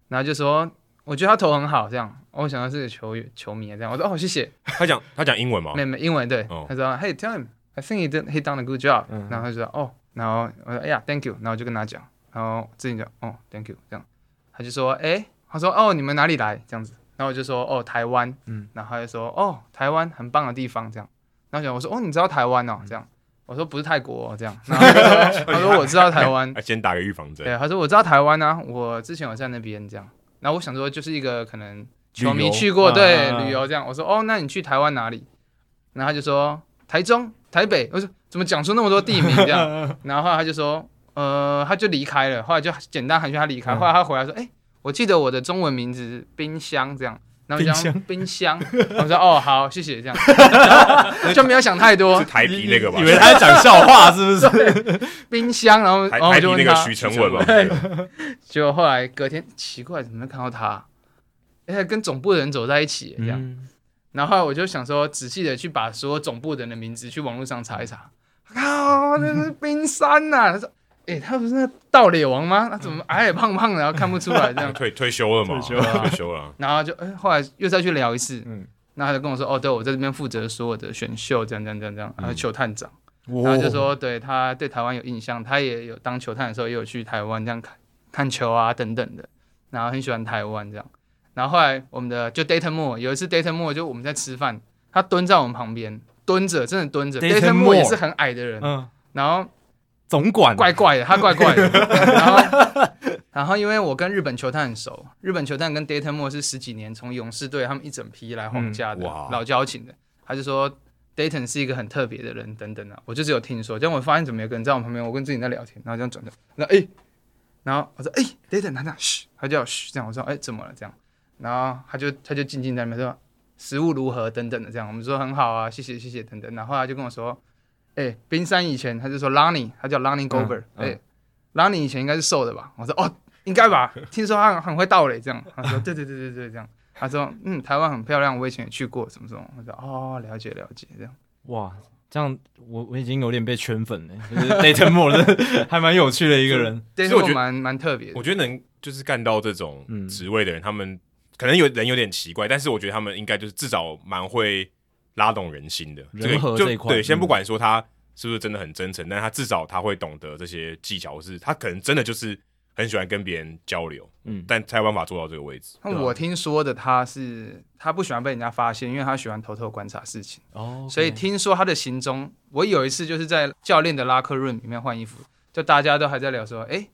然后就说，我觉得他投很好，这样，哦我想到是个球员球迷啊，这样，我说哦谢谢，
他讲他讲英文嘛，
没没英文对
哦，
他说 Hey tell him I think he did he done a good job，
嗯
然后他就说哦，然后我说哎呀 Thank you，然后我就跟他讲，然后自己讲哦 Thank you 这样，他就说哎，他说哦你们哪里来这样子，然后我就说哦台湾，
嗯
嗯，然后他就说哦台湾很棒的地方这样，然后讲我说哦你知道台湾哦这样，我说不是泰国、哦、这样，然后他就说他说我知道台湾，
哎先打个预防针，
对，他说我知道台湾啊，我之前有在那边这样。然后我想说，就是一个可能球
旅
迷
游
去过，
啊
对，
啊啊
旅游这样。我说哦，那你去台湾哪里？然后他就说台中、台北。我说怎么讲出那么多地名这样？ 然后后来他就说，呃，他就离开了。后来就简单寒暄，他离开。
嗯
后来他回来说，哎、我记得我的中文名字是冰箱这样。然后我就讲冰箱， 然后我说哦好，谢谢这样， 然后就没有想太 多
是，台皮那个吧
啊以？为他在讲笑哦话是不是？
冰箱，然后
台
然后我
台皮
就问
那个
他
徐成文吧？
对结果后来隔天，奇怪，怎么没看到他？哎、跟总部的人走在一起，
嗯
这样。然后后来我就想说，仔细的去把所有总部的人的名字去网络上查一查。靠，那是冰山呐、他说，哎、他不是那盗猎王吗？他怎么矮矮胖胖的，然后看不出来这样
嗯。退退休了嘛？
退休了
退休了，
然后就，哎、后来又再去聊一次。
嗯
嗯。那他就跟我说，哦，对，我在这边负责所有的选秀，这样这样这样这样，然后球探长。然
哦
后就说对他对台湾有印象，他也有当球探的时候也有去台湾这样看看球啊等等的，然后很喜欢台湾这样。然后后来我们的就 Data Moore 有一次 Data Moore 就我们在吃饭，他蹲在我们旁边蹲着，真的蹲着。
Data
Data Moore
Moore
也是很矮的人，
嗯，
然后
总管
怪怪的，他怪怪 的。然后然后因为我跟日本球探很熟，日本球探跟 Data Moore 是十几年从勇士队他们一整批来皇家的、
嗯哇
老交情的，他就说 Dayton 是一个很特别的人，等等啊，我就只有听说，但我发现怎么有个人在我旁边，我跟自己在聊天，然后这样转头，然后哎、然后我说哎、Dayton 他这样嘘，他就要嘘这样，我说哎、怎么了这样，然后他就他就静静在那边说食物如何等等的这样，我们说很好啊，谢谢谢谢等等，然后他就跟我说，哎、冰山以前他就说 Lonnie，他叫 Lonnie Gover，哎、l
嗯
o n n i e 以前应该是瘦的吧？我说哦，应该吧，听说他很很会倒垒这样，他说对对对对对这样，他说嗯，台湾很漂亮，我以前也去过什么什么，我说哦，了解了解这样。
哇，这样我我已经有点被圈粉了， 就是 Dayton Moore 的还蛮有趣的一个 人。
对，
实我觉得
蛮蛮特别的
我。觉得能就是干到这种
嗯
职位的人，他们可能有人有点奇怪，但是我觉得他们应该就是至少蛮会拉动人心的。
人
这个
和
就
这一块
对，
嗯
先不管说他是不是真的很真诚，但他至少他会懂得这些技巧，是他可能真的就是很喜欢跟别人交流，
嗯
但才有办法做到这个位置。
那我听说的，他是他不喜欢被人家发现，因为他喜欢偷偷观察事情。
哦
所以听说他的行踪，我有一次就是在教练的拉克 room 里面换衣服，就大家都还在聊说，哎、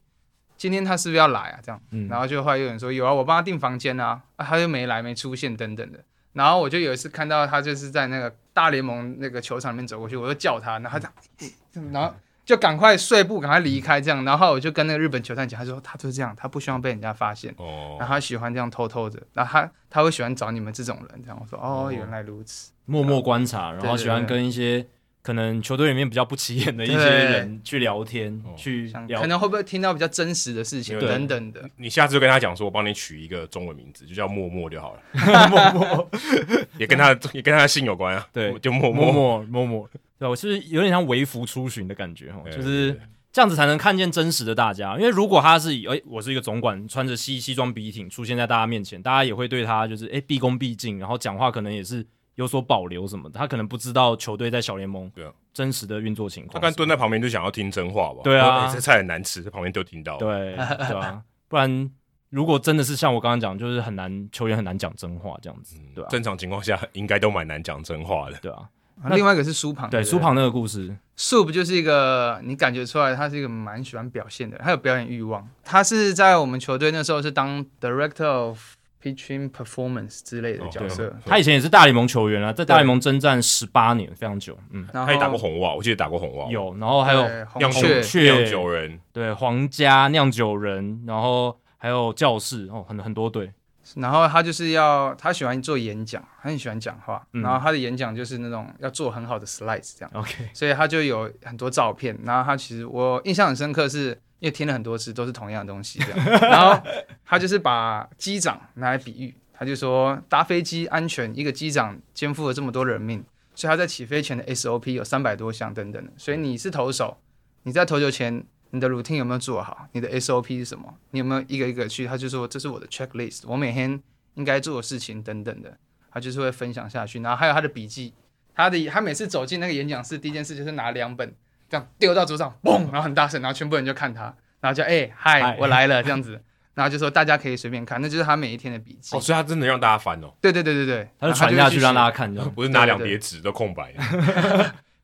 今天他是不是要来啊？这样，然后就后来有人说有啊，我帮他订房间啊，啊他就没来，没出现等等的。然后我就有一次看到他就是在那个大联盟那个球场里面走过去，我就叫他，然后他这样诶这样，然后就赶快碎步，赶快离开这样。然后我就跟那个日本球探讲，他说他就是这样，他不希望被人家发现。
哦
然，后他喜欢这样偷偷的，然后他他会喜欢找你们这种人，这样我说哦，原来如此，
默默观察，然后
对对
喜欢
对
跟一些可能球队里面比较不起眼的一些
对
人去聊天
哦，
去
像
聊
可。能会不会听到比较真实的事情
对
等等的，
你下次就跟他讲说，我帮你取一个中文名字，就叫默默就好了。默默 也跟他也跟他的姓有关啊，
对
就默默。
默默默默，对啊我就是有点像微服出巡的感觉哦，
对
就是
对对
这样子才能看见真实的大家。因为如果他是以，哎、我是一个总管，穿着西西装笔挺出现在大家面前，大家也会对他就是哎、毕恭毕敬，然后讲话可能也是有所保留什么的。他可能不知道球队在小联盟
对啊
真实的运作情
他
况
刚。蹲在旁边就想要听真话吧？
对啊
说哎这菜很难吃，在旁边就听到了。
对对啊，不然如果真的是像我刚刚讲，就是很难球员很难讲真话这样子，对啊
正常情况下应该都蛮难讲真话的。
对啊，那
另外一个是苏庞，
对
不
苏庞那个故事，
树不就是一个你感觉出来他是一个蛮喜欢表现的人，他有表演欲望。他是在我们球队那时候是当 director of pitching performance 之类的
哦
角色，
对
他以前也是大联盟球员啊，在大联盟征战十八年，非常久，嗯，
然后
他也打过红袜，我记得打过红袜，
有，然后还有
对红
酿酒
雀
雀，
雀
酿酒人，
对皇家酿酒人，然后还有教室，哦，很很多队，
然后他就是要他喜欢做演讲，他很喜欢讲话，
嗯
然后他的演讲就是那种要做很好的 slides 这样。
OK，
所以他就有很多照片。然后他其实我印象很深刻是，因为听了很多次都是同样的东西，这样。然后他就是把机长拿来比喻，他就说搭飞机安全，一个机长肩负了这么多人命，所以他在起飞前的 SOP 有三百多项等等的。所以你是投手，你在投球前。你的 routine 有没有做好？你的 SOP 是什么？你有没有一个一个去？他就说这是我的 checklist，我每天应该做的事情等等的，他就是会分享下去。然后还有他的笔记，他的他每次走进那个演讲室，第一件事就是拿两本这样丢到桌上，嘣，然后很大声，然后全部人就看他，然后就哎嗨、
嗨
我来了这样子，然后就说大家可以随便看，那就是他每一天的笔记。
哦，所以他真的让大家翻哦，
对对对对对，
他就
然后
传下去
写
让大家看，这样
不是拿两叠纸都空白的。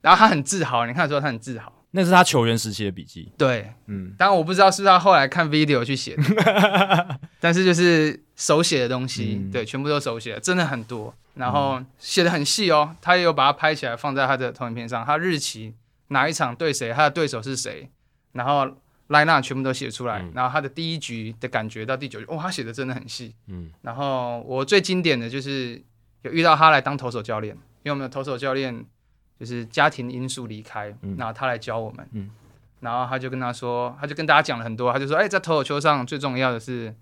然后他很自豪，你看得出来他很自豪。
那是他球员时期的笔记，
对，
嗯，
当然我不知道是不是他后来看 video 去写的，但是就是手写的东西，
嗯
对，全部都手写的，真的很多。然后写的很细哦，他也有把它拍起来放在他的投影片上，他日期哪一场对谁，他的对手是谁，然后 line up 全部都写出来，
嗯
然后他的第一局的感觉到第九局，哦，他写的真的很细。
嗯，
然后我最经典的就是有遇到他来当投手教练，因为我们的投手教练就是家庭因素离开，
嗯
然后他来教我们。
嗯
然后他就跟他说，他就跟大家讲了很多，他就说，哎，在投手球上最重要的是，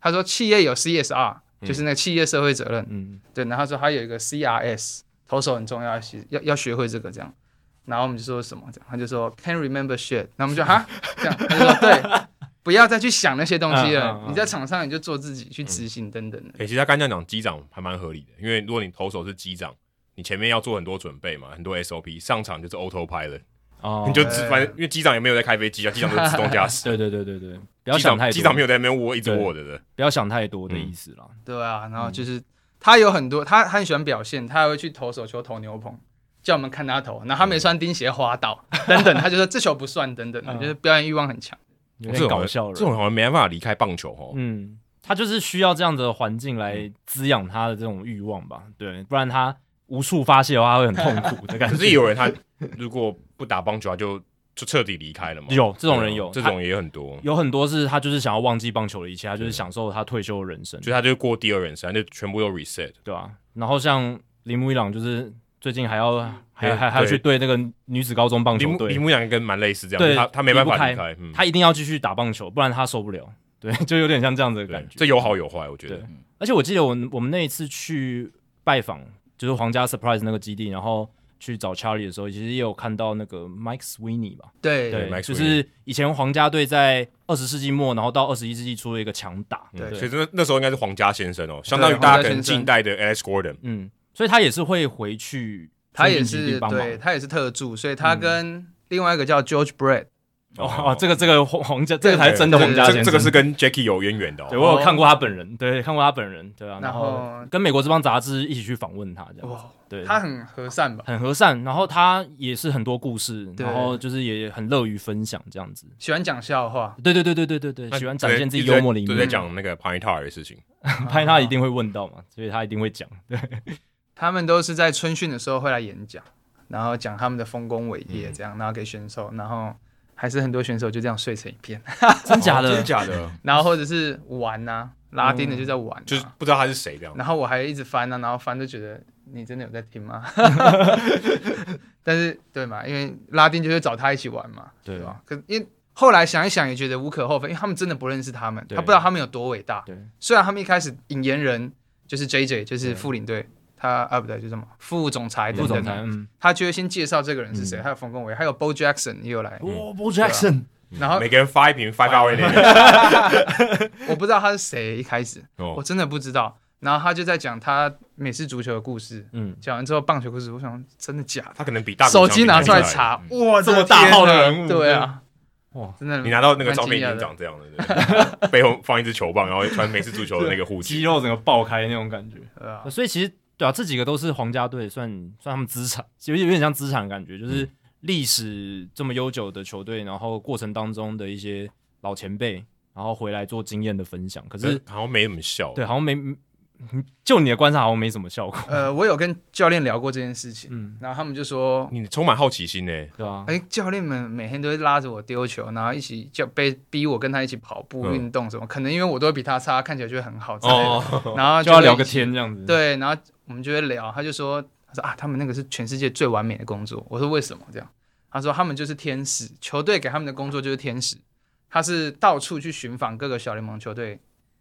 他说企业有 CSR，就是那个企业社会责任，
嗯，
对，然后他说还有一个 CRS，投手很重要，其实要要学会这个这样。然后我们就说什么这样，他就说 Can remember shit，那我们就哈这样，他就说对，不要再去想那些东
嗯嗯
西了，
嗯
你在场上你就做自己，去执行等等的。
哎，其实他刚才讲机长还蛮合理的，因为如果你投手是机长，你前面要做很多准备嘛，很多 SOP，上场就是 auto pilot，
哦，
你就只反正因为机长也没有在开飞机啊，机长就是自动驾驶。
对对对对对，不要
机
想太
长
多，
机长没有嗯在那边握一直握着的，
不要想太多的意思啦，
对啊，
嗯
然后就是、他有很多，他他很喜欢表现，他还会去投手球投牛棚，叫我们看他投，然后他没穿钉鞋滑倒、 等等，他就说这球不算等等的，
嗯
就是表演欲望很强。
有
这
点
种
搞笑
这种
了，
人好像没办法离开棒球哦。
嗯，他就是需要这样的环境来滋养他的这种欲望吧，对，不然他无处发泄的话，他会很痛苦的 感
可
觉。
是有人他如果不打棒球，他就就彻底离开了嘛。
有这种人
对啊
有
这种也很多，
有很多是他就是想要忘记棒球的一切，他就是享受他退休的人生，
就他就过第二人生，他就全部都 reset。
对吧、然后像铃木一朗，就是最近还要还
对
还还要
对
去对那个女子高中棒
铃
球
木
队
铃，木阳跟蛮类似这样，
对
他他没办法
离
离
不
开，嗯，
他一定要继续打棒球，不然他受不了。 对，就有点像这样子的
对
感觉。
这有好有坏，我觉
对
得。
而且我记得我我们那一次去拜访，就是皇家 surprise 那个基地，然后去找 Charlie 的时候，其实也有看到那个 Mike Sweeney 吧，
对
对，Mike
就
Sweeney
是以前皇家队在二十世纪末，然后到二十一世纪初的一个强打，
对
所以那那时候应该是皇家先生哦，相当于
皇家
大家可能
先生
近代的 Alex Gordon，
嗯，所以他也是会回去
他也
森林基地
是
帮忙嗯
对，他也是特助，所以他跟另外一个叫 George Brett，
哦，这个这个皇皇家这个才哎是真的
对
皇家
这
先
个
生，
这个是跟 Jackie 有渊源的
对
哦。
我有看过他本人，对，看过他本人，对啊，
然
然后
后
跟美国之邦杂志一起去访问他，这样，
哇，
对，
他很和善吧，
很和善，然后他也是很多故事，
对
然后就是也很乐于分享这样子。
喜欢讲笑话，
对对对对对对哎对，
那
喜欢展现自己
一直在
幽默的一
都在
面，
讲那个 Pine Tar 的事情，
拍他一定会问到嘛，所以他一定会讲。对，
他们都是在春训的时候会来演讲，然后讲他们的丰功伟
嗯
业这样，然后给选手，然后还是很多选手就这样睡成一片，
真假的？
假的，
然后或者是玩呐、拉丁的就在玩、啊，
嗯
就是不知道他是谁这样。
然后我还一直翻啊，然后翻就觉得你真的有在听吗？ 但是对嘛，因为拉丁就是找他一起玩嘛，
对
对吧？可因为后来想一想也觉得无可厚非，因为他们真的不认识他们，
对
他不知道他们有多伟大。
对，
虽然他们一开始引言人就是 J J，就是
对
副领队，他啊不对，就什么副总裁
副
等
总
等
裁，
的，
嗯，
他就会先介绍这个人是谁，还有冯公伟，还有 Bo Jackson 也有来，
哦，Bo Jackson，
然后
每个人发一瓶 Five Hour Energy
我不知道他是谁一开始，
哦
我真的不知道。然后他就在讲他美式足球的故事，
嗯，
讲完之后棒球故事，我想真的假的？
他可能比大
手机拿出来
来
查，
嗯
哇，
这么
我的
大
天
号的
哪
人物嗯
对啊，
哇，
真的，
你拿到那个照片已经
蛮惊讶的
长这样了，对对背后放一只球棒，然后穿美式足球的那个护
肌
具。
肉整个爆开那种感觉。
对啊，
所以其实对啊，这几个都是皇家队算算他们资产，有有点像资产的感觉，就是历史这么悠久的球队，然后过程当中的一些老前辈，然后回来做经验的分享。可
可
是
是好像没怎么笑，
对，好像没，嗯就你的观察好像没什么效果，
呃，我有跟教练聊过这件事情，
嗯，
然后他们就说，
你充满好奇心欸呢。
对啊，
哎，教练们每天都会拉着我丢球，然后一起叫被逼我跟他一起跑步、
嗯
运动什么，可能因为我都会比他差，看起来就会很好之类的，
哦，
然后
就要
会
聊
一
个
起，
天这样子，，
对，然后我们就会聊，他就说，他说啊，他们那个是全世界最完美的工作，我说为什么这样？他说他们就是天使，球队给他们的工作就是天使，他是到处去寻访各个小联盟球队，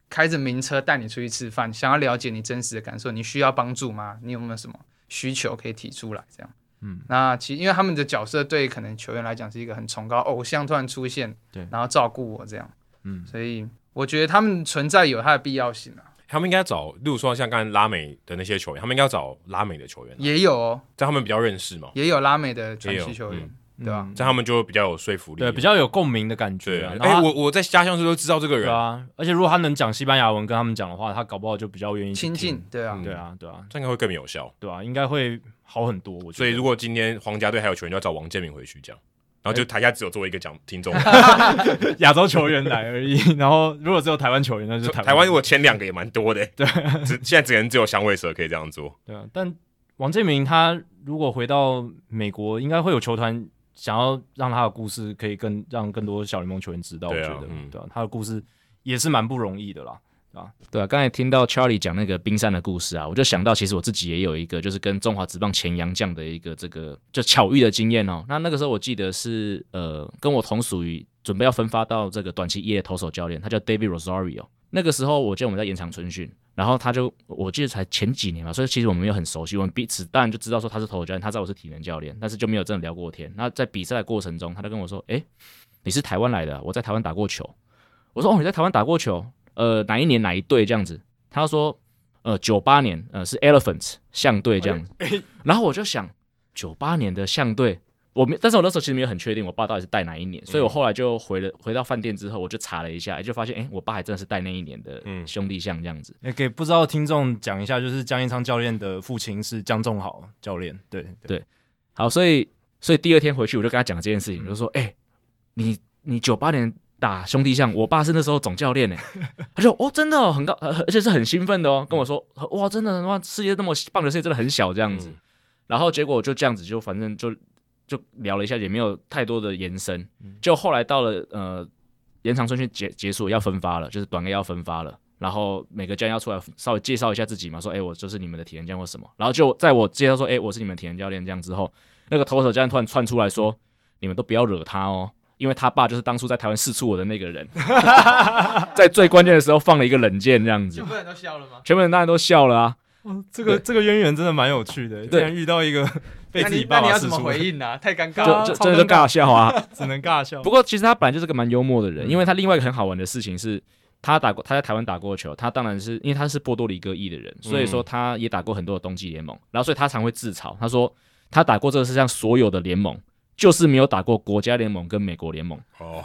开着名车带你出去吃饭，想要了解你真实的感受，你需要帮助吗？你有没有什么需求可以提出来？这样，
嗯，
那其实因为他们的角色对可能球员来讲是一个很崇高，偶像突然出现，
对
然后照顾我这样，
嗯，
所以我觉得他们存在有它的必要性啊，
他们应该找，例如说像刚才拉美的那些球员，他们应该要找拉美的球员，啊
也有哦，
这样他们比较认识嘛，
也有拉美的传
也有
奇球员，
嗯
对啊吧？
这样他们就比较有说服力，
对，比较有共鸣的感
对
觉、啊。
啊。
然后
哎，
他
我我在家乡时都知道这个
对
人，
啊，而且如果他能讲西班牙文跟他们讲的话，他搞不好就比较愿意去
亲近
听。，
对啊
嗯，
对啊，对啊，
这样应该会更有效。
对啊，应该会好很多。我觉得。
所以如果今天皇家队还有球员，就要找王建民回去讲，然后
哎
就台下只有作为一个讲 听众，
亚洲球员来而已。 然后如果只有台湾球员，那就是台
台湾如果前两个也蛮多的，对，只现在只能只有香味蛇可以这样做。
对啊。但王建民他如果回到美国，应该会有球团想要让他的故事可以更让更多小联盟球员知道。
对啊
我觉得，
嗯
对啊，他的故事也是蛮不容易的啦。
对啊，刚才听到 Charlie 讲那个冰山的故事啊，我就想到，其实我自己也有一个，就是跟中华职棒前洋将的一个这个就巧遇的经验哦。那那个时候我记得是呃，跟我同属于准备要分发到这个短期业的投手教练，他叫 David Rosario。那个时候我记得我们在延长春训，然后他就我记得才前几年嘛，所以其实我们没有很熟悉，我们彼此当然就知道说他是投手教练，他知道我是体能教练，但是就没有真的聊过天。那在比赛的过程中，他就跟我说：“诶，你是台湾来的啊，我在台湾打过球。”我说：“哦，你在台湾打过球？呃，哪一年哪一队这样子？”他说：“呃，九八年，呃是 Elephants 象队这样子。然后我就想，九八年的象队，我没，但是我那时候其实没有很确定我爸到底是带哪一年，所以我后来就回了回到饭店之后，我就查了一下，就发现，哎，我爸还真的是带那一年的
嗯
兄弟象这样子。
也给不知道的听众讲一下，就是江一昌教练的父亲是江仲豪教练，对对
好，所以所以第二天回去我就跟他讲这件事情，我就说，哎，你你九八年打兄弟象，我爸是那时候总教练呢。他就哦，真的、哦、很高，呃而且是很兴奋的哦，跟我说，哇，
嗯
嗯
真的哇，世界那么棒的世界真的很小这样子。然后结果就这样子，就反正就就聊了一下，也没有太多的延伸。
嗯
就后来到了呃延长顺序结结束要分发了，就是短 A 要分发了。然后每个教练要出来稍微介绍一下自己嘛，说哎、我就是你们的体验教练或什么。然后就在我介绍说哎、我是你们的体验教练这样之后，那个投手教练突然窜出来说，你们都不要惹他哦，因为他爸就是当初在台湾试出我的那个 人，在最关键的时候放了一个冷箭这样子
全，部人都笑了吗？
全部人当然都笑了啊。
这个这个渊源真的蛮有趣的，竟然遇到一个被
那
自
你
己爸
那你
爸
要
试
怎么
出
回
的，
应 呢、太尴
对
尬
啊
了。
就就
超
真的就
尴尬
尬笑啊！
只能尬笑。
不过其实他本来就是个蛮幽默的人，因为他另外一个很好玩的事情是，他打过他在台湾打过球，他当然是因为他是波多黎各裔的人，所以说他也打过很多的冬季联盟，然后所以他常会自嘲，他说他打过这个世界上所有的联盟。就是没有打过国家联盟跟美国联盟，
哦，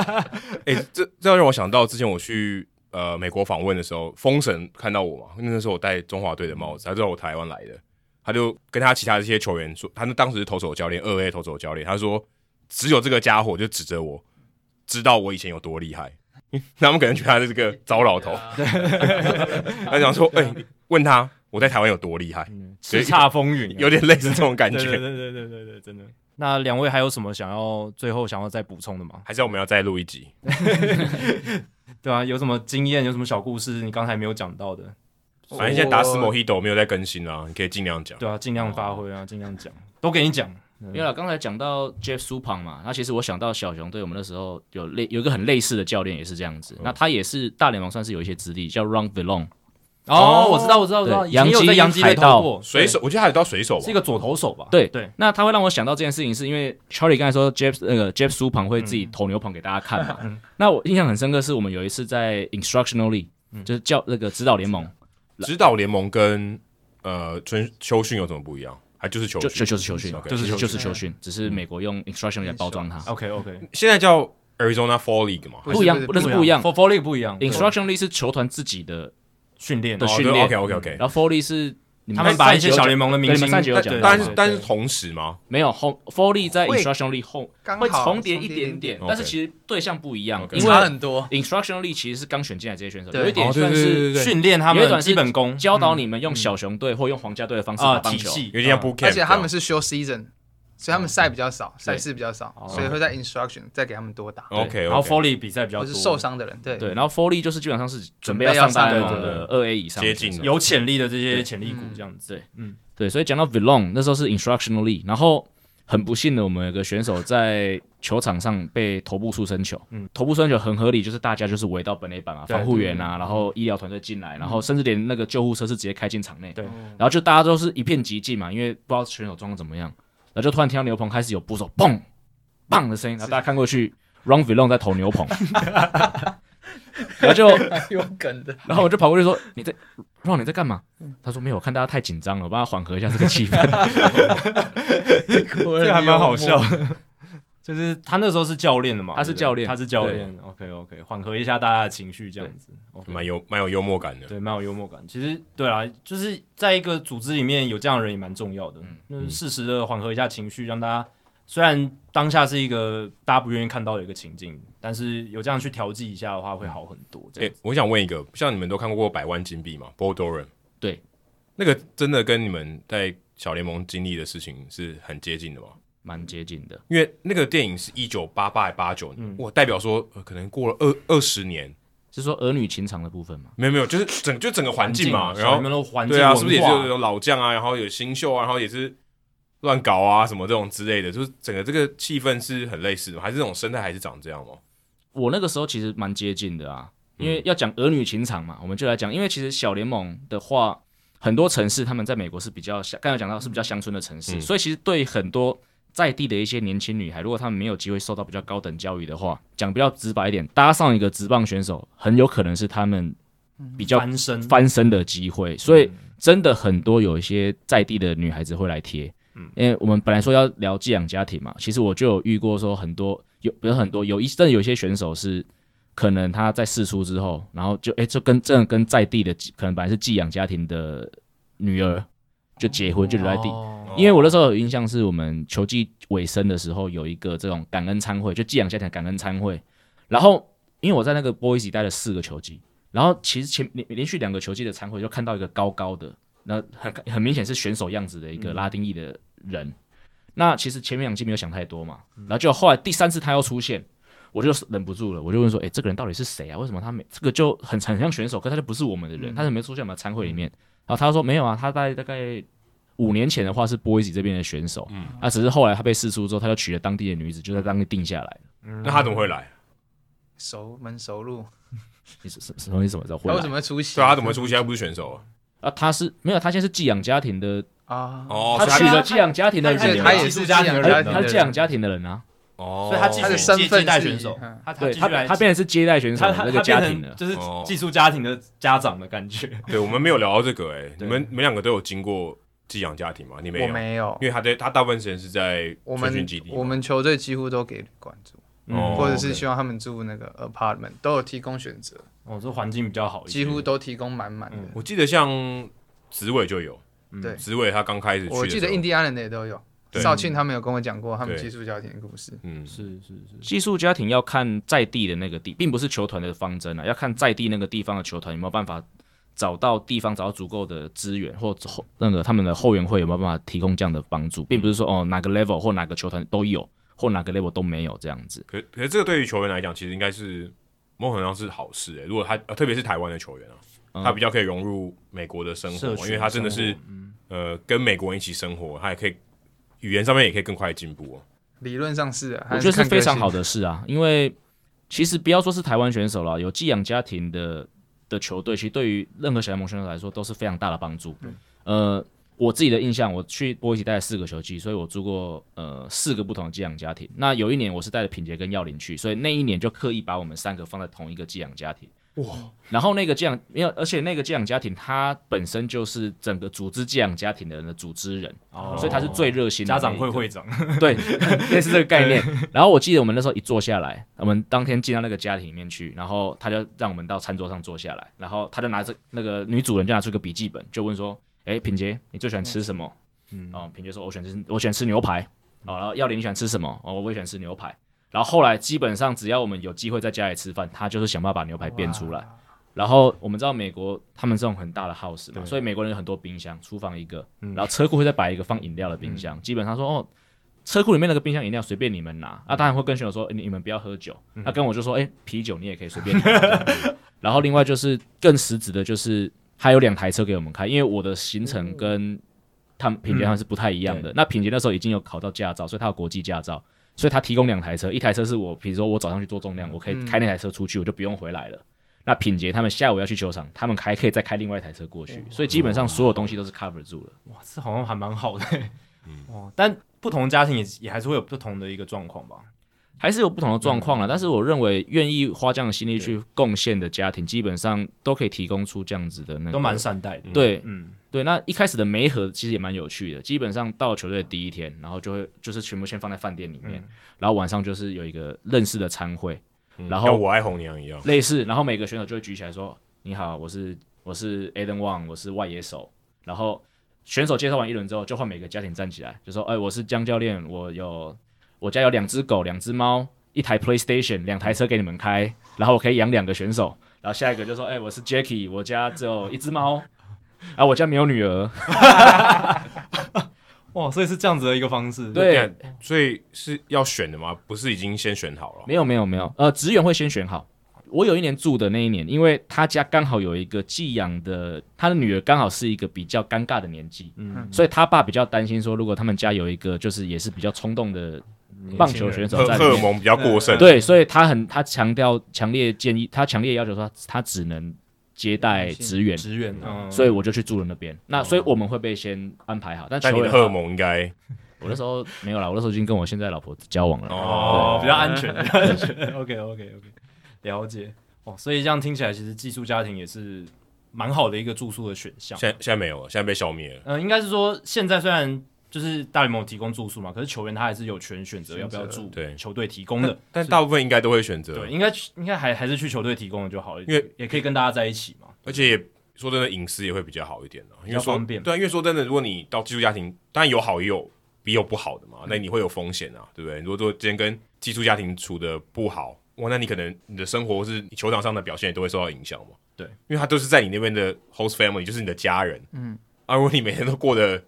哎、这这让我想到之前我去呃美国访问的时候，封神看到我嘛，那时候我戴中华队的帽子，他知道我台湾来的，他就跟他其他这些球员说，他们当时是投手教练，二 A 投手教练，他说只有这个家伙就指着我，知道我以前有多厉害， 他们可能觉得他是个糟老 头，
啊
他想说，哎、问他我在台湾有多厉害，
叱咤风云啊，
有点类似这种感
嗯对对
觉，
对对对对对，真的。那两位还有什么想要最后想要再补充的吗？
还是我们要再录一集。
对啊，有什么经验，有什么小故事，你刚才没有讲到的，哦
反正现在打死
我
某 h i t 没有在更新啦、你可以尽量讲。
对啊，尽量发挥啊，尽量讲，都给你讲。
因为啦刚才讲到 Jeff Supang 嘛，那其实我想到小熊队，我们那时候有类有一个很类似的教练也是这样子，那他也是大联盟算是有一些资历，叫 Ron Villon，
哦，我知道，我知道，我知道，
对
以前有在
洋
洋
基
基队
海盗
投过
水手，我觉得还有到水手
对
吧
是一。个左投手吧？
对
对，
那他会让我想到这件事情，是因为 Charlie 刚才说 Jeff 那个 Jeff 苏庞会自己投牛棚给大家看嘛。那我印象很深刻，是我们有一次在 Instructional League，、就是教那个指导联盟，
指导联盟跟呃春秋训有什么不一样？还就是球
就就
训，
就是球训，
OK
就是
就
就是是球训，只是美国用 Instructional 来包装它，
OK OK，
现在叫 Arizona Fall League
哦
嘛。哦
不一样，那是不一样。
f o r f o l i 不一样
Instructional League 是球团自己的，
训练
对
哦
训练
OK OK OK。
然后 Foley 是你
他们把一些小联盟的明
对
星
你们39有
但
讲
对
到
但
对
是
对
但是同时吗？
没有后 Foley 在
会
Instructional League 后
刚
会
好
重叠一
重叠一
点点
点，
但是
OK
其实对象不一样，因
因差
为
很多。
Instructional League 其实是刚选进来这些选手，
对
有一点
哦对
算
对对
是
对对
训练他
有一
们
段是
基本
嗯
功
教导你们用小熊队或用皇家队的方式
啊
打棒
体
球。
系，
有点像
嗯
boot camp，
而且他
这样
们是 s h o r season，所以他们赛比较少，赛
对
事比较少，
哦
所以会在 instruction 再给他们多打，
OK，
然后 f o
OK
r l y 比赛比较
或
多，
是受伤的人，对
对，然后 Foley 就是基本上是准备
准备要
上大
上
联
大
盟
联
的
盟
二 A 以上
接近了
有潜力的这些潜力股这样子。
对对，所以讲到 Vilon 那时候是 Instructional League，然后很不幸的，我们有个选手在球场上被头部触身球，嗯，头部触身球很合理，就是大家就是围到本垒板啊，
对
防护员啊，然后医疗团队进来，然后甚至连那个救护车是直接开进场内，
对
然后就大家都是一片寂静嘛，因为不知道选手状况怎么样，然后就突然听到牛棚开始有捕手砰砰的声音，然后大家看过去，Ron Vilon 在投牛 棚，然后就
有梗的。
然后我就跑过去说：“你在让你在干嘛？”他说：“没有，我看大家太紧张了，我帮他缓和一下这个气氛。
这个还蛮好笑的。 就是他那时候是教练的嘛，
他是
对不对
教练
他是教练。OK OK，缓和一下大家的情绪这样子。OK，
蛮有蛮有幽默感的。
对，蛮有幽默感。其实对啊，就是在一个组织里面有这样的人也蛮重要的，就是适时的缓和一下情绪，让大家虽然当下是一个大家不愿意看到的一个情境，但是有这样去调剂一下的话，会好很多。这
哎
样，
我想问一个，像你们都看过《百万金币》嘛 b o d o r a n
对，
那个真的跟你们在小联盟经历的事情是很接近的吗？”
蛮接近的，
因为那个电影是一九八八八九，
嗯
我代表说、呃可能过了二二十年，
是说儿女情长的部分嘛？
没有没有，就是整就整个环境嘛，然后
小朋友的环境
对啊，
文
是不是也是
化
有有老将啊，然后有新秀啊，然后也是乱搞啊什么这种之类的，就是整个这个气氛是很类似的吗，还是这种生态还是长这样吗？
我那个时候其实蛮接近的啊，因为要讲儿女情长嘛，我们就来讲，因为其实小联盟的话，很多城市他们在美国是比较乡，刚才讲到是比较乡村的城市，
嗯
所以其实对很多在地的一些年轻女孩，如果她们没有机会受到比较高等教育的话，讲比较直白一点，搭上一个职棒选手，很有可能是他们比较
翻身
翻身的机会，所以真的很多有一些在地的女孩子会来贴。嗯，因为我们本来说要聊寄养家庭嘛，其实我就有遇过说很多有有很多有一真的有一些选手是可能他在试出之后，然后就哎、就跟真的跟在地的可能本来是寄养家庭的女儿就结婚就留在地，
哦
因为我那时候有印象，是我们球季尾声的时候有一个这种感恩餐会，就寄养家庭的感恩餐会。然后因为我在那个 Boise 待了四个球季，然后其实前连连续两个球季的餐会就看
嗯
到一个高高的，那很很明显是选手样子的一个拉丁裔的人。那其实前面两季没有想太多嘛，
嗯
然后就后来第三次他又出现，我就忍不住了，我就问说，哎、这个人到底是谁啊？为什么他没这个就很很像选手，可他就不是我们的
嗯
人，他是没出现我们的参会里面。然后他说没有啊，他在大概五年前的话是波伊吉这边的选手，嗯，啊，只是后来他被释出之后，他就娶了当地的女子，就在当地定下来。
那他怎么会来？
熟门熟路，
你是什什么意思？我知道会
他为
来
什么会出席？
对啊，他怎么会出现？他不是选手啊
啊？他是没有，他现在是寄养家庭的，
啊？
哦，
他
所以
娶
他
了寄养家庭的
而且
人
他
啊，
也
寄
是
宿家庭的
他
人
他是寄养家庭的人啊，
哦，
所以他继
他的
续
身
接
份
接待
是
选手
嗯，
他他
对
继续
他
来
他变成是接待选手
他
的
他
那
他
个家
变
庭
成
了。
就是
哦
寄宿家庭的家长的感 觉，
对我们没有聊到这个哎、你
对
们你们两个都有经过寄养家庭吗？你没
我
有，
没有
因，为他在他大部分时间是在
我
军
们
基地嘛，
我们球队几乎都给旅馆住，
哦
或者是
OK
希望他们住那个 apartment，都有提供选择，
哦，这环境比较好一些，
几乎都提供满满
嗯
的。
我记得像紫伟就有，
对
紫伟他刚开始去，
我记得印，第安人的也都有，
对
少庆他们有跟我讲过他们
对
寄宿家庭的故事。
嗯，
是是是，
寄宿家庭要看在地的那个地，并不是球团的方针啊，要看在地那个地方的球团有没有办法找到地方找到足够的资源，或后那个他们的后援会有没有办法提供这样的帮助，并不是说哦哪个 level 或哪个球团都有，或哪个 level 都没有这样子。
可可是这个对于球员来讲，其实应该是某种程度上是好事哎、如果他呃特别是台湾的球员啊，
嗯
他比较可以融入美国的生活，
社群
因为他真的是
生活嗯
呃跟美国人一起生活，他也可以语言上面也可以更快进步哦、
理论上是啊，
我觉得是非常好
的。
的事啊，因为其实不要说是台湾选手了，有寄养家庭的的球队，其实对于任何小联盟选手来说都是非常大的帮助。呃，我自己的印象，我去波一起带了四个球季，所以我住过呃四个不同的寄养家庭。那有一年我是带着品杰跟耀林去，所以那一年就刻意把我们三个放在同一个寄养家庭。哇！然后那个寄养没有，而且那个寄养家庭它本身就是整个组织寄养家庭的人的组织人，
哦
所以他是最热心的
家长
那一
会
个
会长，
对， 类似这个概念。然后我记得我们那时候一坐下来，我们当天进到那个家庭里面去，然后他就让我们到餐桌上坐下来，然后他就拿着那个女主人就拿出一个笔记本，就问说：“哎，品杰，你最喜欢吃什么？”嗯，哦，品杰说：“我喜欢吃，我喜欢吃牛排。”哦，然后耀林你喜欢吃什么？哦，我也喜欢吃牛排。然后后来基本上只要我们有机会在家里吃饭，他就是想办法把牛排变出来。然后我们知道美国他们这种很大的 house 嘛，所以美国人有很多冰箱，厨房一个，然后车库会再摆一个放饮料的冰箱。基本上说哦，车库里面那个冰箱饮料随便你们拿，那、当然会跟选手说、诶你你们不要喝酒。那、跟我就说，哎、啤酒你也可以随便拿。 这样子然后另外就是更实质的，就是还有两台车给我们开，因为我的行程跟他们品杰他们是不太一样的。那品杰那时候已经有考到驾照，所以他有国际驾照，所以他提供两台车，一台车是我，比如说我早上去做重量，我可以开那台车出去，我就不用回来了。那品杰他们下午要去球场，他们还可以再开另外一台车过去，所以基本上所有东西都是 cover 住了。
哇，这好像还蛮好的， 哦，但不同家庭也也还是会有不同的一个状况吧，
还是有不同的状
嗯
况了，但是我认为愿意花这样的心力去贡献的家庭，基本上都可以提供出这样子的那个，
都蛮善待的，
对
嗯，
对。那一开始的媒合其实也蛮有趣的，基本上到球队的第一天，然后就会就是全部先放在饭店里面，
嗯
然后晚上就是有一个认识的餐会，
嗯
然
像
后
我爱红娘一样，
类似，然后每个选手就会举起来说：“你好，我是我是 Aden Wang，我是外野手。”然后选手介绍完一轮之后，就换每个家庭站起来，就说：“哎，我是江教练，我有我家有两只狗，两只猫，一台 PlayStation，两台车给你们开，然后我可以养两个选手。”然后下一个就说：“哎，我是 Jacky，我家只有一只猫，啊，我家没有女儿。
哇，所以是这样子的一个方式，”
对，
所以是要选的吗？不是已经先选好了？
没有没有没有，呃，职员会先选好。我有一年住的那一年，因为他家刚好有一个寄养的，他的女儿刚好是一个比较尴尬的年纪，嗯，所以他爸比较担心说，如果他们家有一个就是也是比较冲动的棒球选手
荷
在
荷
里
尔
嗯
面，
蒙比较过剩，
对，所以他很他强调强烈建议，他强烈要求说他他只能接待职员，
职员，嗯，
所以我就去住了那边。那所以我们会被先安排好，但
但
球
你
员
的荷尔蒙应该
我那时候没有啦，我那时候已经跟我现在老婆交往了，
哦，比较安全，比较安全。OK OK OK，了解。哦，所以这样听起来，其实寄宿家庭也是蛮好的一个住宿的选项。
现在现在没有了，现在被消灭了。
嗯、应该是说现在虽然就是大联盟提供住宿嘛，可是球员他还是有权选择要不要住
对
球队提 供的。
但大部分应该都会选择
对，，应该应该还还是去球队提供的就好，
因为
也可以跟大家在一起嘛。
而且也说真的，隐私也会比较好一点啊，因
较
为说
方便
对啊，因为说真的，如果你到寄宿家庭，当然有好也有也有不好的
嗯
嘛，那你会有风险啊，对不对？如果说今天跟寄宿家庭处的不好，哇，那你可能你的生活或是你球场上的表现也都会受到影响嘛。
对，
因为他都是在你那边的 host family，就是你的家人，嗯，啊，如果你每天都过得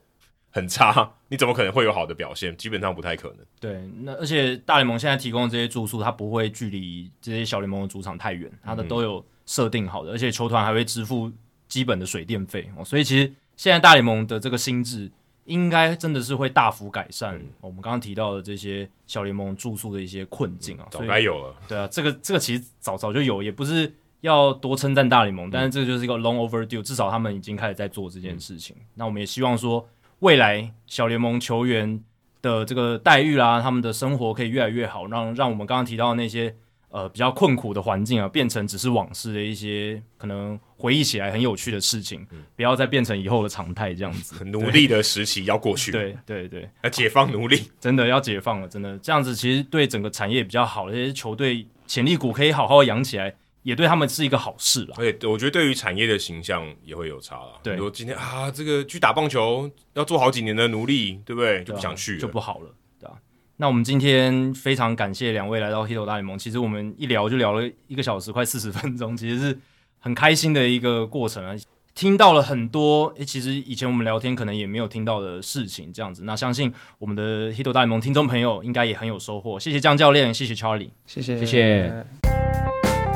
很差，你怎么可能会有好的表现？基本上不太可能。
对，那而且大联盟现在提供的这些住宿，它不会距离这些小联盟的主场太远，它的都有设定好的，而且球团还会支付基本的水电费哦。所以其实现在大联盟的这个心智，应该真的是会大幅改善、哦我们刚刚提到的这些小联盟住宿的一些困境啊。
早
所以
该有了，
对啊，这个这个其实早早就有，也不是要多称赞大联盟，但是这个就是一个 long overdue，至少他们已经开始在做这件事情。那我们也希望说，未来小联盟球员的这个待遇啦、他们的生活可以越来越好，让让我们刚刚提到的那些呃比较困苦的环境啊，变成只是往事的一些可能回忆起来很有趣的事情，不要再变成以后的常态这样子。
奴隶的时期要过去，，
对对对，
要解放奴隶。
真的要解放了，真的这样子其实对整个产业比较好，这些球队潜力股可以好好养起来，也对他们是一个好事啦。
而且我觉得对于产业的形象也会有差了。
对
比如今天啊，这个去打棒球要做好几年的奴隶，对不对？就不想去了，
啊就不好了，对吧、那我们今天非常感谢两位来到《h i t 大联盟》，其实我们一聊就聊了一个小时，快四十 分钟，其实是很开心的一个过程啊。听到了很多，诶、其实以前我们聊天可能也没有听到的事情，这样子。那相信我们的《h i t 大联盟》听众朋友应该也很有收获。谢谢江教练，谢谢 Charlie。
谢谢
谢谢。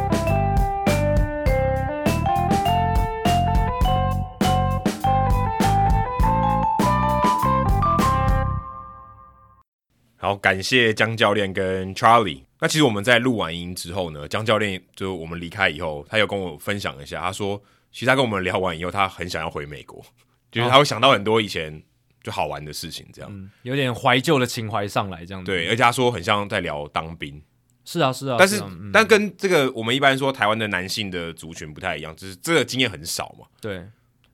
好，感谢江教练跟 Charlie。那其实我们在录完音之后呢，江教练就我们离开以后，他有跟我分享一下，他说，其实他跟我们聊完以后，他很想要回美国， 就是他会想到很多以前就好玩的事情，这样、
哦嗯，有点怀旧的情怀上来这样子。
对。而且他说很像在聊当兵，
是啊，是啊，
但是、
啊嗯
但跟这个我们一般说台湾的男性的族群不太一样，就是这个经验很少嘛。
对，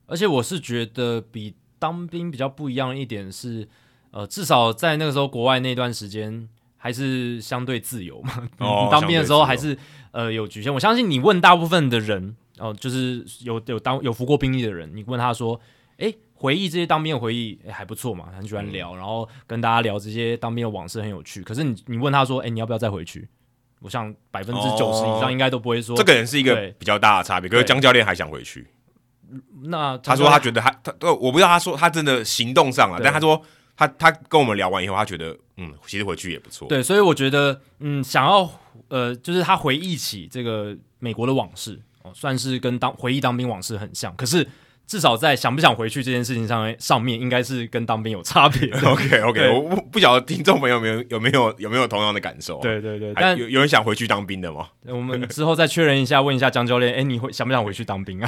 而且我是觉得比当兵比较不一样的一点是，呃，至少在那个时候国外那段时间还是相对自由嘛。
哦
嗯当兵的时候还
相
是呃有局限。我相信你问大部分的人，哦、就是有有当有服过兵役的人，你问他说，诶，回忆这些当兵的回忆、诶还不错嘛，很喜欢
嗯
聊，然后跟大家聊这些当兵的往事很有趣。可是你你问他说，诶，你要不要再回去？我想百分之九十以
哦
上应该都不会说、
这个人是一个
对
比较大的差别，可是
对
江教练还想回去。
那
他说他觉得他他呃我不知道他说他真的行动上了，
对
但他说他他跟我们聊完以后，他觉得嗯，其实回去也不错。
对，所以我觉得，嗯，想要呃，就是他回忆起这个美国的往事，哦，算是跟当回忆当兵往事很像。可是至少在想不想回去这件事情上上面，应该是跟当兵有差别 的。
，OK OK，
对
我不不晓得听众朋友有没有有没有有没有同样的感受、啊？
对对对，
还，
但
有有人想回去当兵的 吗？
我们之后再确认一下，问一下江教练，哎，你会想不想回去当兵啊？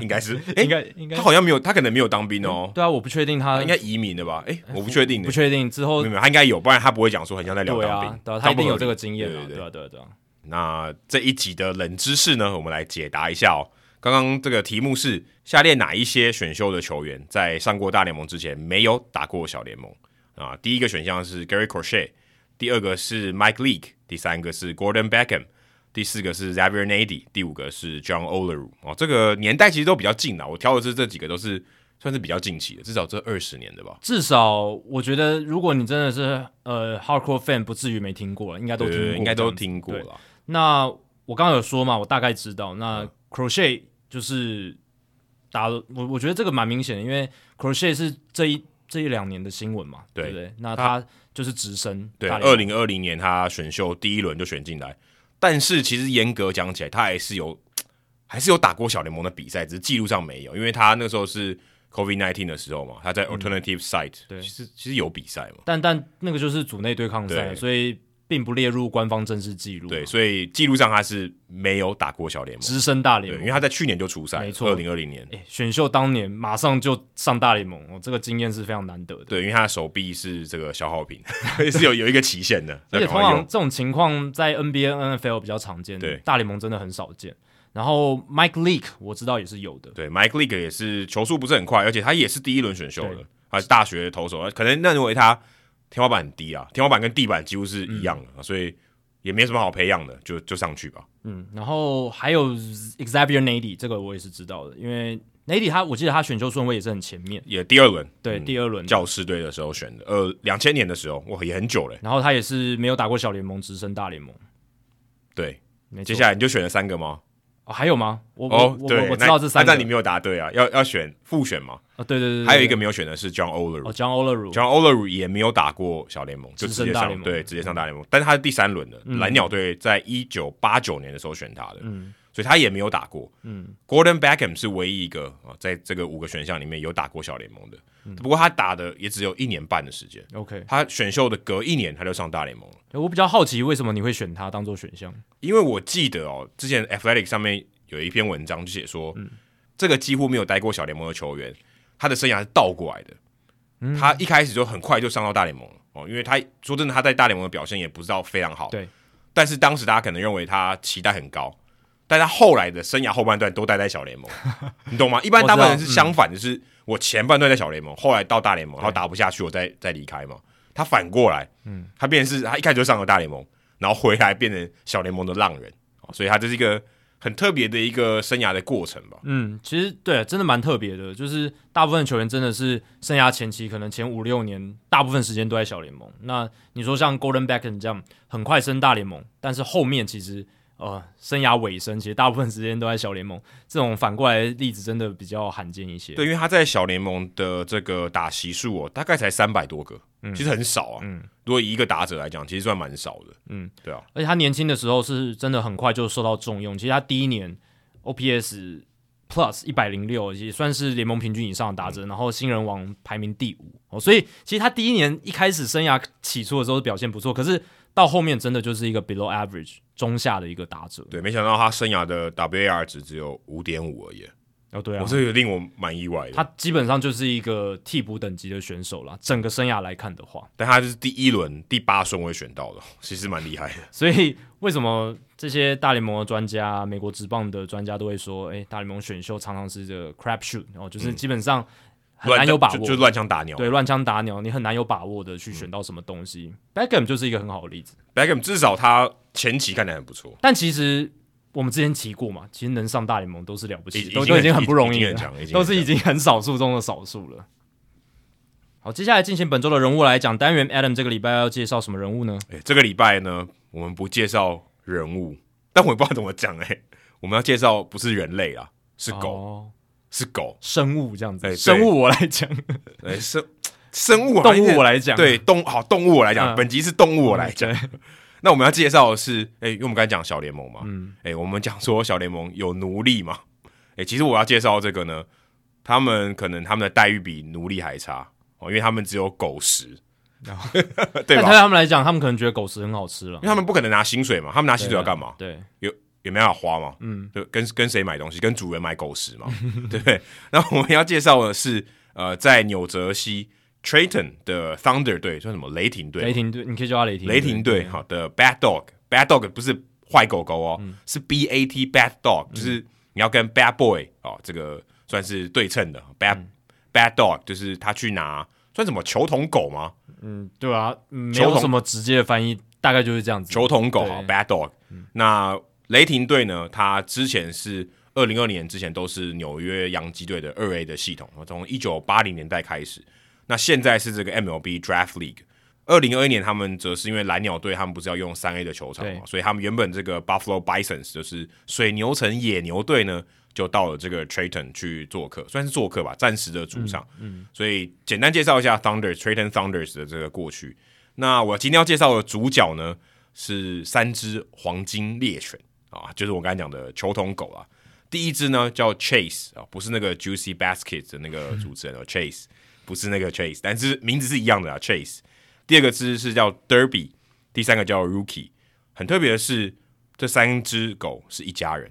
应该是，哎、
应该应该
他，好像没有，他可能没有当兵哦，
对啊，我不确定他
他应该移民的吧？哎、我不确定的，
不确定之后
没有，没有他应该有，不然他不会讲说很像在聊
对
当兵。
啊，对啊，
这
他
样
一定
不合
有这个
理
经验
对对
啊，对
对
啊对啊对啊，
那这一集的冷知识呢，我们来解答一下哦。刚刚这个题目是：下列哪一些选秀的球员在上过大联盟之前没有打过小联盟？啊，第一个选项是 Gary Crochet，第二个是 Mike Leake，第三个是 Gordon Beckham，第四个是 Xavier Nady，第五个是 John Oleru。哦，这个年代其实都比较近啦，我挑的是这几个都是算是比较近期的，至少这二十年的吧。
至少我觉得，如果你真的是呃 hardcore fan，不至于没听过，应该都听
对
过，
应该都
这样子
听过
对
了。
那我刚刚有说嘛，我大概知道。
嗯
那 crochet 就是打我，我觉得这个蛮明显的，因为 crochet 是这一这一两年的新闻嘛，
对
对不对？那他就是直升
对，
大联
二
盟
零二零年他选秀第一轮就选进来，但是其实严格讲起来，他还是有还是有打过小联盟的比赛，只是记录上没有，因为他那时候是 COVID nineteen 的时候嘛，他在 alternative site，、
嗯对
其实其实有比赛嘛，
但但那个就是组内对抗赛，
对
所以并不列入官方正式记录。
对，，所以记录上他是没有打过小联盟，
直升大
对，
联
因
盟
为。他在去年就出赛，
没错
二零二零年，
哎，选秀当年马上就上大联盟，哦，这个经验是非常难得的。
对，因为他的手臂是这个消耗品， 是有有一个期限的，要
而
赶
且通
快
常
用
这种情况在 NBA、NFL 比较常见，
对
大联盟真的很少见。然后 Mike Leake 我知道也是有的，
对，Mike Leake 也是球速不是很快，而且他也是第一轮选秀的
对，
他是大学投手，可能认为他天花板很低啊，天花板跟地板几乎是一样的，所以也没什么好培养的，就就上去吧。
嗯，然后还有 Xavier Nady 这个我也是知道的，因为 Nady 他我记得他选秀顺位也是很前面，
也第二轮，
对，
嗯
第二轮，
教士队的时候选的，呃，两千年的时候，哇，也很久嘞。
然后他也是没有打过小联盟，直升大联盟。
对，
没错
接下来你就选了三个吗？
哦，还有吗？我我
哦，
我
对
我，我知
那
道这三个
那你没有答对啊，要要选复选嘛。
哦，对对对，对
还有一个没有选的是 John Oleru，
哦，John Oleru，
John Oleru 也没有打过小联盟，就直
直升
接
大
上
联盟嗯
对直接上大联盟，但是他是第三轮的、蓝鸟队，在一九八九年的时候选他的，
嗯
所以他也没有打过。
嗯
Gordon Beckham 是唯一一个啊，在这个五个选项里面有打过小联盟的，
嗯
不过他打的也只有一年半的时间，
，OK，
他选秀的隔一年他就上大联盟了。
诶我比较好奇为什么你会选他当做选项？
因为我记得哦，之前 Athletic 上面有一篇文章就写说，
嗯
这个几乎没有待过小联盟的球员，他的生涯是倒过来的。他一开始就很快就上到大联盟了哦，因为他说真的，他在大联盟的表现也不知道非常好。
对，
但是当时大家可能认为他期待很高，但他后来的生涯后半段都待在小联盟，你懂吗？一般大部分人是相反的是，我前半段在小联盟，后来到大联盟，然后打不下去，我再再离开嘛。他反过来，嗯，他变成是他一开始就上了大联盟，然后回来变成小联盟的浪人，哦所以他这是一个很特别的一个生涯的过程吧。
嗯，其实对，真的蛮特别的，就是大部分球员真的是生涯前期可能前五六年，大部分时间都在小联盟。那你说像 Golden Beckham 这样，很快升大联盟，但是后面其实呃生涯尾声，其实大部分时间都在小联盟，这种反过来的例子真的比较罕见一些。
对，因为他在小联盟的这个打席数哦，大概才三百多个，其实很少啊。
嗯
如果以一个打者来讲，其实算蛮少的。
嗯，
对啊，
而且他年轻的时候是真的很快就受到重用。其实他第一年 OPS Plus 一百零六，也算是联盟平均以上的打者，然后新人王排名第五哦。所以其实他第一年一开始生涯起初的时候表现不错，可是到后面真的就是一个 below average 中下的一个打者。
对，没想到他生涯的 WAR 值只有五点五而已，
哦，对
我、
啊，
这个令我蛮意外的。
他基本上就是一个替补等级的选手啦，整个生涯来看的话，
但他就是第一轮第八顺位选到的，其实蛮厉害的。
所以为什么这些大联盟的专家、啊美国职棒的专家都会说，哎、大联盟选秀常常是这个 crap shoot，然、后就是基本上很难有把握，
就就嗯乱嗯枪打鸟。
对乱枪打鸟，你很难有把握的去选到什么东西。Beckham 就是一个很好的例子，
Beckham 至少他前期看起来很不错，
但其实我们之前提过嘛，其实能上大联盟都是了不
已
起，都
已
都
经
已经很不容
已
易
经很
了，
强，已经
都是已
很强
经很少数中的少数了。好，接下来进行本周的人物来讲单元，Adam 这个礼拜要介绍什么人物呢？
哎这个礼拜呢，我们不介绍人物，但我也不知道怎么讲哎、我们要介绍不是人类啊，是狗，
哦
是狗，
生物这样
哎
子，
对
生物我来讲，
哎、生生物啊，
动物我
来
来讲，
对动好动物我来讲，
嗯
本集是动物我来讲。 那我们要介绍的是，哎、因为我们刚才讲小联盟嘛，
嗯，
哎、我们讲说小联盟有奴隶嘛？哎、其实我要介绍这个呢，他们可能他们的待遇比奴隶还差哦，因为他们只有狗食，对
但
吧？
对他们来讲，他们可能觉得狗食很好吃了
因为。他们不可能拿薪水嘛，他们拿薪水要干嘛？
对，啊
也没办法花嘛，
嗯，
就跟跟谁买东西，跟主人买狗食嘛， 对不对？那我们要介绍的是，呃，在纽泽西 Triton 的 Thunder 队，叫什么雷霆队嘛，
雷霆队，你可以叫他雷霆
啊雷霆队好的 Bad Dog，Bad Dog 不是坏狗狗哦，
嗯
是 B A T Bad Dog，、就是你要跟 Bad Boy 哦，这个算是对称的 Bad、Bad
嗯
Dog，就是他去拿算什么球童狗吗？
嗯，对啊，嗯没
球
有
童
什么直接的翻译，大概就是这样子。
球童狗
对
好 Bad Dog。那雷霆队呢？他之前是二零二年之前都是纽约洋基队的二 A 的系统，从一九八零年代开始。那现在是这个 MLB Draft League。二零二一年他们则是因为蓝鸟队他们不是要用三 A 的球场嘛
对，
所以他们原本这个 Buffalo Bisons 就是水牛城野牛队呢，就到了这个 Triton 去做客，算是做客吧，暂时的主场。嗯，所以简单介绍一下 Thunder Triton Thunders 的这个过去。那我今天要介绍的主角呢，是三只黄金猎犬啊，就是我刚才讲的球童狗啊。第一只呢叫 Chase 啊，不是那个 Juicy Basket 的那个主 持人哦，Chase 不是那个 Chase，但是名字是一样的啊，Chase。第二个只是叫 Derby，第三个叫 Rookie。很特别的是，这三只狗是一家人，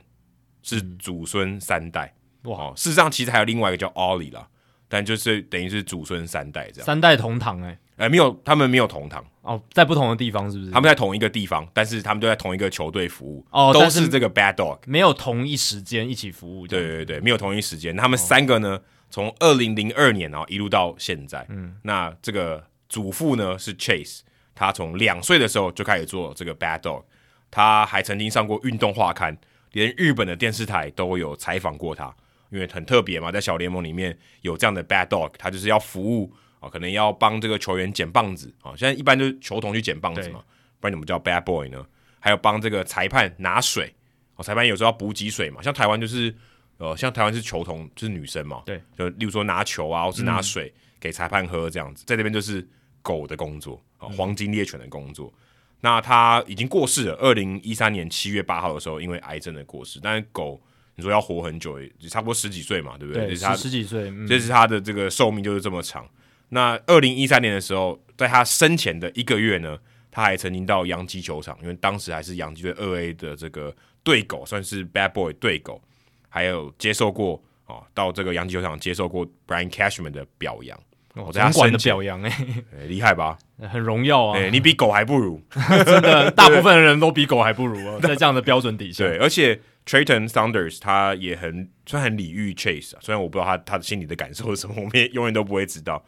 是祖孙三代。
嗯哇
哦，事实上其实还有另外一个叫 Ollie 啦，但就是等于是祖孙三代这样。
三代同堂哎、
哎、没有，他们没有同堂。
哦，在不同的地方是不是？
他们在同一个地方，但是他们都在同一个球队服务，
哦
都
但是
是这个 Bad Dog。
没有同一时间一起服务这
对
样子。
对对，没有同一时间。那他
哦
们三个呢，从二零零二年啊一路到现在，嗯，那这个祖父呢是 Chase，他从两岁的时候就开始做这个 Bad Dog，他还曾经上过《运动画刊》，连日本的电视台都有采访过他，因为很特别嘛，在小联盟里面有这样的 Bad Dog，他就是要服务啊，可能要帮这个球员捡棒子啊，现在一般就是球童去捡棒子嘛，不然怎么叫 Bad Boy 呢？还有帮这个裁判拿水，哦哦，裁判有时候要补给水嘛，像台湾就是呃，像台湾是球童，就是女生嘛，
对，
就例如说拿球啊，或是
嗯
拿水给裁判喝这样子，在这边就是狗的工作，哦、
嗯
黄金猎犬的工作。那他已经过世了，二零一三年七月八号的时候，因为癌症的过世。但是狗，你说要活很久，也差不多十几岁嘛，对不对？
对，
这是他
十十几岁，嗯
这是他的这个寿命就是这么长。那二零一三年的时候，在他生前的一个月呢，他还曾经到洋基球场，因为当时还是洋基队二 A 的这个队狗，算是 Bad Boy 队狗，还有接受过哦，到这个洋基球场接受过 Brian Cashman 的表扬，
哦
在他
总管的
生前
表扬，哎，
哎厉害吧？
很荣耀啊
哎、，你比狗还不如。
真的， 大部分人都比狗还不如啊，在这样的标准底下，
对，而且 Trayton Saunders 他也很虽然很礼遇 Chase 啊，虽然我不知道他他心里的感受是什么，我们也永远都不会知道。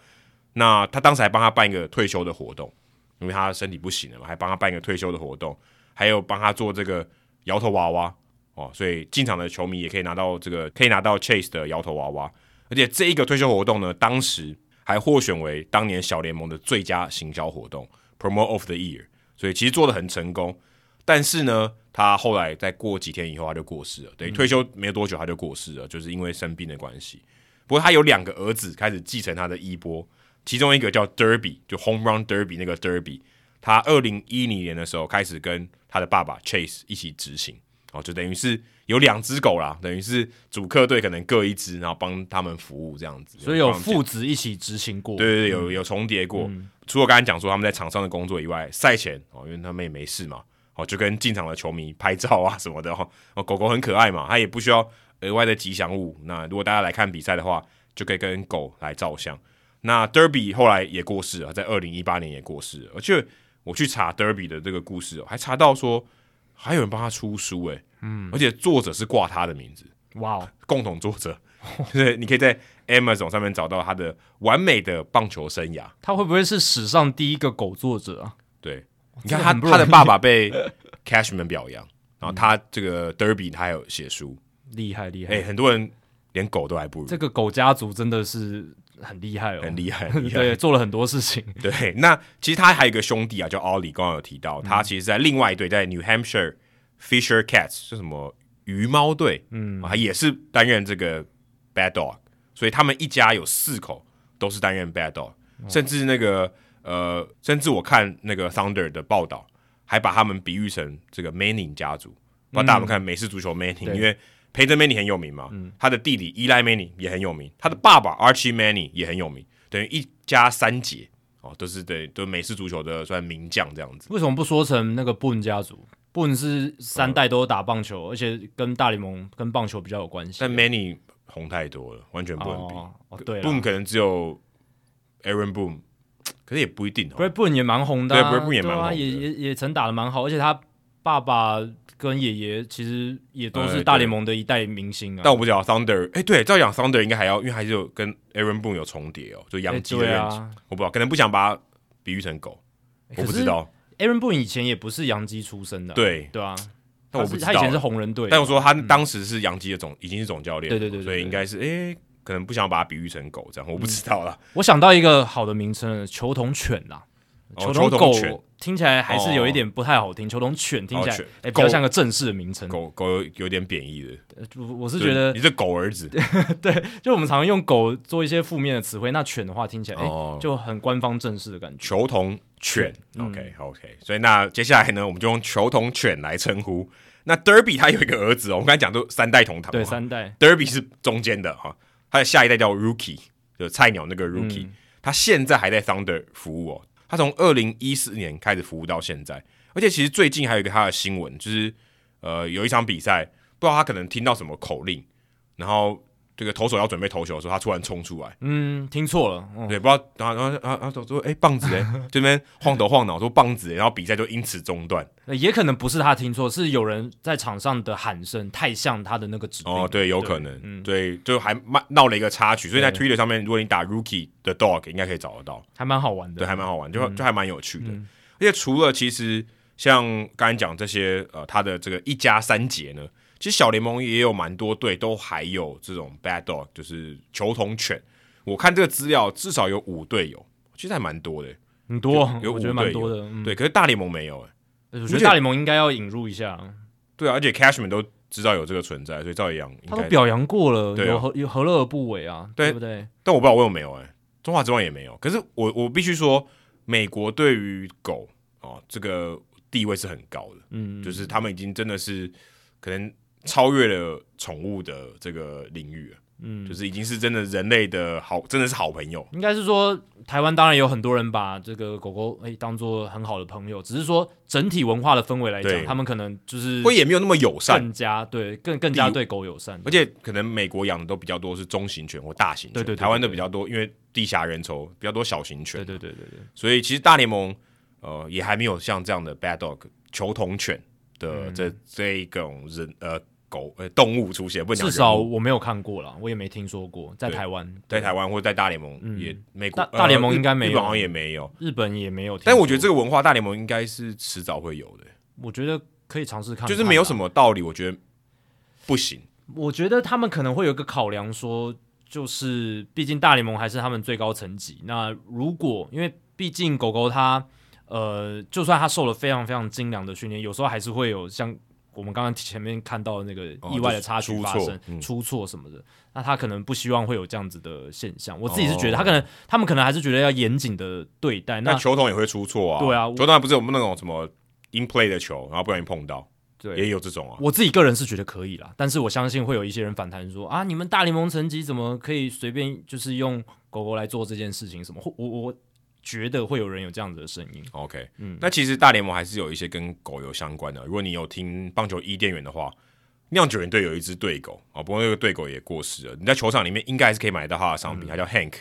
那他当时还帮他办一个退休的活动，因为他身体不行了嘛，还帮他办一个退休的活动，还有帮他做这个摇头娃娃哦，所以进场的球迷也可以拿到这个可以拿到 Chase 的摇头娃娃，而且这一个退休活动呢，当时还获选为当年小联盟的最佳行销活动 Promo of the Year，所以其实做的很成功。但是呢，他后来再过几天以后他就过世了，等于
嗯
退休没有多久他就过世了，就是因为生病的关系。不过他有两个儿子开始继承他的衣钵，其中一个叫 Derby，就 Home Run Derby 那个 Derby，他二零一零年的时候开始跟他的爸爸 Chase 一起执行，哦，就等于是有两只狗啦，等于是主客队可能各一只，然后帮他们服务这样子。
所以有
帮他们
父子一起执行过，
对对对，有有重叠过。除了刚才讲说他们在场上的工作以外，赛前哦，因为他们也没事嘛，哦，就跟进场的球迷拍照啊什么的哦。哦狗狗很可爱嘛，它也不需要额外的吉祥物。那如果大家来看比赛的话，就可以跟狗来照相。那 Derby 后来也过世了，在二零一八年也过世了。而且我去查 Derby 的这个故事、哦，还查到说还有人帮他出书诶、嗯，而且作者是挂他的名字。
哇哦，
共同作者， 就是你可以在 Amazon 上面找到他的完美的棒球生涯。
他会不会是史上第一个狗作者啊？
对，你看
这个
他
很不
他的
容易
爸爸 被 Cashman 表扬，然后他这个 Derby 他还有写书，
厉害厉害，
哎、很多人连狗都还不如，
这个狗家族真的是很厉害哦，
很 厉害，很厉害。
对，做了很多事情，
对，那其实他还有一个兄弟啊，叫奥利，刚刚有提到，他其实在另外一队，在 New Hampshire Fisher Cats 是什么鱼猫队，嗯，啊，也是担任这个 Bad Dog，所以他们一家有四口都是担任 Bad Dog，、甚至那个呃，甚至我看那个 Thunder 的报道，还把他们比喻成这个 Manning 家族，不知道大家有没有看美式足球 Manning，、
对
因为。培德 Manning 很有名嘛，他的弟弟伊莱 Manning 也很有名，他的爸爸 Archie Manning 也很有名，等于一家三杰，哦，都是对，都美式足球的算名将这样子。
为什么不说成那个 Boone 家族？Boone 是三代都打棒
嗯
球，而且跟大联盟跟棒球比较有关系。
但 Many 红太多了，完全不能比。
哦哦，对
Boom
了
可能只有 Aaron Boom，可是也不一定
，Brad
哦。
Boone 也蛮红的啊，
对，Brad Boone 也蛮
对啊
红的
也也也曾打的蛮好，而且他爸爸跟爷爷其实也都
呃
是
对
大联盟的一代明星啊。
但我不知道 Thunder，哎、对，照讲 Thunder 应该还要，因为还是有跟 Aaron Boom 有重叠哦，就
哎
洋基的
对
愿景、
啊，哎
我不知道，可能不想把它比喻成狗，我不知。道。
Aaron Boone 以前也不是洋基出身的啊，
对，
对啊，
但我
他
不
是
知
他以前是
道。
红人队的，
但我说他当时是洋基的总，已经是总教练了，
对对对对
所以
对嗯
应该是哎、可能不想把它比喻成狗这样，我不知道啦。
我想到一个好的名称了，球童犬啦。
哦
童
球
狗
童犬
听起来还是有一点不太好听，球童犬听起来
哦犬
哎比较
狗
像个正式的名称。
狗狗有有点贬义的，
呃我嗯我是
就
觉得
你，是狗儿子，
就我们常用狗做一些负面的词汇，那犬的话听起来哎
哦
就很官方正式的感觉。
球童犬。OK
嗯
OK，所以那接下来呢，我们就用球童犬来称呼。那 Derby 他有一个儿子哦，我们刚才讲都三代同堂嘛，
对，三代
Derby 是中间的哈，他的下一代叫 Rookie，就是菜鸟那个 Rookie，、他
嗯
现在还在 Thunder 服务哦，他从二零一四年开始服务到现在，而且其实最近还有一个他的新闻，就是呃有一场比赛，不知道他可能听到什么口令，然后这个投手要准备投球的时候，他突然冲出来，
嗯，听错了，嗯
对，不知道，然后然后然后然后说哎、棒子哎，这边晃头晃脑说棒子欸，然后比赛就因此中断。
呃也可能不是他听错，是有人在场上的喊声太像他的那个指令。
哦，对，有可能，对，就还闹闹了一个插曲，所以在 Twitter 上面，如果你打 Rookie 的 Dog，应该可以找得到。
还蛮好玩
对，
的。
还蛮好玩，就就还蛮有趣的。而且除了其实像刚才讲这些呃，他的这个一家三杰呢，其实小联盟也有蛮多队都还有这种 bad dog，就是球童犬。我看这个资料至少有五队有，其实还蛮多的、
很多
有，有
我觉
五
得蛮
队
多的。嗯，呃
对，可是大联盟没有、欸，
我觉得大联盟应该要引入一下。
对啊，而且 Cashman 都知道有这个存在，所以赵野洋应
他都
该。
表扬过了，
对啊
有何有何乐而不为啊？
对
不对？
但我不知道我有没有哎、中华之王也没有。可是我我必须说，美国对于狗哦这个地位是很高的，
嗯，
就是他们已经真的是可能超越了宠物的这个领域了，
嗯，
就是已经是真的人类的好，真的是好朋友。
应该是说，台湾当然有很多人把这个狗狗诶、当做很好的朋友，只是说整体文化的氛围来
对
讲，他们可能就是
不过也没有那么友善，
更加对更更加
地
对狗友善，
而且可能美国养的都比较多是中型犬或大型犬，
对对对对
台湾的比较多，因为地狭人稠，比较多小型犬
对，对对对对，
所以其实大联盟呃也还没有像这样的 bad dog 球童犬的
嗯
这、这一种人呃狗呃动物出现，不能
至
讲
少
人物
我没有看过啦，我也没听说过，在
对
台湾，
在
对
台湾或者在大联盟、
嗯
也美国
大大联盟
呃日
应该没有
日本好像也没有，
日本也没有听说过，
但我觉得这
个
个文化大联盟应该是迟早会有的，
我觉得可以尝试看看，
就是没有什
么，
么道理，我觉得不行。
我觉得他们可能会有一个考量说。就是，毕竟大联盟还是他们最高层级。那如果因为毕竟狗狗它，呃，就算它受了非常非常精良的训练，有时候还是会有像我们刚刚前面看到的那个
哦
意外
就
的
是
插曲
出
发
错
生、
嗯
出错什么的。那他可能不希望会有这样子的现象。我自己是觉得，
哦
他可能他们可能还是觉得要严谨的对待。那
那球童也会出错啊，
对啊我
球童还不是有那种什么 in play 的球，然后不小心碰到，
对
也有这种啊。
我自己个人是觉得可以啦，但是我相信会有一些人反弹说啊，你们大联盟层级怎么可以随便就是用狗狗来做这件事情什么？或我我觉得会有人有这样子的声音。
OK，
嗯
那其实大联盟还是有一些跟狗有相关的。如果你有听棒球伊甸园的话，酿酒人队有一只对狗啊、哦，不过那个对狗也过世了。你在球场里面应该还是可以买到它的商品，它叫 Hank。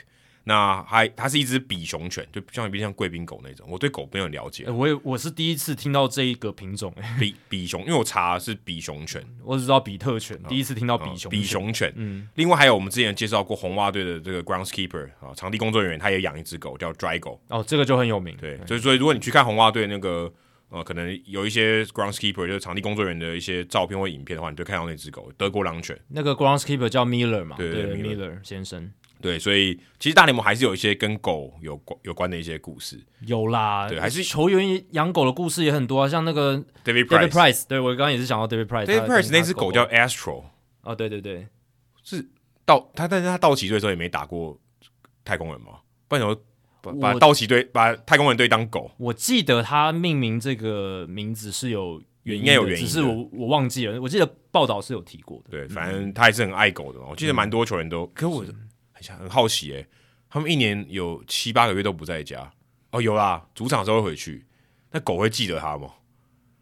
那还它是一只比熊犬，就像比较像贵宾狗那种。我对狗没有很了解
诶，呃我也我是第一次听到这一个品种、诶，
比比熊，因为我查是比熊犬，
我只知道比特犬，第一次听到哦比
啊
熊、
比，熊犬。
嗯，
另外还有我们之前介绍过红袜队的这个 groundskeeper 啊，场地工作人员，他也养一只狗叫 Dry 狗。
哦，这个就很有名，
对，所以所以如果你去看红袜队那个呃，可能有一些 groundskeeper 就是场地工作人员的一些照片或影片的话，你就看到那只狗德国狼犬。
那个 groundskeeper 叫 Miller 嘛，
对对
对
Miller
，Miller 先生
对，所以其实大联盟还是有一些跟狗有关有关的一些故事。
有啦，
对还是
球员养狗的故事也很多啊，像那个
David Price，David
David Price，对我刚刚也是想到 David Price，他跟
Price 那
他
只
狗
狗叫 Astro，
哦，对对对，
到他但是他到奇队的时候也没打过太空人嘛，不然怎么把把
我
道奇队把太空人队当狗？
我记得他命名这个名字是有原因
应
的，
该有原因
只
的
是我我忘记了，我记得报道是有提过的。
对，反正他还是很爱狗的嘛。我记得蛮多球员
嗯
都，可是我很想很好奇哎、他们一年有七八个月都不在家哦，有啦，主场的时候会回去，那狗会记得他吗？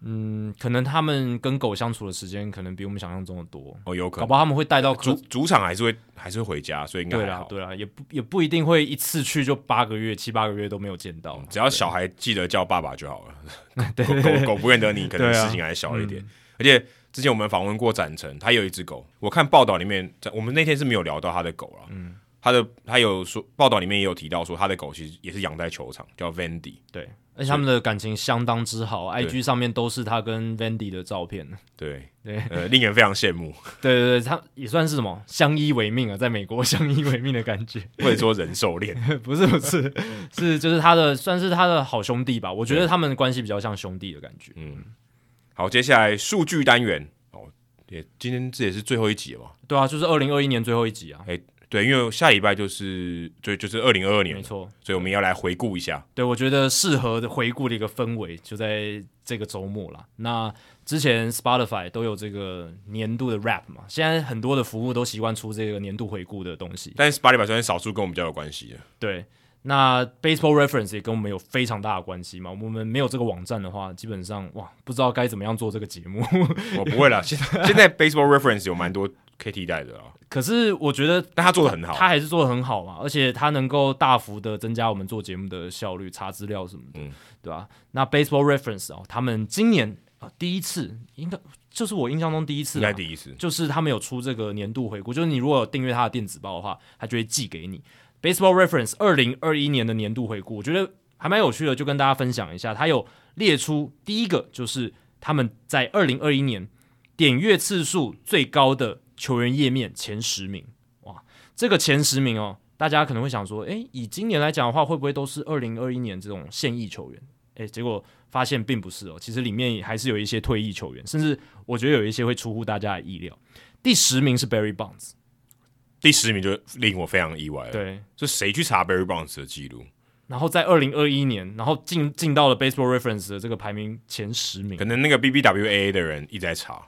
嗯，可能他们跟狗相处的时间可能比我们想象中的多，
哦，有可
搞
能
不。好他们会带到
主
可
主场还是会还是会回家，所以应该
对
还
啦
好。
对啦，也不也不一定会一次去就八个月、七八个月都没有见到。
哦只要小孩记得叫爸爸就好了。 狗狗狗不认得你，可能
对啊
事情还小一点。而且之前我们访问过展成，他有一只狗。我看报道里面，在我们那天是没有聊到他的狗了。嗯，他的他有说报道里面也有提到说，他的狗其实也是养在球场，叫 Vandy。
对，而且他们的感情相当之好，IG 上面都是他跟 Vandy 的 照片。
对
对
呃，令人非常羡慕，
对对对，他也算是什么相依为命啊，在美国相依为命的感觉。
或者说人兽 恋。
不是不是，是就是他的算是他的好兄弟吧，我觉得他们关系比较像兄弟的感觉。
好，接下来数据单元哦，也今天这也是最后一集了嘛？
对啊，就是二零二一年最后一集啊，
对，因为下礼拜就是就就是二零二二年
没
了，
错。
所以我们要来回顾一下。
对，我觉得适合的回顾的一个氛围就在这个周末啦。那之前 Spotify 都有这个年度的 rap 嘛，现在很多的服务都习惯出这个年度回顾的东西。
但是 Spotify 算是少数跟我们比较有关系的。
对，那 Baseball Reference 也跟我们有非常大的关系嘛。我们没有这个网站的话，基本上哇，不知道该怎么样做这个节目。
我哦不会啦， 现在现在 Baseball Reference 有蛮多可以替代的啊，
可是我觉得
但他做的很好。
他还是做的很好嘛，而且他能够大幅的增加我们做节目的效率，查资料什么的，
嗯
对吧、那 Baseball Reference 哦，他们今年啊、呃第一次，应该这是我印象中第一次啊
应
啦，
该第一次，
就是他们有出这个年度回顾，就是你如果有订阅他的电子报的话，他就会寄给你。Baseball Reference 二零二一年的年度回顾，我觉得还蛮有趣的，就跟大家分享一下。他有列出第一个就是他们在二零二一年点阅次数最高的球员页面前十名。哇，这个前十名哦，大家可能会想说，诶，以今年来讲的话，会不会都是二零二一年这种现役球员？诶，哎，结果发现并不是哦，其实里面还是有一些退役球员，甚至我觉得有一些会出乎大家的意料。第十名是 Barry Bonds，
第十名就令我非常意外了。，
对，
是谁去查 Barry Bonds 的记录？
然后在二零二一年，然后进进到了 Baseball Reference 的这个排名前十名
可，能那个 BBWAA 的人一直在查，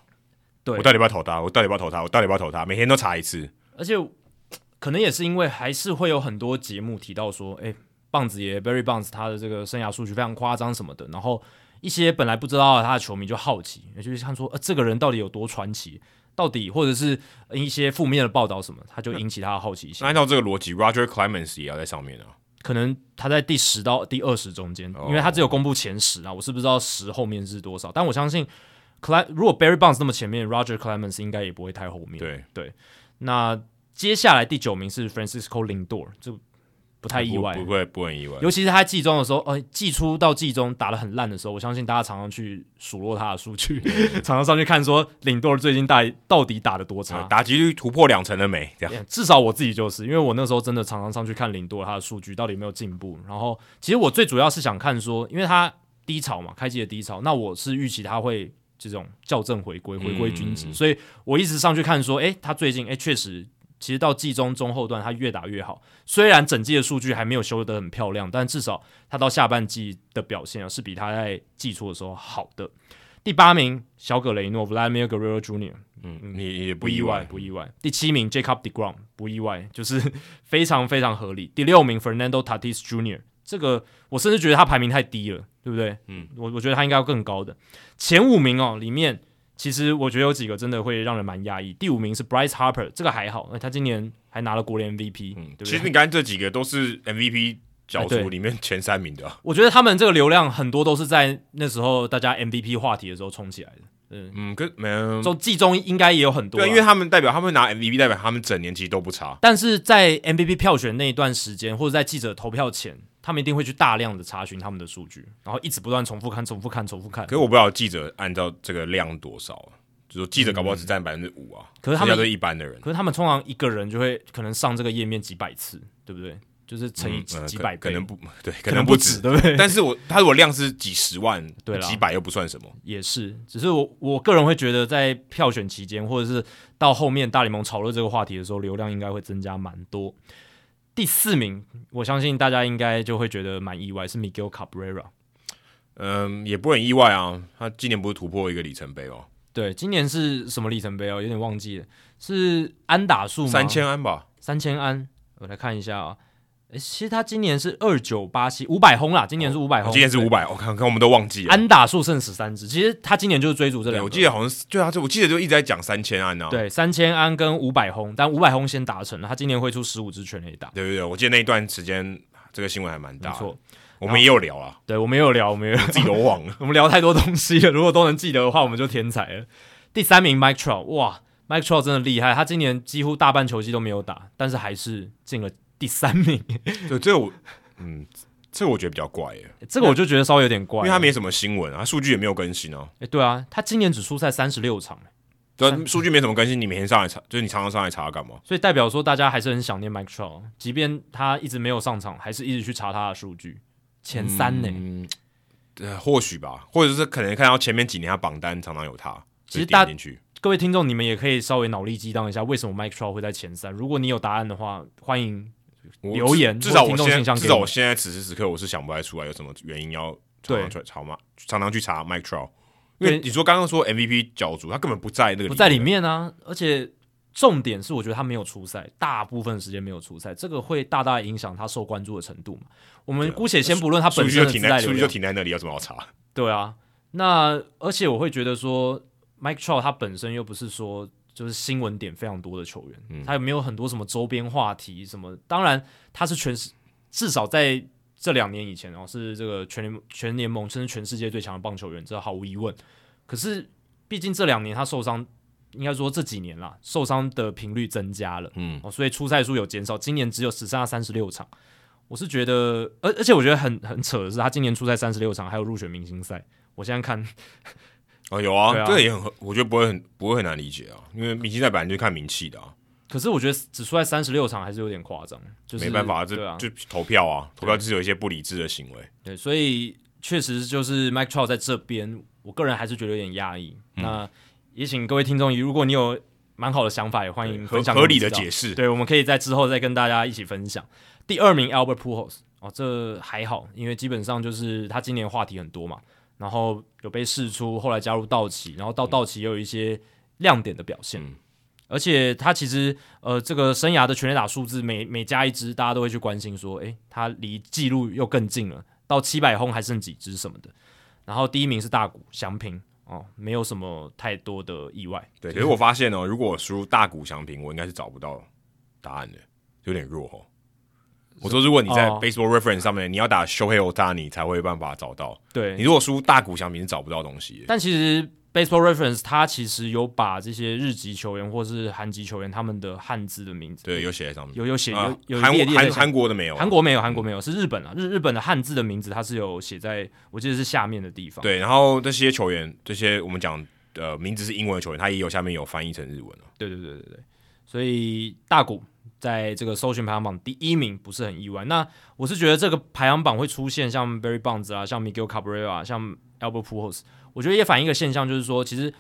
对
我，到底要不要投他？我到底要不要投他？我到底要不要投他？每天都查一次。
而且可能也是因为还是会有很多节目提到说，哎、棒子爷 Barry Bonds 他的这个生涯数据非常夸张什么的，然后一些本来不知道的他的球迷就好奇，也就是看说，呃，这个人到底有多传奇，到底或者是呃一些负面的报道什么，他就引起他的好奇心
那按。照这个逻辑，Roger Clemens 也要在上面啊。
可能他在第十到第二十中间，
哦
因为他只有公布前十啊，我是不知道十后面是多少，但我相信 Cle 如果 Barry Bonds 那么前面，Roger Clemens 应该也不会太后面。
对，
那接下来第九名是 Francisco Lindor，这不太意外
不，不会不会很意外。
尤其是他季中的时候，呃，季初到季中打得很烂的时候，我相信大家常常去数落他的数 据，常常上去看说 Lindor 最近打到底打得多
呃
差。
打击率突破两成了没？这样，
至少我自己就是，因为我那时候真的常常上去看林多他的数据到底有没有进步。然后，其实我最主要是想看说，因为他低潮嘛，开季的低潮，那我是预期他会这种校正回归，回归均值，
嗯嗯嗯
所以我一直上去看说，诶，他最近诶确实，其实到季中中后段他越打越好。虽然整季的数据还没有修得很漂亮，但至少他到下半季的表现啊是比他在季初的时候好的。第八名，小葛雷诺 （Vladimir Guerrero Jr.）
嗯，你也
不
不
意
意
外，
外。
不意外。第七名 Jacob Degrom 不意外，就是 非常非常合理。第六名 Fernando Tatis Jr. 这个我甚至觉得他排名太低了，对不对？
嗯，
我我觉得他应该要更高的。前五名哦，里面其实我觉得有几个真的会让人蛮压抑。第五名是 Bryce Harper，这个还好，哎他今年还拿了国联 MVP，、
嗯
对，不
其
对
实？你刚才这几个都是 MVP 角
哎对
逐里面前三名的啊。
我觉得他们这个流量很多都是在那时候大家 MVP 话题的时候冲起来的。嗯，
嗯，跟嗯，
中季中应该也有很多啦，啊
对，啊因为他们代表他们拿 MVP 代表他们整年其实都不差。
但是在 MVP 票选那一段时间，或者在记者投票前，他们一定会去大量的查询他们的数据，然后一直不断重复看、重复看、重复看
可。是我不知道记者按照这个量多少啊，就说记者搞不好只占百分之五啊，
嗯可是他
剩
们
下都是一般的人。
可是他们通常一个人就会可能上这个页面几百次，对不对？就是乘以几,、
嗯呃
几
可
百倍，
可能不对，可
可能
不
止，。对不对？
但是我他如果量是几十万，
对啦
几百又不算什么。
也是，只是我我个人会觉得，在票选期间，或者是到后面大联盟讨论这个话题的时候，流量应该会增加蛮多。第四名，我相信大家应该就会觉得蛮意外，是 Miguel Cabrera。
嗯，也不会很意外啊。他今年不是突破一个里程碑哦，
对，今年是什么里程碑哦？有点忘记了，是安打数吗？
三千安吧？
三千安，我来看一下啊、诶其实他今年是二九八七五百轰啦，今年是五百轰，
哦今年是
对
五百，我看看我们都忘记了。
安打数剩十三支，其实他今年就是追逐这
对，
两个，
我记得好像是，对啊，就我记得就一直在讲三千安啊。
对三千安跟五百轰，但五百轰先达成了，他今年会出十五支全垒打，
对对对，我记得那一段时间这个新闻还蛮
没
大的。
错，
我们也有聊啊，
对我们也有聊，我们也有
自己都忘了。
我们聊太多东西了，如果都能记得的话，我们就天才了。第三名 Mike Trout，哇，Mike Trout 真的厉害，他今年几乎大半球季都没有打，但是还是进了第三名，
对，这个我，嗯，这个我觉得比较怪耶，
这个我就觉得稍微有点怪，
因为他没什么新闻啊，他数据也没有更新啊。
诶对啊，他今年只出赛三十六场，
对啊，数据没怎么更新，你每天上来查，就是你常常上来查干嘛？
所以代表说大家还是很想念 Mike Trout，即便他一直没有上场，还是一直去查他的数据，前三呢、
嗯，呃，或许吧，或者是可能看到前面几年他榜单常常有他，
其实
就点
大
进去。
各位听众，你们也可以稍微脑力激荡一下，为什么 Mike Trout 会在前三？如果你有答案的话，欢迎
我
留言
至
或
至少
听
我
众
现在
信箱
至
给
少
我
我现在此时此刻我是想不太出来有什么原因要常常去查嘛，常常去查 Mike Trout，因为
对
你说刚刚说 MVP 角逐，他根本不在那个
不在里
面。
面啊，而且。重点是，我觉得他没有出赛，大部分时间没有出赛，这个会大大影响他受关注的程度嘛。我们
对啊
姑且先不论他
数
本
据
身
就
的
停
自带
在
流
数据就
量，
停在那里，有什么好查？
对啊，那而且我会觉得说，Mike Trout 他本身又不是说就是新闻点非常多的球员，他也没有很多什么周边话题什么。当然，他是全世至少在这两年以前哦，是这个全联全联盟甚至全世界最强的棒球员，这毫无疑问。可是，毕竟这两年他受伤，应该说这几年啦，受伤的频率增加了，
嗯
哦，所以出赛数有减少，今年只有只剩下三十六场。我是觉得，而而且我觉得很很扯的是，他今年出赛三十六场，还有入选明星赛。我现在看，
哦，有啊，
对啊
这个也很合，我觉得不会很不会很难理解啊，因为明星赛本来就是看名气的啊，
可是我觉得只出赛三十六场还是有点夸张，就是
没办法，这
对啊，
就投票啊，投票就是有一些不理智的行为。
对，所以确实就是 Mike Trout 在这边，我个人还是觉得有点压抑。
嗯
那也请各位听众，如果你有蛮好的想法，也欢迎
合
分享
合理的
释。
解释。
对，我们可以在之后再跟大家一起分享。第二名 Albert Pujols 哦，这还好，因为基本上就是他今年话题很多嘛，然后有被试出，后来加入道奇，然后到道奇也有一些亮点的表现。
嗯
而且他其实，呃，这个生涯的全垒打数字每每加一支，大家都会去关心说，诶，他离纪录又更近了，到七百轰还剩几支什么的。然后第一名是大谷翔平哦，没有什么太多的意外。
对，可是我发现哦，如果我输入大谷翔平，我应该是找不到答案的，有点弱哦。我说，如果你在
哦
Baseball Reference 上面，你要打 Shohei Otani 才会有办法找到。
对
你，如果输入大谷翔平，是找不到东西的。
但其实 Baseball Reference 它其实有把这些日籍球员或是韩籍球员他们的汉字的名字，
对，有写在上面。
有有写、
啊
有有
韩
列
国
列在
韩
下
韩国的没有啊，
韩国没有韩国没有是日本啊日日本的汉字的名字它是有写在我记得是下面的地方，
对，然后这些球员，这些我们讲呃名字是英文的球员，他也有下面有翻译成日文哦。
对对对对对，所以大谷在这个搜寻排行榜第一名不是很意外。那我是觉得这个排行榜会出现像 Barry Bonds 啊，像 Miguel Cabrera，啊像 Albert Pujols，我觉得也反映一个现象，就是说其实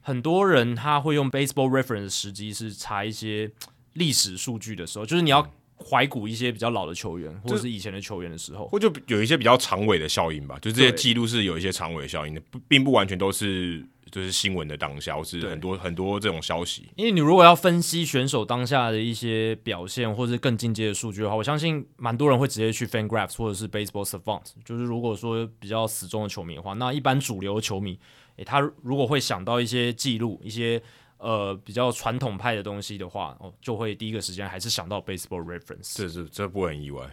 很多人他会用 Baseball Reference 的时机是查一些嘖历史数据的时候，就是你要怀古一些比较老的球员或者是以前的球员的时候。
或者有一些比较长尾的效应吧，就这些
对
记录是有一些长尾的效应的，不并不完全都是就是新闻的当下，或是很多很多这种消息。
因为你如果要分析选手当下的一些表现，或是更进阶的数据的话，我相信蛮多人会直接去 FanGraphs 或者是 Baseball Savant。就是如果说比较死忠的球迷的话，那一般主流的球迷，诶，他如果会想到一些记录、一些呃比较传统派的东西的话，哦，就会第一个时间还是想到 Baseball Reference。
这这这不会很意外。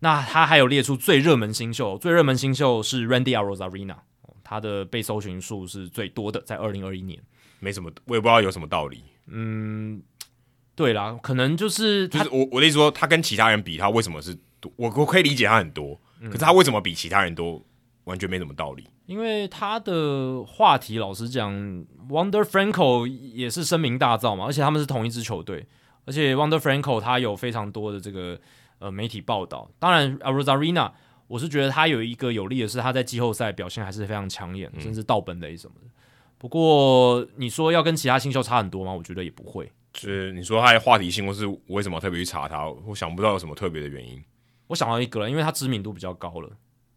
那他还有列出最热门新秀，最热门新秀是 Randy Arozarena，哦他的被搜寻数是最多的，在二零二一年。
没什么，我也不知道有什么道理。
对啦，可能就是
就
他
是我我的意思说，他跟其他人比，他为什么是多？我我可以理解他很多，
嗯
可是他为什么比其他人多，完全没什么道理。
因为他的话题，老实讲，Wonder Franco 也是声名大噪嘛，而且他们是同一支球队，而且 Wonder Franco 他有非常多的这个呃媒体报道。当然 a r o z a r e n a 我是觉得他有一个有利的是，他在季后赛表现还是非常抢
嗯
眼，甚至盗本垒什么的。不过你说要跟其他新秀差很多吗？我觉得也不会。
就是你说他的话题性，或是我为什么要特别去查他，我想不到有什么特别的原因。
我想到一个了，因为他知名度比较高了，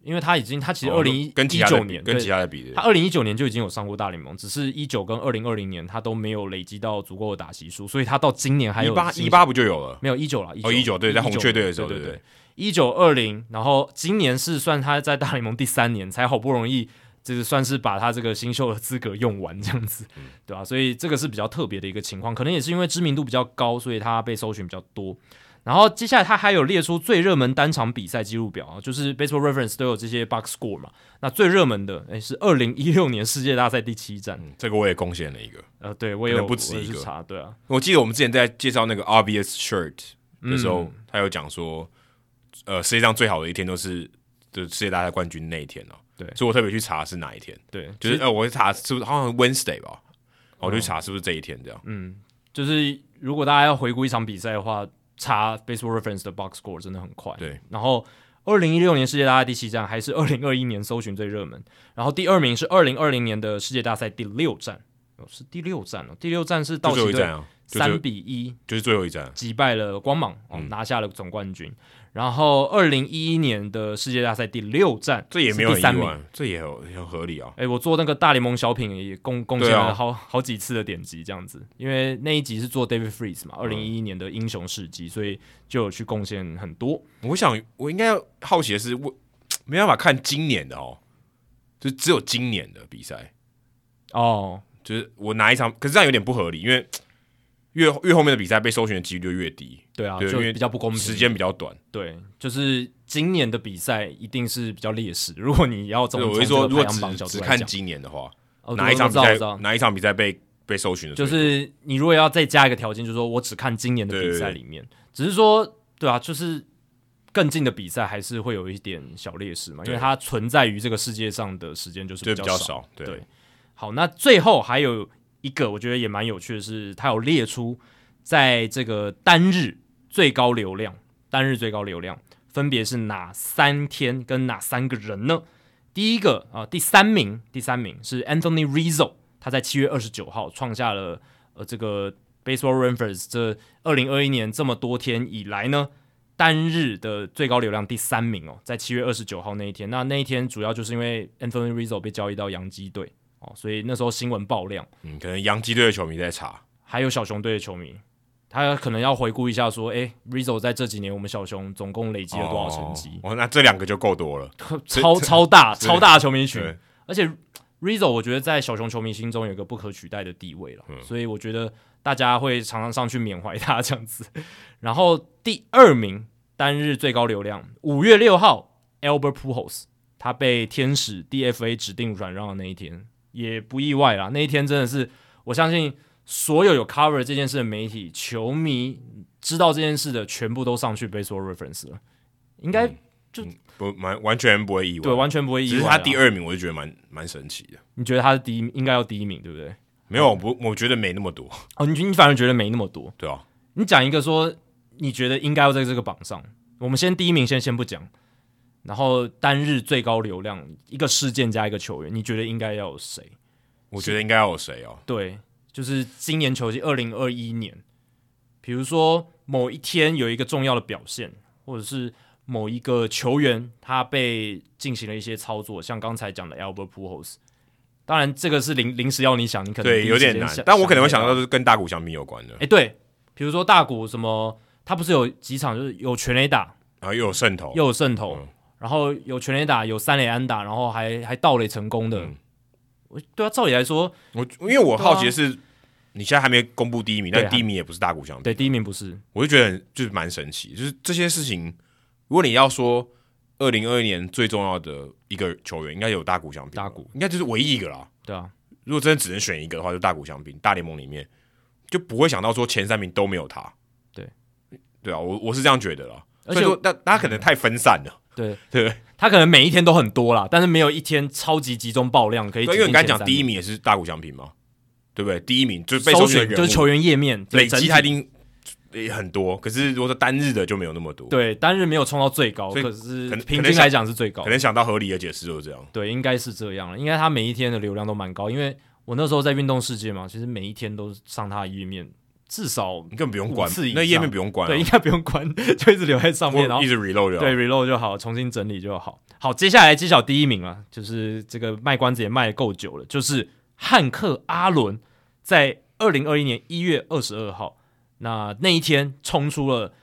因为他已经他其实
哦
二零一
跟其他的
九年
跟
对
其他的比的
他，二零一九年就已经有上过大联盟，只是一九跟二零二零年他都没有累积到足够的打席数，所以他到今年还
一
有
八
新
一八不就有了？
没有一九了，
哦，一九对，在红雀队的时候，
对
对
对，一九二零，然后今年是算他在大联盟第三年，才好不容易就是算是把他这个新秀的资格用完这样子，
嗯
对啊吧、所以这个是比较特别的一个情况，可能也是因为知名度比较高，所以他被搜寻比较多。然后接下来他还有列出最热门单场比赛记录表啊，就是 Baseball Reference 都有这些 box score 嘛。那最热门的诶是二零一六年世界大赛第七战，
嗯这个我也贡献了一个。
呃，对我也
可能
有
不止
我也
一
去
个
查，对啊，
我记得我们之前在介绍那个 Obvious Shirt 的时
嗯
候，他有讲说，呃，世界上最好的一天都是就是世界大赛冠军那一天哦、
对
所以我特别去查是哪一天，
对，
就是呃，我去查是不是好像 Wednesday 吧，
哦
我就去查是不是这一天这样。
嗯就是如果大家要回顾一场比赛的话，查 Baseball Reference 的 box score 真的很快。
对，
然后二零一六年世界大赛第七站还是二零二一年搜寻最热门，然后第二名是二零二零年的世界大赛第六站，哦是第六站哦，第六站是
就
道
最后
奇
一站
队
啊，就嗯最
三
后
比一
就是最后一站，啊
击败了光芒，哦、拿下了总冠军。然后二零一一年的世界大赛第六站，
这也没有很
是第三
意
名
外，啊这也很很合理啊。
哎、我做那个大联盟小品也贡贡献
对啊
了好、好几次的点击，这样子，因为那一集是做 David Freeze 嘛，二零一一年的英雄事迹，所以就有去贡献很多。
我想我应该要好奇的是，我没办法看今年的哦，就只有今年的比赛。
哦，
就是我哪一场，可是这样有点不合理，因为越越后面的比赛被搜寻的几率就越低，
对啊，
对
就
因为
比较不公平。
时间比较短。
对，就是今年的比赛一定是比较劣势。如果你要
所
从
以我
从
会
这
说，
个
如果
排行榜
只
角
只
度来
看
讲，
今年的话，
哦
哪一场比
对我知道
赛
我知道
哪一场比赛被被搜寻的最
就
多？
是你如果要再加一个条件，就是说我只看今年的比赛里面，只是说对啊，就是更近的比赛还是会有一点小劣势嘛，因为
对
它存在于这个世界上的时间就是
对比
较
较
少。
少，对
对好，那最后还有一个我觉得也蛮有趣的是，它有列出在这个单日最高流量、单日最高流量分别是哪三天跟哪三个人呢？第一个啊、第三名，第三名是 Anthony Rizzo，他在七月二十九号创下了呃这个 Baseball Reference 这二零二一年这么多天以来呢单日的最高流量第三名哦，在七月二十九号那一天，那那一天主要就是因为 Anthony Rizzo 被交易到洋基队哦，所以那时候新闻爆量。
嗯，可能洋基队的球迷在查，
还有小熊队的球迷，他可能要回顾一下，说，诶 r i z o 在这几年我们小熊总共累积了多少成绩？
哦，哦那这两个就够多了。
超超大
是
超大的球迷群
对，，
而且 Rizzo 我觉得在小熊球迷心中有一个不可取代的地位了，
嗯
所以我觉得大家会常常上去缅怀他这样子。然后第二名单日最高流量，五月六号 Albert Pujols，他被天使 DFA 指定转让的那一天，也不意外啦。那一天真的是，我相信所有有 cover 这件事的媒体、球迷知道这件事的，全部都上去 Baseball Reference 了，应该、
不蛮完全不会嗯意外。
对，完全不会意
只
外啊
是
啦。
他第二名，我就觉得蛮蛮神奇的。
你觉得他是第一，应该要第一名，对不对？
没有，我不，我觉得没那么多，
哦，你你反而觉得没那么多。
对啊，
你讲一个说你觉得应该要在这个榜上，我们先第一名先先不讲，然后单日最高流量一个事件加一个球员，你觉得应该要有谁？
我觉得应该要有谁哦，
对，就是今年球季二零二一年，比如说某一天有一个重要的表现，或者是某一个球员他被进行了一些操作，像刚才讲的 Albert Pujols。当然，这个是临临时要你想，你可能
对，
第一
有点
时间
难
想，
但我可能会想
不
到是跟大谷翔平有关的，
哎、对，比如说大谷什么，他不是有几场就是有全垒打，
然后又有渗透，
又有渗透，
嗯
然后有全垒打，有三垒安打，然后还还盗垒成功的。
嗯
我对啊，照理来说，
我因为我好奇的是，你现在还没公布第一名，
啊对啊
但第一名也不是大谷翔平，
对第一名不是，
我就觉得很就是蛮神奇，就是这些事情，如果你要说二零二一年最重要的一个球员，应该有大谷翔平，
大谷
应该就是唯一一个啦。
对啊，
如果真的只能选一个的话，就大谷翔平，大联盟里面就不会想到说前三名都没有他。
对，
对啊，我我是这样觉得啦。
而
所
且嗯
以说，但大家可能太分散了，
对
对不对？
他可能每一天都很多啦，但是没有一天超级集中爆量可以挤
对
哎进
因为
前三名。
你刚才讲第一名也是大谷翔平嘛，对不对？第一名就是被
搜
搜寻的
寻
人物
就是球员页面
累积，他一
整体
定也很多，可是如果说单日的就没有那么多。，
对单日没有冲到最高，
所以
可是
可能可
平
能
均
想
来讲是最高
可。能想到合理的解释就是这样。
对，应该是这样了。应该他每一天的流量都蛮高，因为我那时候在运动世界嘛，其实每一天都上他的页面，至少
你根本不用关
五次以，上
那页面不用关、啊，
对，应该不用关， 就一直留在上面，然
我
后
一直 reload 啊
对
对，
reload 就好，重新整理就好。好，接下来揭晓第一名啊，就是这个卖关子也卖得够久了，就是汉克阿伦在二零二一年一月二十二号那那一天冲出了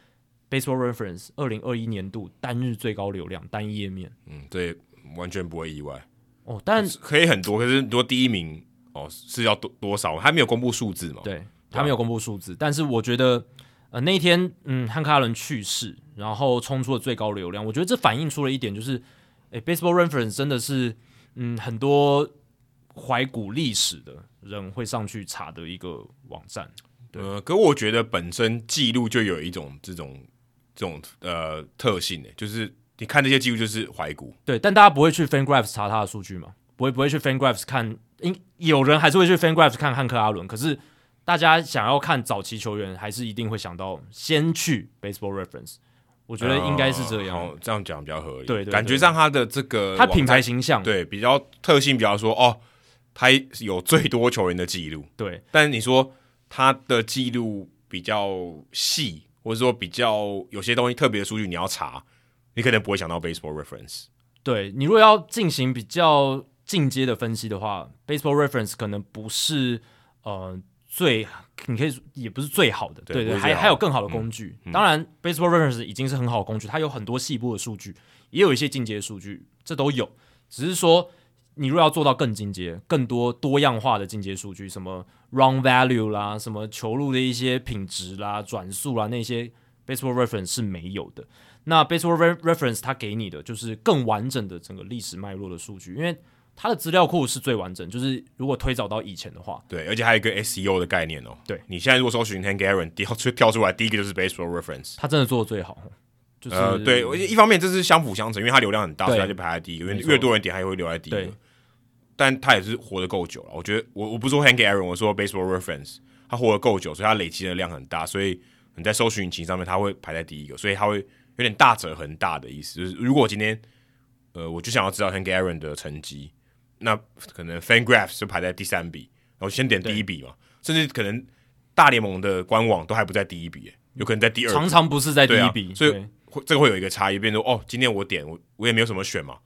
Baseball Reference 二零二一年度单日最高流量单页面
嗯，对，完全不会意外，
哦，但
可以很多，可是如果第一名哦是要多多少？还没有公布数字嘛？，
哦对啊他没有公布数字，但是我觉得，呃，那一天，嗯，汉克阿伦去世，然后冲出了最高流量，我觉得这反映出了一点，就是，诶 b a s e b a l l Reference 真的是，嗯，很多怀古历史的人会上去查的一个网站。
呃，可我觉得本身记录就有一种这种这种呃特性呢、就是你看这些记录就是怀古，
对，但大家不会去 FanGraphs 查他的数据嘛？不会，不会去 FanGraphs 看，应有人还是会去 FanGraphs 看汉克阿伦，可是大家想要看早期球员，还是一定会想到先去 Baseball Reference。我觉得应该是这样。
哦这样讲比较合理。
对对
感觉
对
上它的这个
他品牌
网
形象，
站对比较特性比较说哦，它有最多球员的记录，
对
但是你说他的记录比较细，或者说比较有些东西特别的数据你要查，你可能不会想到 Baseball Reference。
对你如果要进行比较进阶的分析的话，Baseball Reference 可能不是呃最，你可以说也不是最好的，
对
对
不是最
还
好的嗯
还有更好的工具。当然，Baseball Reference 已经是很好的工具，它有很多细部的数据，也有一些进阶数据，这都有。只是说，你如果要做到更进阶、更多多样化的进阶数据，什么 Run Value 啦，什么球路的一些品质啦、转速啦那些，Baseball Reference 是没有的。那 Baseball Re- Reference 它给你的就是更完整的整个历史脉络的数据，因为它的资料库是最完整，就是如果推找到以前的话，
对，而且还有一个 SEO 的概念哦。
对
你现在如果搜寻 Hank Aaron，跳出跳出来第一个就是 Baseball Reference。
它真的做的最好，就是、
呃，对，我一方面这是相辅相成，因为它流量很大，
对
所以它就排在第一个，因为
没错
越多人点，它也会留在第一
对
个。但他也是活得够久了，我觉得我我不是说 Hank Aaron，我说 Baseball Reference，他活得够久，所以他累积的量很大，所以你在搜寻引擎上面他会排在第一个，所以他会有点大者恒大的意思，就是如果今天呃，我就想要知道 Hungarian 的成绩。那可能 FanGraphs 就排在第三笔，然后先点第一笔嘛，甚至可能大联盟的官网都还不在第一笔，有可能在第二笔。
常常不是在第
对
一
啊
笔，
所以
对
会这个会有一个差异，变成说哦，今天我点我我也没有什么选嘛，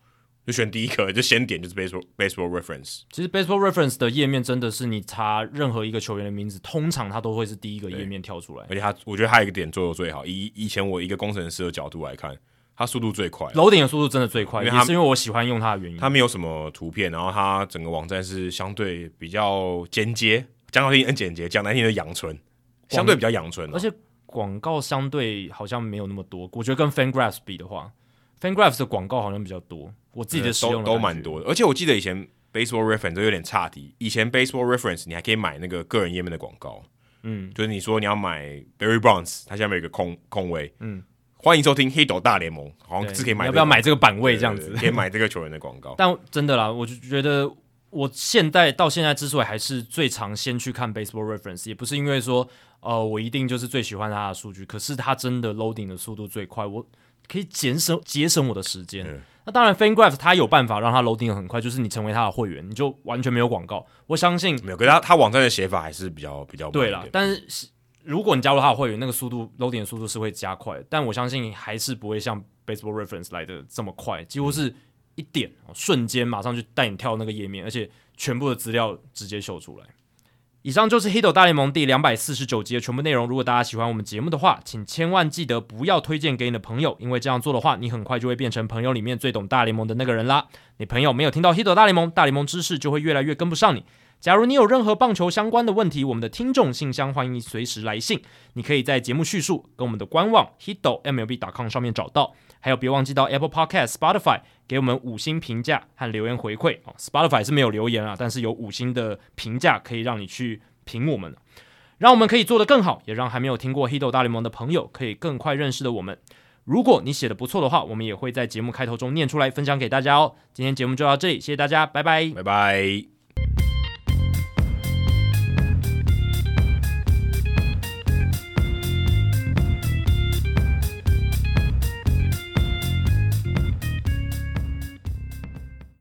就选第一个，就先点就是 baseball baseball reference，
其实 Baseball Reference 的页面真的是你查任何一个球员的名字，通常它都会是第一个页面跳出来。
而且他我觉得他有一个点做的最好，以以前我一个工程师的角度来看，他速度最快啊，
楼顶的速度真的最快，
因为
也
它
是因为我喜欢用它的原因。
他没有什么图片，然后他整个网站是相对比较间接，讲好听很简洁，讲难听的阳春，相对比较阳春啊、
而且广告相对好像没有那么多，我觉得跟 FanGraphs 比的话，FanGraphs 的广告好像比较多。我自己的使用
呃都
的
都
感觉
蛮，多的，而且我记得以前 baseball reference 都有点差题，以前 baseball reference 你还可以买那个个人页面的广告。
嗯，
就是你说你要买 Barry Bonds，它下面有一个空空位，
嗯，
欢迎收听《黑斗大联盟》，好像
对
是可以买、这
你
个
要不要买这个版位这样
对
子
对？对可以买这个球员的广告。
但真的啦，我就觉得我现在到现在之所以还是最常先去看 Baseball Reference，也不是因为说呃我一定就是最喜欢它的数据，可是它真的 loading 的速度最快，我可以节省节省我的时间。
嗯
那当然，FanGraphs 它有办法让它 loading 得很快，就是你成为它的会员，你就完全没有广告。我相信
没有，可是他他网站的写法还是比较比较慢一
对
点
啦，但是如果你加入他的会员，那个速度 loading 的速度是会加快的，但我相信还是不会像 Baseball Reference 来的这么快，几乎
嗯
是一点、哦瞬间马上就带你跳那个页面，而且全部的资料直接秀出来。以上就是《黑斗大联盟》第两百四十九集的全部内容。如果大家喜欢我们节目的话，请千万记得不要推荐给你的朋友，因为这样做的话，你很快就会变成朋友里面最懂大联盟的那个人啦。你朋友没有听到《黑斗大联盟》，大联盟知识就会越来越跟不上你。假如你有任何棒球相关的问题，我们的听众信箱欢迎随时来信，你可以在节目叙述跟我们的官网 hito mlb.com 上面找到。还有，别忘记到 Apple Podcast、Spotify 给我们五星评价和留言回馈哦。Spotify 是没有留言啊，但是有五星的评价可以让你去评我们，让我们可以做得更好，也让还没有听过 Hito 大联盟的朋友可以更快认识的我们。如果你写的不错的话，我们也会在节目开头中念出来分享给大家哦。今天节目就到这里，谢谢大家，拜拜。
拜拜。